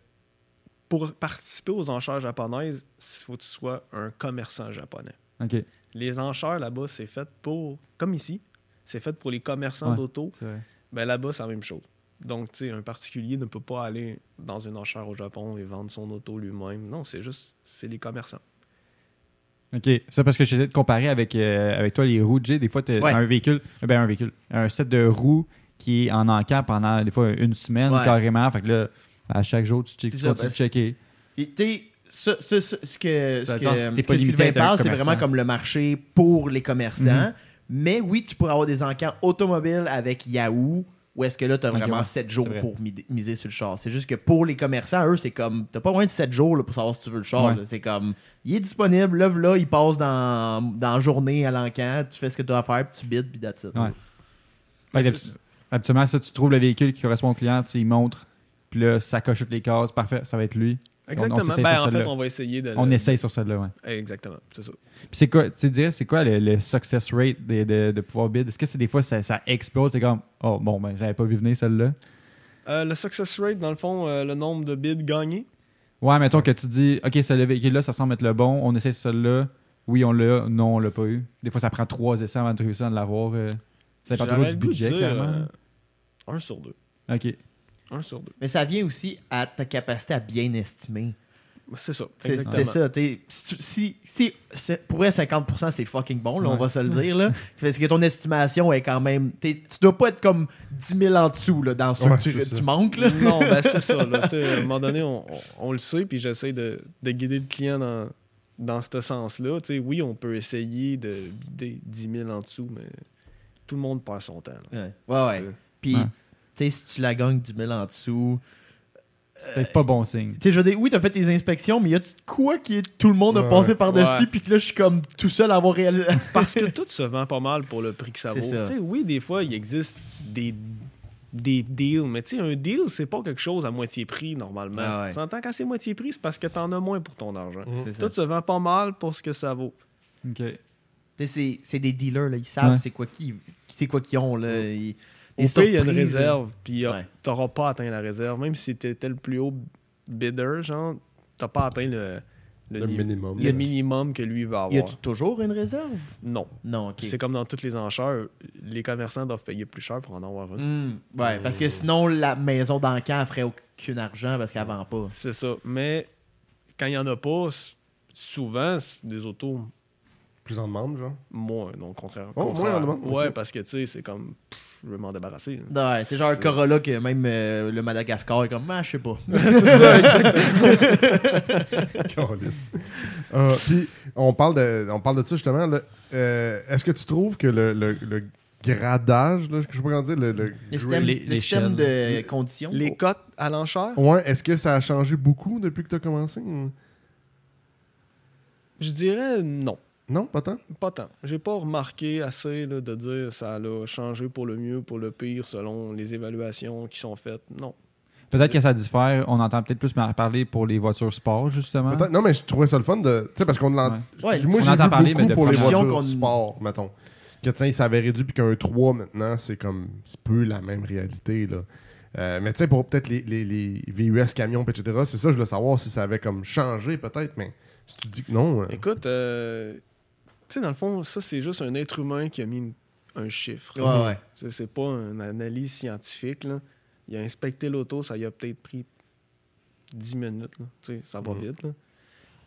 pour participer aux enchères japonaises, il faut que tu sois un commerçant japonais.
Ok.
Les enchères là-bas, c'est fait pour, comme ici, c'est fait pour les commerçants
Ouais.
d'auto.
C'est vrai.
Ben là-bas, c'est la même chose. Donc, tu sais, un particulier ne peut pas aller dans une enchère au Japon et vendre son auto lui-même. Non, c'est juste, c'est les commerçants.
OK. Ça, parce que j'essayais de comparer avec, euh, avec toi les roues, Jay. Des fois, tu as
Ouais.
un véhicule, euh, ben, un véhicule, un set de roues qui est en encamp pendant, des fois, une semaine
Ouais.
carrément. Fait que là, à chaque jour, tu, check, tu
C'est ça, ben,
continues de
parce-
checker.
Et tu sais, ça- ça- ça- ce que, ce
Ça,
que,
genre, t'es pas
ce
limité
que
à
Sylvain
être un
parle, c'est
commerçant. Mhm.
vraiment comme le marché pour les commerçants. Mais oui, tu pourrais avoir des encans automobiles avec Yahoo, où est-ce que là, tu as
Ok,
vraiment
ouais,
7 jours
c'est vrai.
pour mi- miser sur le char. C'est juste que pour les commerçants, eux, c'est comme, t'as pas moins de 7 jours là, pour savoir si tu veux le char.
Ouais.
là. C'est comme, il est disponible, là, là, il passe dans, dans la journée à l'encan, tu fais ce que tu as à faire, puis tu bides, puis that's it.
Ouais.
Ben,
Fait que
c'est-
Habituellement, ça, tu trouves le véhicule qui correspond au client, tu y montres, puis là, ça coche toutes les cases, parfait, ça va être lui.
Exactement.
s'essaye
ben,
sur
en fait,
celle-là.
on va essayer
Euh,
de. Eh,
On essaye sur celle-là, ouais.
Exactement, c'est ça.
Puis c'est quoi, tu dirais, c'est quoi le, le success rate de, de, de pouvoir bid? Est-ce que c'est des fois, ça, ça explose, t'es comme, oh bon, ben, j'avais pas vu venir celle-là?
Euh, le success rate, dans le fond, euh, le nombre de bids gagnés.
Ouais, mettons que tu dis, ok, ce véhicule-là, ça semble être le bon, on essaie celle-là, oui, on l'a, non, on l'a pas eu. Des fois, ça prend trois essais avant de réussir à l'avoir. euh, ça dépend toujours
J'aurais
du
le goût de
budget,
dire,
clairement.
euh, un sur deux.
Ok.
Un sur deux.
Mais ça vient aussi à ta capacité à bien estimer.
C'est ça.
C'est
Exactement.
c'est ça, t'es- si, tu- si, si- c'est- pour elle, 50%, c'est fucking bon, là, on
Ouais.
va se le dire. Là. Parce que ton estimation est quand même. t'es- Tu dois pas être comme 10 000 en dessous là, dans ce
Ouais,
que
c'est
tu,
ça.
tu manques. Là.
Non, ben c'est
(laughs)
ça. Là, Tu sais, à un moment donné, on, on- on le sait, puis j'essaie de, de guider le client dans, dans ce sens-là. Tu sais, oui, on peut essayer de bider 10 000 en dessous, mais tout le monde passe son temps. là.
Ouais, ouais.
Tu sais.
Puis,
Ouais.
tu sais, si tu la gagnes 10 000 en dessous.
C'est peut-être pas bon signe.
Tu sais, je veux dire, oui, t'as fait tes inspections, mais y a quoi qui est tout le monde a
Ouais.
passé par-dessus,
Ouais.
puis que là, je suis comme tout seul à avoir réalisé.
Parce que tout se vend pas mal pour le prix que ça vaut.
C'est ça.
Tu sais, oui, des fois, il existe des, des deals, mais tu sais, un deal, c'est pas quelque chose à moitié prix normalement.
Ah ouais. Mm,
Tu entends, quand c'est moitié prix, c'est parce que t'en as moins pour ton argent.
(laughs) C'est ça.
Tout se vend pas mal pour ce que ça vaut.
Ok.
Tu sais, c'est- c'est des dealers, là, ils savent
Ouais.
c'est quoi qu'ils c'est quoi qu'ils ont. Là, ils-
Au
des
pire, il y a une
surprises, là.
réserve, puis euh,
Ouais.
t'auras pas atteint la réserve. Même si t'étais le plus haut bidder, genre, t'as pas atteint le, le
Le
ni-
minimum.
le minimum que lui va
Y a
avoir.
toujours une réserve?
Non.
Non, ok.
C'est comme dans toutes les enchères, les commerçants doivent payer plus cher pour en avoir une.
Hmm, ouais, parce que sinon, la maison d'encan elle ferait aucun argent parce qu'elle vend pas.
C'est ça. Mais quand il n'y en a pas, s- souvent, c'est des autos
Plus en demande, (laughs) genre.
moins, non, au contraire.
Oh,
contraire.
moins en demande,
Ouais,
ok.
parce que, tu sais, c'est comme, pff, je veux m'en débarrasser. là.
Ouais, c'est genre un Corolla que même euh, le Madagascar est comme, ah, je sais pas.
Câlisse. Ah, Puis, on, parle de- on parle de ça justement. là. Euh, Est-ce que tu trouves que le, le- le gradage, là, je sais pas comment dire, le. le
Le
grade-
système,
les-
le
les
système de
chaînes.
conditions.
Les cotes à l'enchère,
Ouais, est-ce que ça a changé beaucoup depuis que tu as commencé ou-
je dirais non.
Non, pas tant.
Pas tant. J'ai pas remarqué assez là, de dire ça a changé pour le mieux, pour le pire, selon les évaluations qui sont faites. Non.
Peut-être que ça diffère, on entend peut-être plus en parler pour les voitures sport, justement.
Peut-être- Non, mais je trouvais ça le fun de. Tu sais, parce qu'on l'entend.
Ouais.
Ouais,
Moi,
on
j'ai
entend
vu
parler,
beaucoup
mais de
pour les
façon-
voitures
qu'on-
sport, mettons. Que tiens, ça avait réduit, puis qu'un 3 maintenant, c'est comme. C'est peu la même réalité, là. Euh, mais tu sais, pour peut-être les, les, les VUS camions, puis etc., c'est ça, je voulais savoir si ça avait comme changé, peut-être, mais si tu dis que non. euh,
Écoute, euh, tu sais, dans le fond, ça, c'est juste un être humain qui a mis une- un chiffre.
Ouais, ouais.
C'est- C'est pas une analyse scientifique. Là. Il a inspecté l'auto, ça lui a peut-être pris 10 minutes. là. Tu sais, Ça va
Mhm.
vite. là.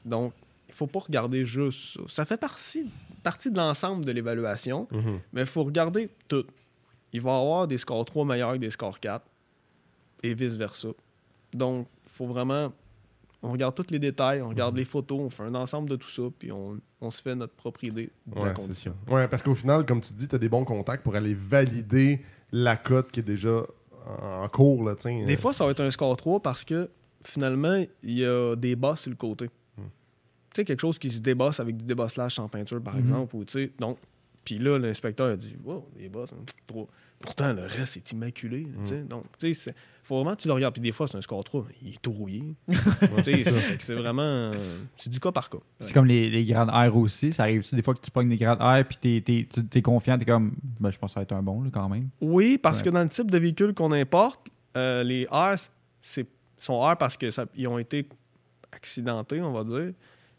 Donc, il faut pas regarder juste ça. Ça fait partie, partie de l'ensemble de l'évaluation,
mhm.
mais il faut regarder tout. Il va y avoir des scores 3 meilleurs que des scores 4 et vice-versa. Donc, il faut vraiment. On regarde tous les détails, on
Mm.
regarde les photos, on fait un ensemble de tout ça, puis on, on se fait notre propre idée de la
Ouais, c'est
condition.
ça. Ouais, parce qu'au final, comme tu dis, tu as des bons contacts pour aller valider la cote qui est déjà en en cours, là, tiens.
Des fois, ça va être un score 3 parce que finalement, il y a des bosses sur le côté. Tu sais, quelque chose qui se débosse avec du débosselage sans peinture, par exemple, ou tu sais, donc. Puis là, l'inspecteur a dit, wow, des bosses, hein, trois. Pourtant, le reste est immaculé. là, tu sais. Donc, tu sais, c'est- faut vraiment que tu le regardes. Puis des fois, c'est un score 3, il est tout rouillé. Tu sais, fait que c'est vraiment. euh, C'est du cas par cas.
C'est comme les, les grades R aussi. Ça arrive-tu des fois que tu pognes des grades R puis t'es, t'es, tu- t'es confiant, t'es comme, ben, je pense que ça va être un bon là, quand même.
Oui, parce
Ouais.
que dans le type de véhicule qu'on importe, euh, les R c'est, sont R parce qu'ils ont été accidentés, on va dire.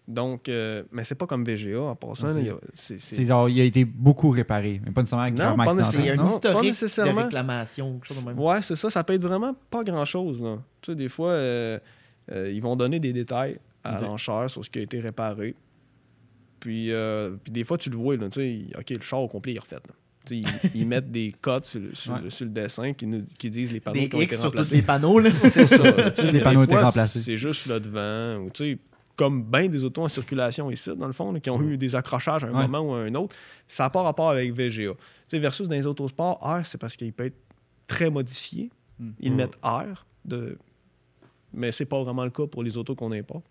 Donc, euh, mais c'est pas comme VGA en passant.
Non, c'est-
là, il y a- c'est- c'est-
C'est genre, il a été beaucoup réparé, mais pas nécessairement avec
Non,
un
pas
C'est
nécessairement.
accidentel.
un
Non, pas
historique de
nécessairement.
réclamation, quelque chose de même.
Ouais, c'est ça. Ça peut être vraiment pas grand-chose. là. Tu sais, des fois, euh, euh, ils vont donner des détails à
Ok.
l'enchère sur ce qui a été réparé. Puis, euh, puis des fois, tu le vois, là, tu sais, il- OK, le char au complet, il est refait. là. Tu sais, Ils, ils mettent des codes sur, le- sur le- sur le dessin qui, nous, qui disent les panneaux
Des
qui ont été
X sur tous
remplacés.
les panneaux, là.
(laughs)
C'est ça. là, tu sais,
Les
mais
panneaux
des
étaient
fois,
remplacés.
C'est juste le devant. Ou, tu sais, comme bien des autos en circulation ici, dans le fond, là, qui ont eu des accrochages à un
Ouais.
moment ou à un autre. Ça n'a pas rapport avec VGA. Tu sais, versus dans les autosports, R, c'est parce qu'il peut être très modifié.
Mm.
Ils
Mm.
mettent R, de... mais c'est pas vraiment le cas pour les autos qu'on importe.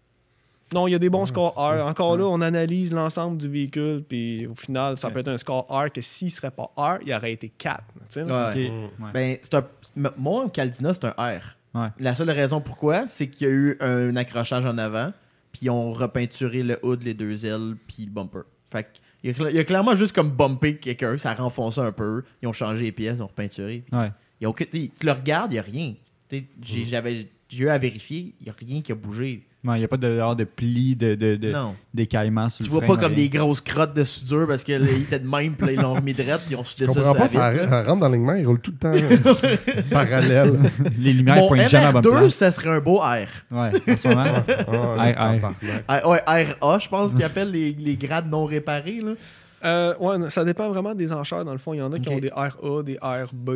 Non, il y a des bons
Ah,
Ouais,
scores
c'est ça.
R. Encore là,
Ouais.
on analyse l'ensemble du véhicule, puis au final, ça
Ouais.
peut être un score R que s'il serait pas R, il aurait été 4. tu sais, là.
Ouais.
Euh,
Ok,
mm.
ouais.
Ben, c'est un- m- Moi, Caldina, c'est un R.
Ouais.
La seule raison pourquoi, c'est qu'il y a eu un accrochage en avant, puis ils ont repeinturé le hood, les deux ailes, puis le bumper. Fait que, il, a, cla- il a clairement juste comme bumpé quelqu'un, ça a renfoncé un peu, ils ont changé les pièces, ils ont repeinturé.
Ouais.
Il y a aucun- tu sais, tu le regardes, il n'y a rien. Tu sais,
Mhm.
J'ai j'avais- j'ai eu à vérifier, il n'y a rien qui a bougé.
Non, il n'y a pas de, genre de plis, de, de, de,
non.
d'écaillement sur
Tu
le
vois
frein,
pas
mais
comme
rien.
des grosses crottes de soudure parce que là, ils étaient de même, puis là, ils l'ont remis direct,
(laughs)
puis ils ont soudé
Je
ça.
comprends
sur la
pas,
vitre,
ça, arrête-
là.
ça rentre dans l'alignement, il roule tout le temps
(laughs)
euh, parallèle.
(laughs) Les lumières
Mon
pointent jamais à la bonne
MR2,
place.
ça serait un beau R.
Ouais, en ce moment.
Ah, ouais,
Aïe,
tabarnak.
Ah, ouais, RA, je pense qu'ils appellent les, les grades non réparés. Là.
Euh, ouais, non, ça dépend vraiment des enchères. Dans le fond, il y en a qui
Ok.
ont des RA, des RB.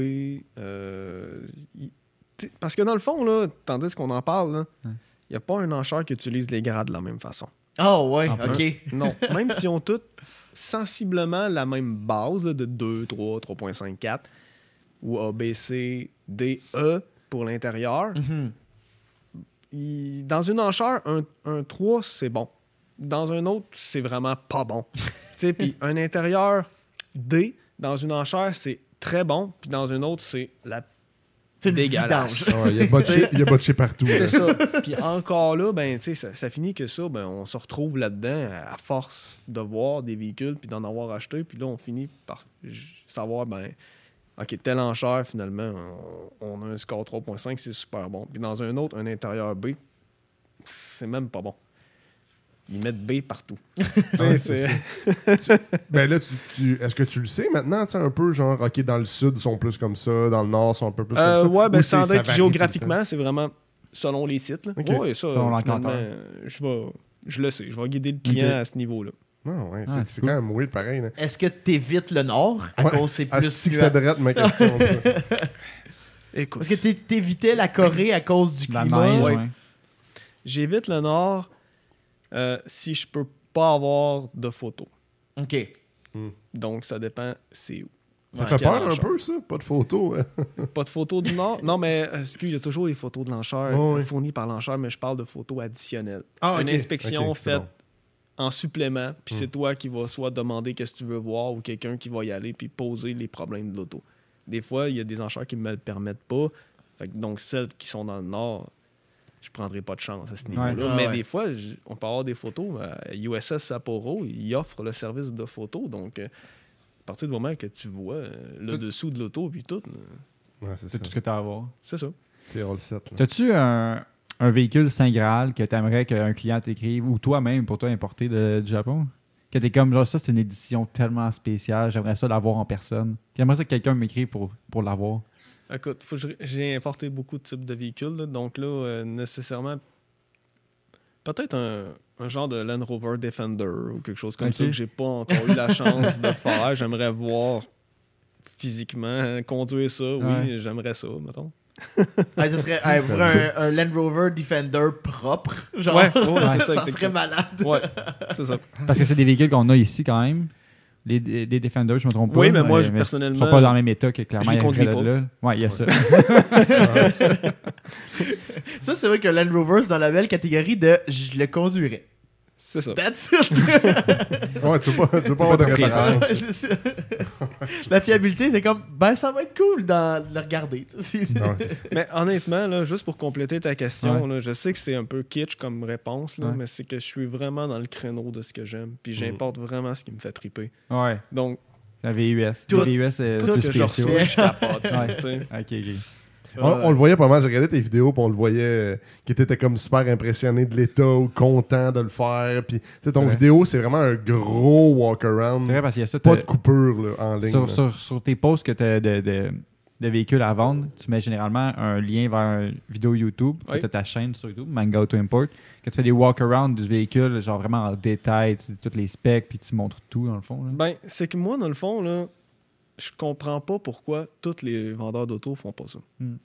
euh, y- t'sais, parce que dans le fond, là, tandis qu'on en parle, il
Hum.
Ouais.
n'y a pas un enchère qui utilise les grades de la même façon. Hein?
Ah ouais,
Ah,
ok.
Non, même s'ils ont toutes sensiblement la même base là, de 2, 3, 3.5, 4, ou A, B, C, D, E pour l'intérieur,
Mhm.
il- dans une enchère, un, un 3, c'est bon. Dans un autre, c'est vraiment pas bon. tu sais, puis un intérieur D, dans une enchère, c'est très bon, puis dans une autre, c'est la
C'est le
dégueulasse.
Ah ouais, Il y a botché- il y a botché partout. là.
C'est ça. Puis encore là, ben, tu sais, ça, ça finit que ça, ben, on se retrouve là-dedans à force de voir des véhicules puis d'en avoir acheté. Puis là, on finit par j- savoir, ben, OK, telle enchère, finalement, on, on a un score 3.5, c'est super bon. Puis dans un autre, un intérieur B, c'est même pas bon. Ils mettent B partout. Tu sais,
(laughs) Ouais,
c'est-
c'est Ben là, tu, tu- est-ce que tu le sais maintenant, tu sais, un peu, genre, OK, dans le sud, ils sont plus comme ça, dans le nord, ils sont un peu plus comme
Euh,
ça.
ouais, ben,
Ou c'est-
sans
ça
être
varie
géographiquement, c'est vraiment selon les sites. Là.
Ok.
Ouais, ça,
Selon
finalement,
l'encanteur.
je, vais, je le sais. Je vais guider le client
Ok.
à ce niveau-là.
tout le temps? Non, ouais, c'est,
Ah,
c'est
c'est
quand même weird pareil.
(laughs)
Là.
Est-ce que t'évites le nord à
Ouais,
cause c'est
Ah,
plus
c'est que
nuant?
c'était drette, ma
(laughs)
question. ça.
Écoute.
Parce que t'é- t'évitais la Corée à cause du
La
climat.
neige,
(laughs) ouais.
ouais.
J'évite le nord euh, si je peux pas avoir de photos.
Ok.
Donc, ça dépend c'est où.
Ça
Ouais,
fait
quel
peur un
enchère.
peu, ça? Pas de photos. hein?
(laughs) Pas de photos du nord? Non, mais euh, excuse, il y a toujours les photos de l'enchère
Ouais, ouais.
fournies par l'enchère, mais je parle de photos additionnelles.
Oh, Ah,
Une
ok.
inspection
Ok, c'est
faite
bon.
en supplément, puis
Hmm.
c'est toi qui vas soit demander qu'est-ce que tu veux voir ou quelqu'un qui va y aller puis poser les problèmes de l'auto. Des fois, il y a des enchères qui me le permettent pas. Fait que donc, celles qui sont dans le nord, je prendrai pas de chance à ce niveau-là.
Ah
Mais
ouais.
des fois, j- on peut avoir des photos. euh, À USS Sapporo, ils offrent le service de photo. Donc, euh, à partir du moment que tu vois euh, le
Tout-
dessous de l'auto puis tout, euh,
Ouais, c'est ça.
C'est tout ce que tu as à voir.
c'est ça.
T'es all set, là.
T'as-tu un, un véhicule Saint Graal que t'aimerais qu'un client t'écrive ou toi-même pour toi importer de- du Japon? Que t'es comme, genre, ça, c'est une édition tellement spéciale, j'aimerais ça l'avoir en personne. J'aimerais ça que quelqu'un m'écrit pour, pour l'avoir.
Écoute, faut que je- j'ai importé beaucoup de types de véhicules, là, donc là, euh, nécessairement, peut-être un, un genre de Land Rover Defender ou quelque chose comme ça
Ok.
que j'ai pas encore eu la chance de faire. J'aimerais voir physiquement hein, conduire ça. Oui,
Ouais.
j'aimerais ça, mettons.
Ah, ça serait ah, pour un, un Land Rover Defender propre. Genre,
Ouais, ouais, c'est ça,
(laughs) ça serait
exactement.
malade.
Ouais, c'est ça.
Parce que c'est des véhicules qu'on a ici quand même. Les, les Defenders, je me trompe pas.
Oui, mais moi, je-
Ils
personnellement,
sont pas dans le même état que clairement
je
il y
les
a
conduis
de
pas.
là. Ouais, il y a ça.
Ça, c'est vrai que Land Rover, c'est dans la belle catégorie de je le conduirais.
C'est ça.
That's it.
Ouais, tu veux pas, tu veux pas avoir
(laughs)
de
propriétaire. (laughs)
réparation.
Ouais, c'est ça. la fiabilité, c'est comme, ben ça va être cool dans le regarder.
Non, c'est ça.
Mais honnêtement, là, juste pour compléter ta question,
Ouais.
là, je sais que c'est un peu kitsch comme réponse, là,
Ouais. Mm.
mais c'est que je suis vraiment dans le créneau de ce que j'aime, puis j'importe vraiment ce qui me fait triper.
Ouais,
Donc,
la VUS.
Tout-
la VUS, euh, c'est
tout ce
plus
que (laughs) je
spécial.
reçois, je tapote.
Ouais.
tu sais.
Ok, ok.
On, on le voyait pas mal. Je regardais tes vidéos, puis on le voyait euh, qu'il était comme super impressionné de l'état ou content de le faire. Puis, tu sais, ton
Ouais.
vidéo, c'est vraiment un gros
C'est
walk-around.
vrai parce qu'il y a ça.
Pas
t'as-
de coupure là, en ligne.
sur,
là.
sur- sur tes posts que tu as de, de, de véhicules à vendre, tu mets généralement un lien vers une vidéo YouTube,
Oui.
tu as ta chaîne sur YouTube, Manga Auto Import, que tu fais des walk-around du véhicule, genre vraiment en détail, tu dis tous les specs, puis tu montres tout dans le fond. là.
Ben, c'est que moi, dans le fond, là, je comprends pas pourquoi tous les vendeurs d'auto font pas ça.
Hmm.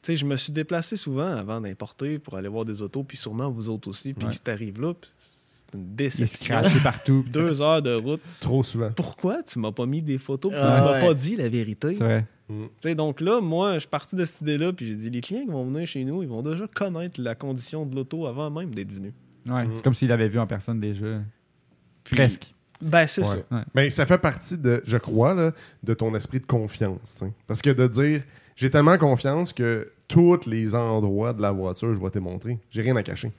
Tu sais, je me suis déplacé souvent avant d'importer pour aller voir des autos, puis sûrement vous autres aussi, puis
Ouais.
si t'arrives là, puis c'est une
Il est
déception.
scratché partout. puis
(laughs) Deux heures de route.
Trop souvent.
Pourquoi tu m'as pas mis des photos, puis
Ah
tu m'as
ouais.
pas dit la vérité?
tout. C'est vrai.
Mm.
Tu sais, donc là, moi, je suis parti de cette idée-là, puis j'ai dit, les clients qui vont venir chez nous, ils vont déjà connaître la condition de l'auto avant même d'être venus.
Ouais,
Mm.
C'est comme s'il l'avait vu en personne déjà.
Puis-
Presque.
Ben, c'est
Ouais.
ça.
Mais ça fait partie, de, je crois, là, de ton esprit de confiance. tu sais. Parce que de dire, j'ai tellement confiance que tous les endroits de la voiture, je vais te les montrer. J'ai rien à cacher.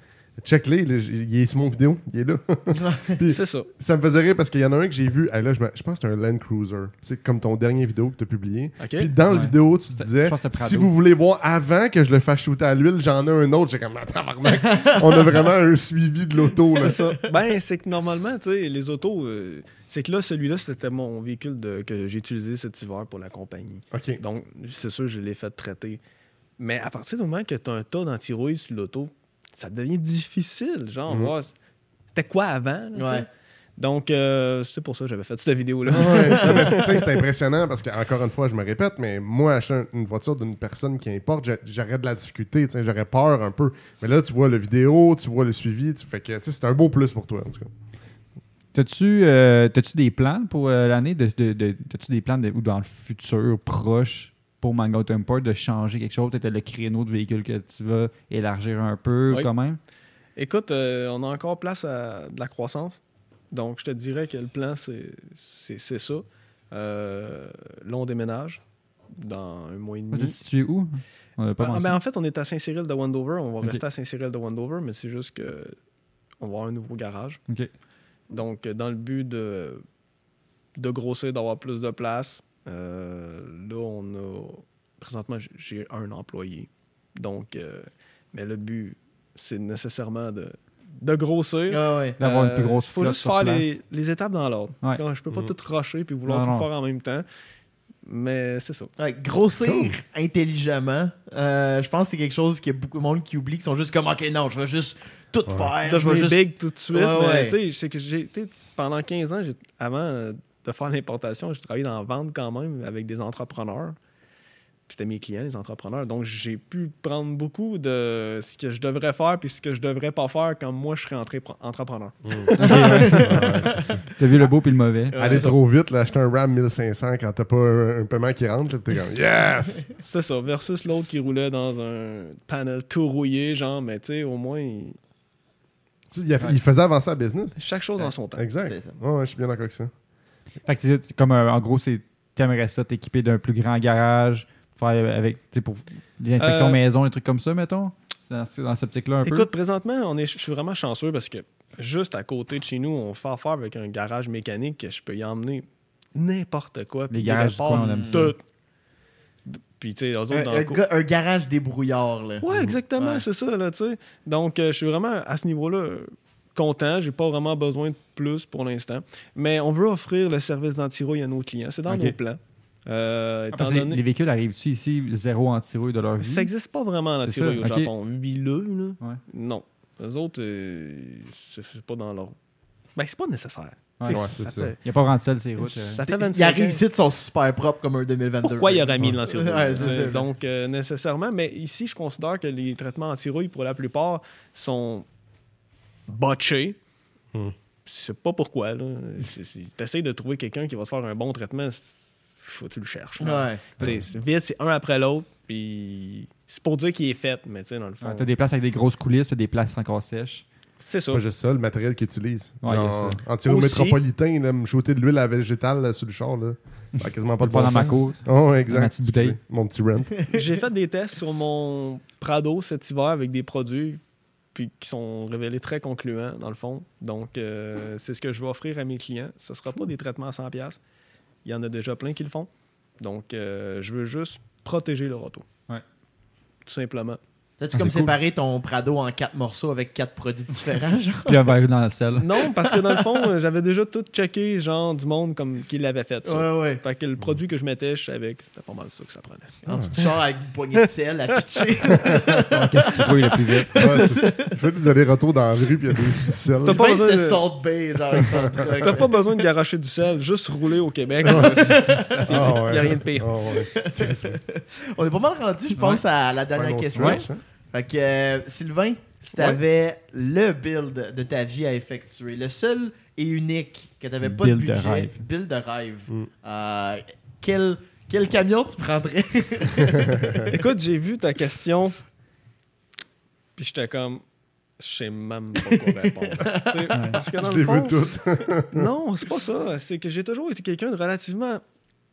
Check-les, là, j- il est sur mon vidéo, il est là. (laughs) Puis-
C'est ça.
ça me faisait rire parce qu'il y en a un que j'ai vu, hey, là, je, me- je pense que c'est un Land Cruiser. C'est comme ton dernier vidéo que tu as publié.
OK?
Puis dans le
Ouais.
vidéo, tu
C'était-
disais,
je pense que c'était
si
Prado.
vous voulez voir avant que je le fasse shooter à l'huile, j'en ai un autre. J'ai comme, attends,
(laughs)
on a vraiment un suivi de l'auto. là.
C'est ça. Ben, c'est que normalement, tu sais, les autos, euh, c'est que là, celui-là, c'était mon véhicule de- que j'ai utilisé cet hiver pour la compagnie.
OK.
Donc, c'est sûr, je l'ai fait traiter. Mais à partir du moment que tu as un tas d'antirouille sur l'auto, ça devient difficile. Genre,
Mhm.
ouais, c'était quoi avant? là, tu sais?
Ouais.
Donc, euh, c'est pour ça que j'avais fait cette vidéo-là.
Ouais. Non, mais, tu sais, c'est impressionnant parce que, encore une fois, je me répète, mais moi, acheter un- une voiture d'une personne qui importe, j'a- j'aurais de la difficulté, tu sais, j'aurais peur un peu. Mais là, tu vois le vidéo, tu vois le suivi, tu fais que tu sais, c'est un beau plus pour toi, en tout cas.
T'as-tu euh, t'as-tu des plans pour euh, l'année? De, de- de- t'as-tu des plans de- ou dans le futur proche pour Manga Auto Import de changer quelque chose? Peut-être le créneau de véhicule que tu vas élargir un peu
Oui.
quand même?
(laughs) Écoute, euh, on a encore place à de la croissance. Donc, je te dirais que le plan, c'est c'est- c'est ça. Euh, là, on déménage dans un mois et
Vous êtes
demi.
situé où? On a pas
Ah,
pensé.
ben, en fait, on est à Saint-Cyril de Wendover. On va
Ok.
rester à Saint-Cyril de Wendover, mais c'est juste que on va avoir un nouveau garage.
Ok.
Donc, euh, dans le but de, de grossir, d'avoir plus de place, euh, là, on a. Présentement, j- j'ai un employé. Donc, euh, mais le but, c'est nécessairement de, de grossir.
Ah ouais.
D'avoir une plus
Euh,
grosse
faut
flotte
juste
sur
faire
place. (laughs)
les, les étapes dans l'ordre.
Ouais.
Je peux pas
Mhm.
tout rusher puis vouloir
Non,
tout
non.
faire en même temps. Mais c'est ça.
Ouais, grossir intelligemment, euh, je pense que c'est quelque chose qu'il y a beaucoup de monde qui oublie, qui sont juste comme, ok, non, je vais juste tout
Ouais.
faire. Je vais
devenir
juste.
big tout de suite.
Ouais,
mais,
ouais.
tu sais, c'est que j'ai, tu sais, pendant 15 ans, j'ai- avant euh, de faire l'importation, j'ai travaillé dans la vente quand même avec des entrepreneurs. Puis C'était mes clients, les entrepreneurs. Donc, j'ai pu prendre beaucoup de ce que je devrais faire puis ce que je devrais pas faire quand moi, je serais entré- entrepreneur. (laughs)
T'as vu le beau puis le mauvais.
Ah.
Ouais,
Aller
c'est ça.
trop vite, là, acheter un RAM 1500 quand t'as pas un, un paiement qui rentre, là, pis t'es comme,
(laughs)
yes!
C'est ça, versus l'autre qui roulait dans un panel tout rouillé, genre, mais tu sais, au moins, il-
Tu sais, il, a- il faisait avancer la business.
chaque chose en son temps.
Exact.
C'est ça.
Ouais, ouais, je suis bien d'accord avec ça.
Fait que c'est ça, comme euh, en gros, c'est t'aimerais ça t'équiper d'un plus grand garage, faire avec tu sais, pour des inspections
Euh,
maison, des trucs comme ça, mettons. C'est Dans, c'est dans cette optique-là un
Écoute, présentement, on est, je suis vraiment chanceux parce que juste à côté de chez nous, on fait affaire avec un garage mécanique que je peux y emmener n'importe quoi. puis
Les
il
garages du
répare
coin, on aime ça.
tout. Puis, tu sais, eux autres,
Un,
dans
un
le coin-
ga- un garage débrouillard, là.
Ouais, exactement,
Ouais.
c'est ça, là, tu sais. Donc, euh, je suis vraiment à ce niveau-là euh, content. J'ai pas vraiment besoin de plus pour l'instant. Mais on veut offrir le service d'antirouille à nos clients. C'est dans
Ok.
nos plans. Euh,
peu. Ah,
étant
parce que les-
donné-
Les véhicules arrivent-tu ici zéro anti-rouille de leur vie?
ça n'existe pas vraiment la
C'est
théorie au
ça, ok.
Japon. Huileux, là.
Ouais.
Non. Eux autres, euh, c'est c'est pas dans leur. Ben, c'est pas nécessaire.
Ouais.
Tu sais,
Ouais, c'est ça.
Fait,
Il n'y a pas vraiment de sel, ces routes. euh.
ça fait 25
Ils arrivent
ans.
ici, ils sont super propres comme un 2022.
Pourquoi il y aurait mis de l'antirouille?
Ouais,
tu
c'est
sais,
ça.
Donc, euh, nécessairement, mais ici, je considère que les traitements anti-rouille, pour la plupart, sont botchés.
Hmm.
Je sais pas pourquoi. là. C'est- c'est- T'essayes de trouver quelqu'un qui va te faire un bon traitement, c'est- faut que tu le cherches. là.
Ouais.
Tu sais, c'est Vite, c'est un après l'autre, puis c'est pour dire qu'il est fait, mais tu sais, dans le fond.
Ouais, t'as des places avec des grosses coulisses, t'as des places encore sèches.
C'est ça.
Pas juste ça, le matériel qu'ils utilisent.
Ouais,
Genre,
il
en tirant
Aussi-
métropolitain, là, me shooter de l'huile à végétale là, sur le char, là. Ça a quasiment
Pas
pas de
le voir
bon
dans ma
sens.
cour.
Oh, exact.
Ma petite bouteille.
Excusez, Mon petit rent.
J'ai fait des tests sur mon Prado cet hiver avec des produits puis qui sont révélés très concluants, dans le fond. Donc, euh, c'est ce que je vais offrir à mes clients. Ce ne sera pas des traitements à 100$. piastres. Il y en a déjà plein qui le font. Donc, euh, je veux juste protéger leur auto.
Ouais.
tout simplement.
T'as-tu
Ah,
comme
c'est cool.
séparé ton Prado en quatre morceaux avec quatre produits différents, genre?
Puis un verre dans la selle.
Non, parce que dans le fond, euh, j'avais déjà tout checké, genre, du monde comme qui l'avait fait, ça.
ouais.
Fait que le produit que je mettais, je savais que c'était pas mal ça que ça prenait.
Alors, Ah, tu te sors avec une poignée de sel à
(laughs)
pitcher.
Qu'est-ce qui brûle le plus vite?
Ouais, c'est ça. je fais des allers-retours dans la rue, puis il y a des petits selles.
T'as
T'as
pas
pas
besoin de-
Salt Bay, genre, avec son truc.
T'as pas besoin de garocher du sel, juste rouler au Québec.
Ah ouais.
Y a rien de pire.
Ah ouais.
On est pas mal rendu, je pense, à la dernière
Ouais, on se
question.
Ouais.
lâche, hein.
Fait que, euh, Sylvain, si t'avais le build de ta vie à effectuer, le seul et unique que t'avais pas
Build
de
de
budget,
rêve.
build de rêve,
Mm.
euh, quel, quel camion tu prendrais?
Écoute, j'ai vu ta question, puis j'étais comme, je sais même pas quoi
(laughs)
répondre. Tu sais,
Ouais.
Parce que dans
Je
le
les
fond,
veux toutes.
non, c'est pas ça. C'est que j'ai toujours été quelqu'un de relativement,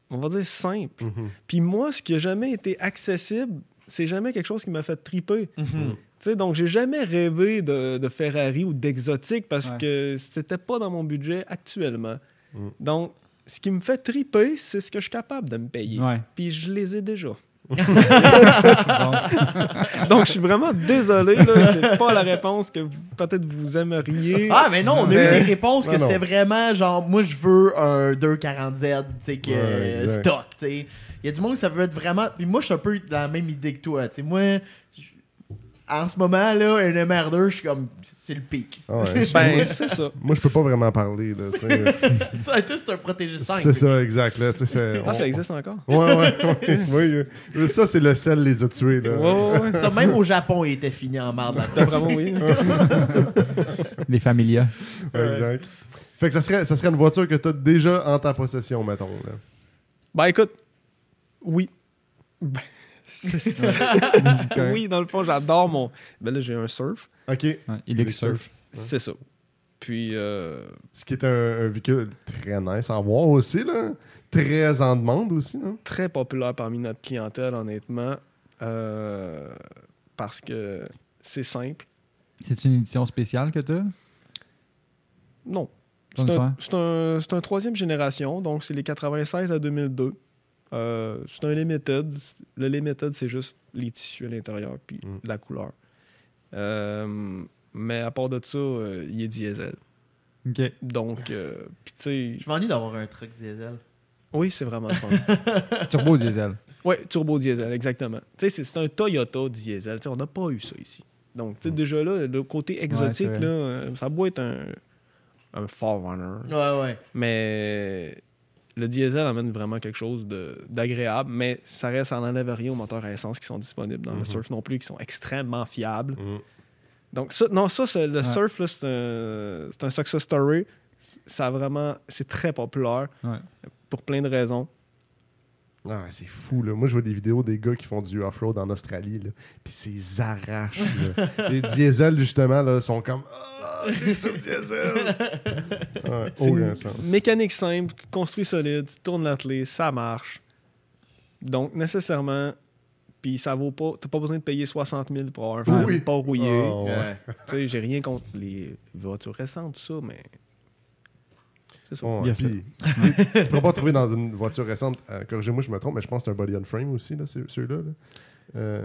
on va dire, simple. Puis moi, ce qui a jamais été accessible, c'est jamais quelque chose qui m'a fait triper.
Mhm.
Tu sais, donc, j'ai jamais rêvé de, de Ferrari ou d'exotique parce
Ouais.
que c'était pas dans mon budget actuellement.
Mm.
Donc, ce qui me fait triper, c'est ce que je suis capable de me payer.
Ouais.
Puis je les ai déjà.
Bon.
Donc, je suis vraiment désolé, là, c'est pas la réponse que vous- peut-être vous aimeriez.
(laughs) Ah, mais non, on a eu
Mais-
des réponses que
Non, non.
c'était vraiment genre, moi je veux un 240Z, tu sais, que
Ouais,
euh,
exact.
stock, tu sais. Il y a du monde que ça veut être vraiment. Puis moi, je suis un peu dans la même idée que toi, tu sais. Moi, je- en ce moment, là, un MR2, je suis comme, c'est le pic. (laughs)
Ah ouais.
Ben, c'est ça.
Moi, je peux pas vraiment parler. Là, tu sais.
Ça, toi, c'est un protégé 5.
c'est ça, exact. Là, tu sais, c'est-
Ah, ça
on-
existe encore?
Ouais, ouais, ouais, oui, oui. euh, Ça, c'est le sel les a tués. Là.
Ouais, ouais, ouais.
Ça, même au Japon, il était fini en marde.
T'as vraiment oui.
Les familias.
Ouais, Exact. Fait que ça serait, ça serait une voiture que t'as déjà en ta possession, mettons. Là.
Ben, écoute, oui. Ben, c'est- c'est- (laughs) oui, dans le fond, j'adore mon. Ben là, j'ai un surf.
OK.
Ouais, Il est surf.
C'est ça. Puis, euh,
Ce qui est un, un véhicule très nice à avoir aussi, là. Très en demande aussi, non?
très populaire parmi notre clientèle, honnêtement, euh, parce que c'est simple.
C'est une édition spéciale que t'as?
Non.
Bonne
C'est un,
soirée.
c'est un- c'est un troisième génération, donc c'est les 96 à 2002. Euh, c'est un limited. Le limited, c'est juste les tissus à l'intérieur puis
Mm.
la couleur. Euh, mais à part de ça, euh, il est diesel.
Ok.
Donc, euh, puis tu sais,
Je m'ennuie d'avoir un truc diesel.
oui, c'est vraiment le fun.
Turbo diesel.
Oui, turbo diesel, exactement. Tu sais, c'est- c'est un Toyota diesel. Tu sais, on n'a pas eu ça ici. Donc, tu sais, déjà là, le côté exotique,
vrai.
là, euh, ça doit être un, un Forerunner.
Ouais, ouais.
Mais le diesel amène vraiment quelque chose de- d'agréable, mais ça reste, ça n'enlève rien aux moteurs à essence qui sont disponibles dans
Mhm.
le surf non plus, qui sont extrêmement fiables. Donc, ça, non, ça, c'est- le
Ouais.
surf, là, c'est un, c'est un success story. C- Ça a vraiment, c'est très populaire
Ouais.
pour plein de raisons.
Ah, c'est fou, là. Moi, je vois des vidéos des gars qui font du off-road en Australie, là. Puis c'est arrache, là. Les
(laughs)
diesels, justement, là, sont comme. Ah, lui, c'est le
(laughs)
diesel! Ouais,
C'est
aucun
une
sens.
mécanique simple, construit solide, tu tournes l'attelé, ça marche. Donc, nécessairement, puis ça vaut pas, t'as pas besoin de payer 60 000 pour avoir un phare
Oui.
pas rouillé.
Ah, ouais.
Ouais.
Tu sais, j'ai rien contre les voitures récentes, tout ça, mais. C'est ça.
Ouais,
Bien
euh, puis, (laughs) tu pourras pas trouver dans une voiture récente, euh, corrigez-moi, je me trompe, mais je pense que c'est un body on frame aussi, là, c'est- celui-là. là. Euh,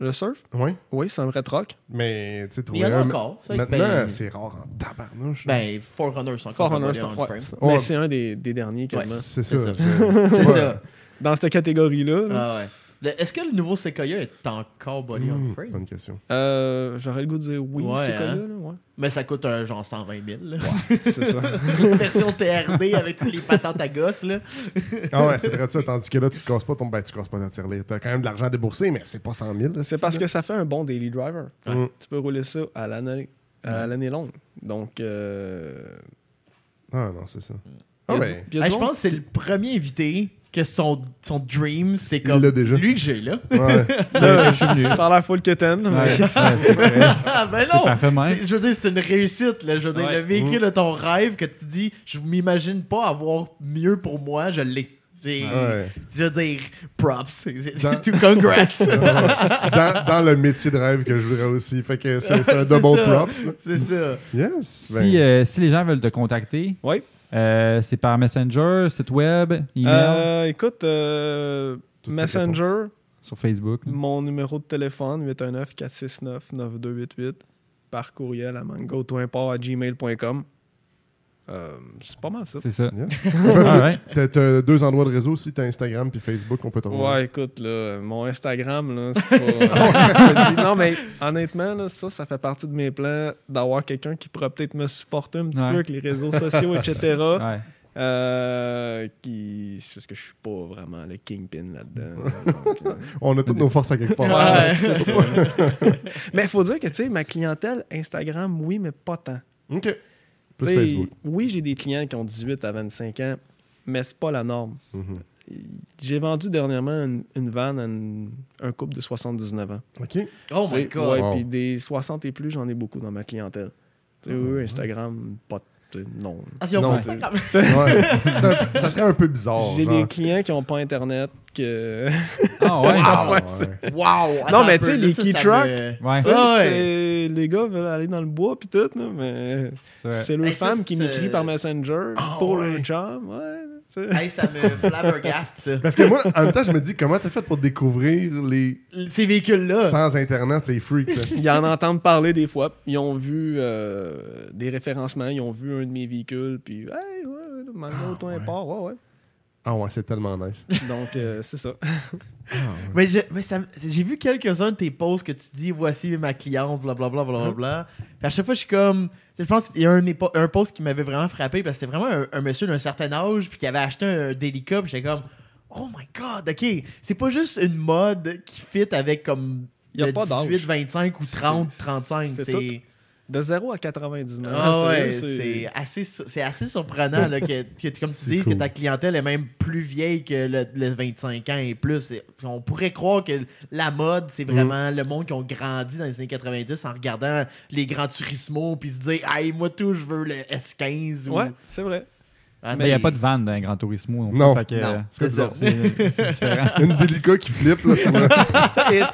Le surf,
ouais.
oui, c'est un vrai troc.
Mais tu sais,
Il
trouver
y en a
un.
encore. ça, avec
Maintenant,
ben-
c'est rare en tabarnouche. là.
Ben, Forerunner, c'est encore
Forerunner,
un
c'est un-
body on
ouais.
frame.
Ouais.
Mais c'est un des, des derniers quasiment.
c'est
c'est ça.
ça. je-
(laughs) C'est
Ouais.
ça.
Dans cette catégorie-là, là,
Ah, ouais. Le- Est-ce que le nouveau Sequoia est encore body on
Mmh,
frame?
bonne question.
euh, j'aurais le goût de dire oui,
Ah. Ouais,
c'est quoi
hein.
là, là, ouais.
Mais ça coûte un genre 120 000. Là. (laughs)
C'est ça.
Version TRD avec toutes les patentes à gosse. Là.
Ah ouais, c'est vrai de ça. Tandis que là, tu te casses pas ton. Ben, tu casses pas ta tirelire. T'as quand même de l'argent à débourser, mais c'est Hmm. pas 100 000. là,
C'est parce que ça fait un bon daily driver.
Ouais.
Mm. Tu peux rouler ça à l'année à l'année longue. Donc, euh,
Ah non, c'est ça. Ah
y a-
ben.
y a
Hey,
du
je
monde-
pense que c'est le premier invité que son, son dream, c'est comme
l'a déjà.
lui que j'ai là. (laughs)
Ouais.
Là, (laughs) ça a l'air full kitten.
Ouais,
mais-
ça, c'est vrai.
Ah, ben
C'est
non!
parfait, même.
C'est- Je veux dire, c'est une réussite. Là. Je veux dire,
Ouais.
le véhicule de ton rêve que tu dis, je m'imagine pas avoir mieux pour moi, je l'ai. C'est- (laughs)
Ouais.
Je veux dire, props. C'est- c'est-
Dans-
Tout congrats. (laughs)
dans, dans le métier de rêve que je voudrais aussi. Fait que
(laughs)
c'est c'est un double
ça.
props. là.
c'est ça.
Yes. ben,
Si, euh, si les gens veulent te contacter,
Ouais.
euh, c'est par Messenger, site web, email.
Euh, écoute, euh,
Toutes ces
Messenger,
sur Facebook. là.
Mon numéro de téléphone, 819-469-9288, par courriel à mango-import@gmail.com. Euh, c'est pas mal ça.
C'est ça.
Yes.
Ah, (laughs) ouais.
T'as- T'as deux endroits de réseau aussi, t'as Instagram puis Facebook, on peut te rejoindre.
Ouais, écoute, là, mon Instagram, là, (laughs) c'est pas. non, mais honnêtement, là, ça, ça fait partie de mes plans d'avoir quelqu'un qui pourrait peut-être me supporter un petit
Ouais.
peu avec les réseaux sociaux, etc. (laughs)
Ouais.
Euh, qui... C'est parce que je suis pas vraiment le kingpin là-dedans. donc, euh,
On a toutes nos forces à quelque part.
Ouais,
Ouais.
c'est ça. (laughs) mais il faut dire que, tu sais, ma clientèle Instagram, oui, mais pas tant.
OK. Plus
Tu sais,
Facebook.
Oui, j'ai des clients qui ont 18 à 25 ans, mais c'est pas la norme.
Mhm.
J'ai vendu dernièrement une, une van à une- un couple de 79 ans.
OK.
Oh
Tu
my
sais,
god.
ouais,
Wow.
puis des 60 et plus, j'en ai beaucoup dans ma clientèle. Tu sais, eux, Instagram, pas tu sais, non.
Ah, si on peut
Non,
tu-
ça, quand même.
Ouais. (laughs) Ça- ça serait un peu bizarre.
J'ai
Oh, genre.
des clients qui n'ont pas Internet que. (laughs)
Ah ouais.
Ah, ouais.
Wow! attends
mais
un
tu sais,
peu,
les
là, ça,
key
ça
track,
me-
Ouais,
Tu sais,
Ah ouais.
c'est- Les gars veulent aller dans le bois puis tout, là, mais
c'est vrai.
c'est leur
Hey, ça,
femme qui
c'est-
m'écrit par Messenger
Ah,
pour
ouais.
leur job. Ouais, tu sais.
(laughs) Hey, ça me flabbergaste, ça.
Parce que moi, en même temps, je me dis, comment t'as fait pour découvrir les
Ces véhicules-là.
sans Internet, c'est freak, là?
Ils en entendent parler des fois. Ils ont vu euh, des référencements, ils ont vu un de mes véhicules, puis hey, ouais, le mango, toi, import, ouais,
Ah ouais, c'est tellement nice.
ouais. Donc, euh, c'est ça.
Mais je- mais ça- j'ai vu quelques-uns de tes posts que tu dis voici ma cliente, blablabla. Bla,
Hein?
bla, bla. Puis à chaque fois, je suis comme. Je pense qu'il y a un, des po- un post qui m'avait vraiment frappé parce que c'était vraiment un, un monsieur d'un certain âge puis qui avait acheté un Delica. Puis j'étais comme Oh my god, ok. C'est pas juste une mode qui fit avec comme.
Y a
le
pas d'âge.
18, 25 ou 30,
C'est-
35.
c'est
C'est.
De 0 à 99.
Ah ouais,
sérieux,
c'est assez, su- c'est assez surprenant là, que, que- comme tu
C'est
dis,
cool.
que ta clientèle est même plus vieille que le, le 25 ans et plus. C'est- On pourrait croire que la mode, c'est vraiment le monde qui ont grandi dans les années 90 en regardant les grands turismos puis se dire Hey, moi tout, je veux le S15 ou.
Ouais, c'est vrai.
(laughs) Ah,
Mais Ben, il n'y a pas de van dans Grand Turismo. Non, plus,
Non.
fait que,
Non,
euh,
c'est ça.
c'est c'est
(laughs)
différent.
Une délicat qui flippe, là, sur le-
Et, euh,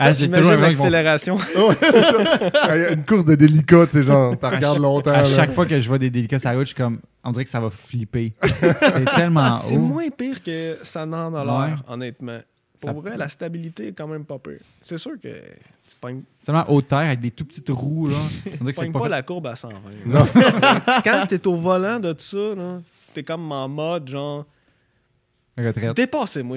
Ah, j'ai
J'imagine
toujours l'impression qu'ils vont-
l'accélération.
Ouais, c'est ça. Ah, Une course de délicat, tu sais, genre, t'en
À
regardes
chaque-
longtemps.
À
là.
chaque fois que je vois des délicats sur la route, je suis comme, on dirait que ça va flipper. C'est tellement
C'est
haut.
moins pire que ça n'en a l'air, honnêtement. Pour
Ça-
vrai, la stabilité est quand même pas pire. C'est sûr que tu pognes
C'est tellement haute terre avec des tout petites roues. Là. On dirait
tu
que c'est
pognes
pas,
pas,
fait-
la courbe à 120.
Non.
Quand t'es au volant de ça, là, t'es comme en mode genre
retraite.
dépassez-moi,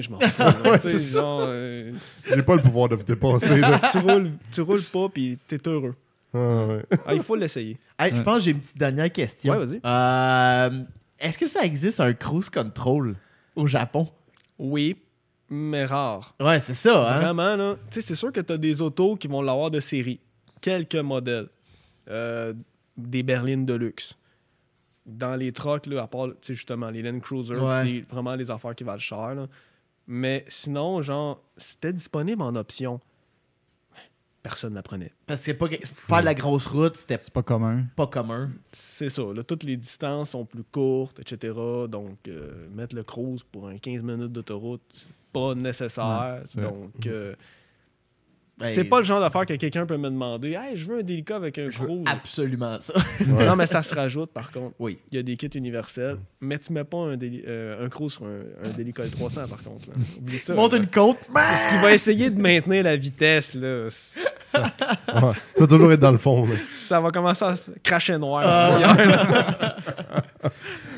(laughs)
je m'en fous. là.
Ouais,
Tu sais,
c'est ça. (laughs)
genre, euh,
J'ai pas le pouvoir de vous dépasser, là.
tu, roules, tu roules pas puis t'es heureux.
Ah, ouais.
Ah, il faut l'essayer.
Hey, je
Ouais.
pense que j'ai une petite dernière question.
Ouais, vas-y.
Euh, Est-ce que ça existe un cruise control au Japon
Oui, mais rare.
Ouais, c'est ça, hein.
Vraiment, là. Tu sais, c'est sûr que t'as des autos qui vont l'avoir de série. Quelques modèles. Euh, des berlines de luxe. Dans les trucks, là, à part, tu sais, justement, les Land Cruiser,
Ouais.
puis les- vraiment les affaires qui valent cher, là. Mais sinon, genre, c'était disponible en option. Personne ne la prenait.
Parce que c'est pas faire de la grosse route, c'était
C'est pas commun.
pas commun.
C'est ça, là, toutes les distances sont plus courtes, etc. Donc, euh, mettre le cruise pour un 15 minutes d'autoroute, c'est pas nécessaire.
Ouais, c'est vrai.
donc, euh,
Ben,
c'est pas le genre d'affaire que quelqu'un peut me demander Hey, je veux un délicat avec un
je veux
Mm.
cruise.
absolument ça.
Ouais.
Non, mais ça se rajoute par contre.
Oui.
Il y a des kits universels, mais tu mets pas un, déli- euh, un cruise sur un, un délicat 300 par contre. là. Oublie ça.
Monte
là.
une côte.
Parce qu'il va essayer de maintenir la vitesse. Là. C-
Ouais. Ah, Tu vas toujours être dans le fond, là.
Ça va commencer à se cracher noir. (laughs)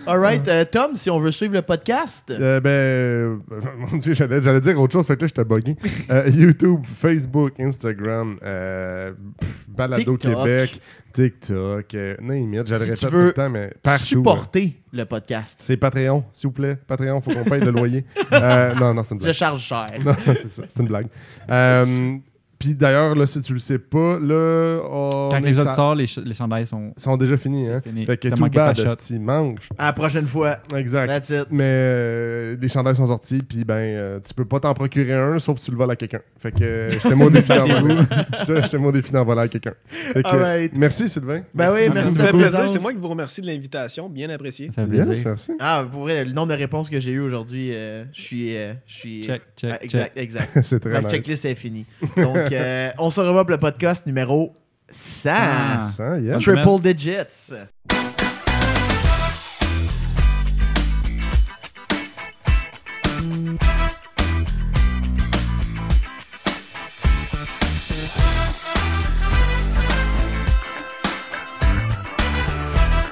Alright, euh, Tom, si on veut suivre le podcast.
Euh, ben, euh, (laughs) mon Dieu, j'allais, j'allais dire autre chose, fait que là, j'étais buggy. Euh, YouTube, Facebook, Instagram, euh, pff, Balado
TikTok.
Québec, TikTok, euh, name it, j'adresse
Si tu
tout
veux
le temps, mais partout. hein.
Supporter le podcast.
C'est Patreon, s'il vous plaît. Patreon, faut qu'on paye le loyer. Euh, non, non, c'est une
Je
blague.
charge cher.
Non, (laughs) c'est ça, c'est une blague. Euh, Puis d'ailleurs, là, si tu le sais pas, là, on
Quand
est
l'épisode
sa-
sort, les, ch- les chandails sont.
sont déjà finis, hein.
Fini.
Fait que
T'as
tout
manqué ta
bad,
shot.
esti, mange.
À la prochaine fois.
Exact.
That's it.
Mais euh, les chandails sont sortis, puis ben, euh, tu peux pas t'en procurer un, sauf si tu le voles à quelqu'un. Fait que euh, j'étais mon défi d'en voler. (laughs) J'étais- J'étais mon défi d'en voler à quelqu'un. Fait que,
Alright.
Merci, Sylvain.
Ben oui,
Ça
Merci
me
beaucoup.
fait plaisir.
Présence.
C'est moi qui vous remercie de l'invitation. Bien apprécié.
Ça fait
Yes,
plaisir.
merci.
Ah, pour vrai, le nombre de réponses que j'ai eues aujourd'hui, euh, je suis. euh, je suis
Check, check,
Ah,
(laughs)
exact, exact.
C'est très
Ma
nice.
checklist est finie. Donc, euh, on se revoit pour le podcast numéro 100.
Cent.
Ça, Hein, yes.
Bonne semaine.
Triple digits.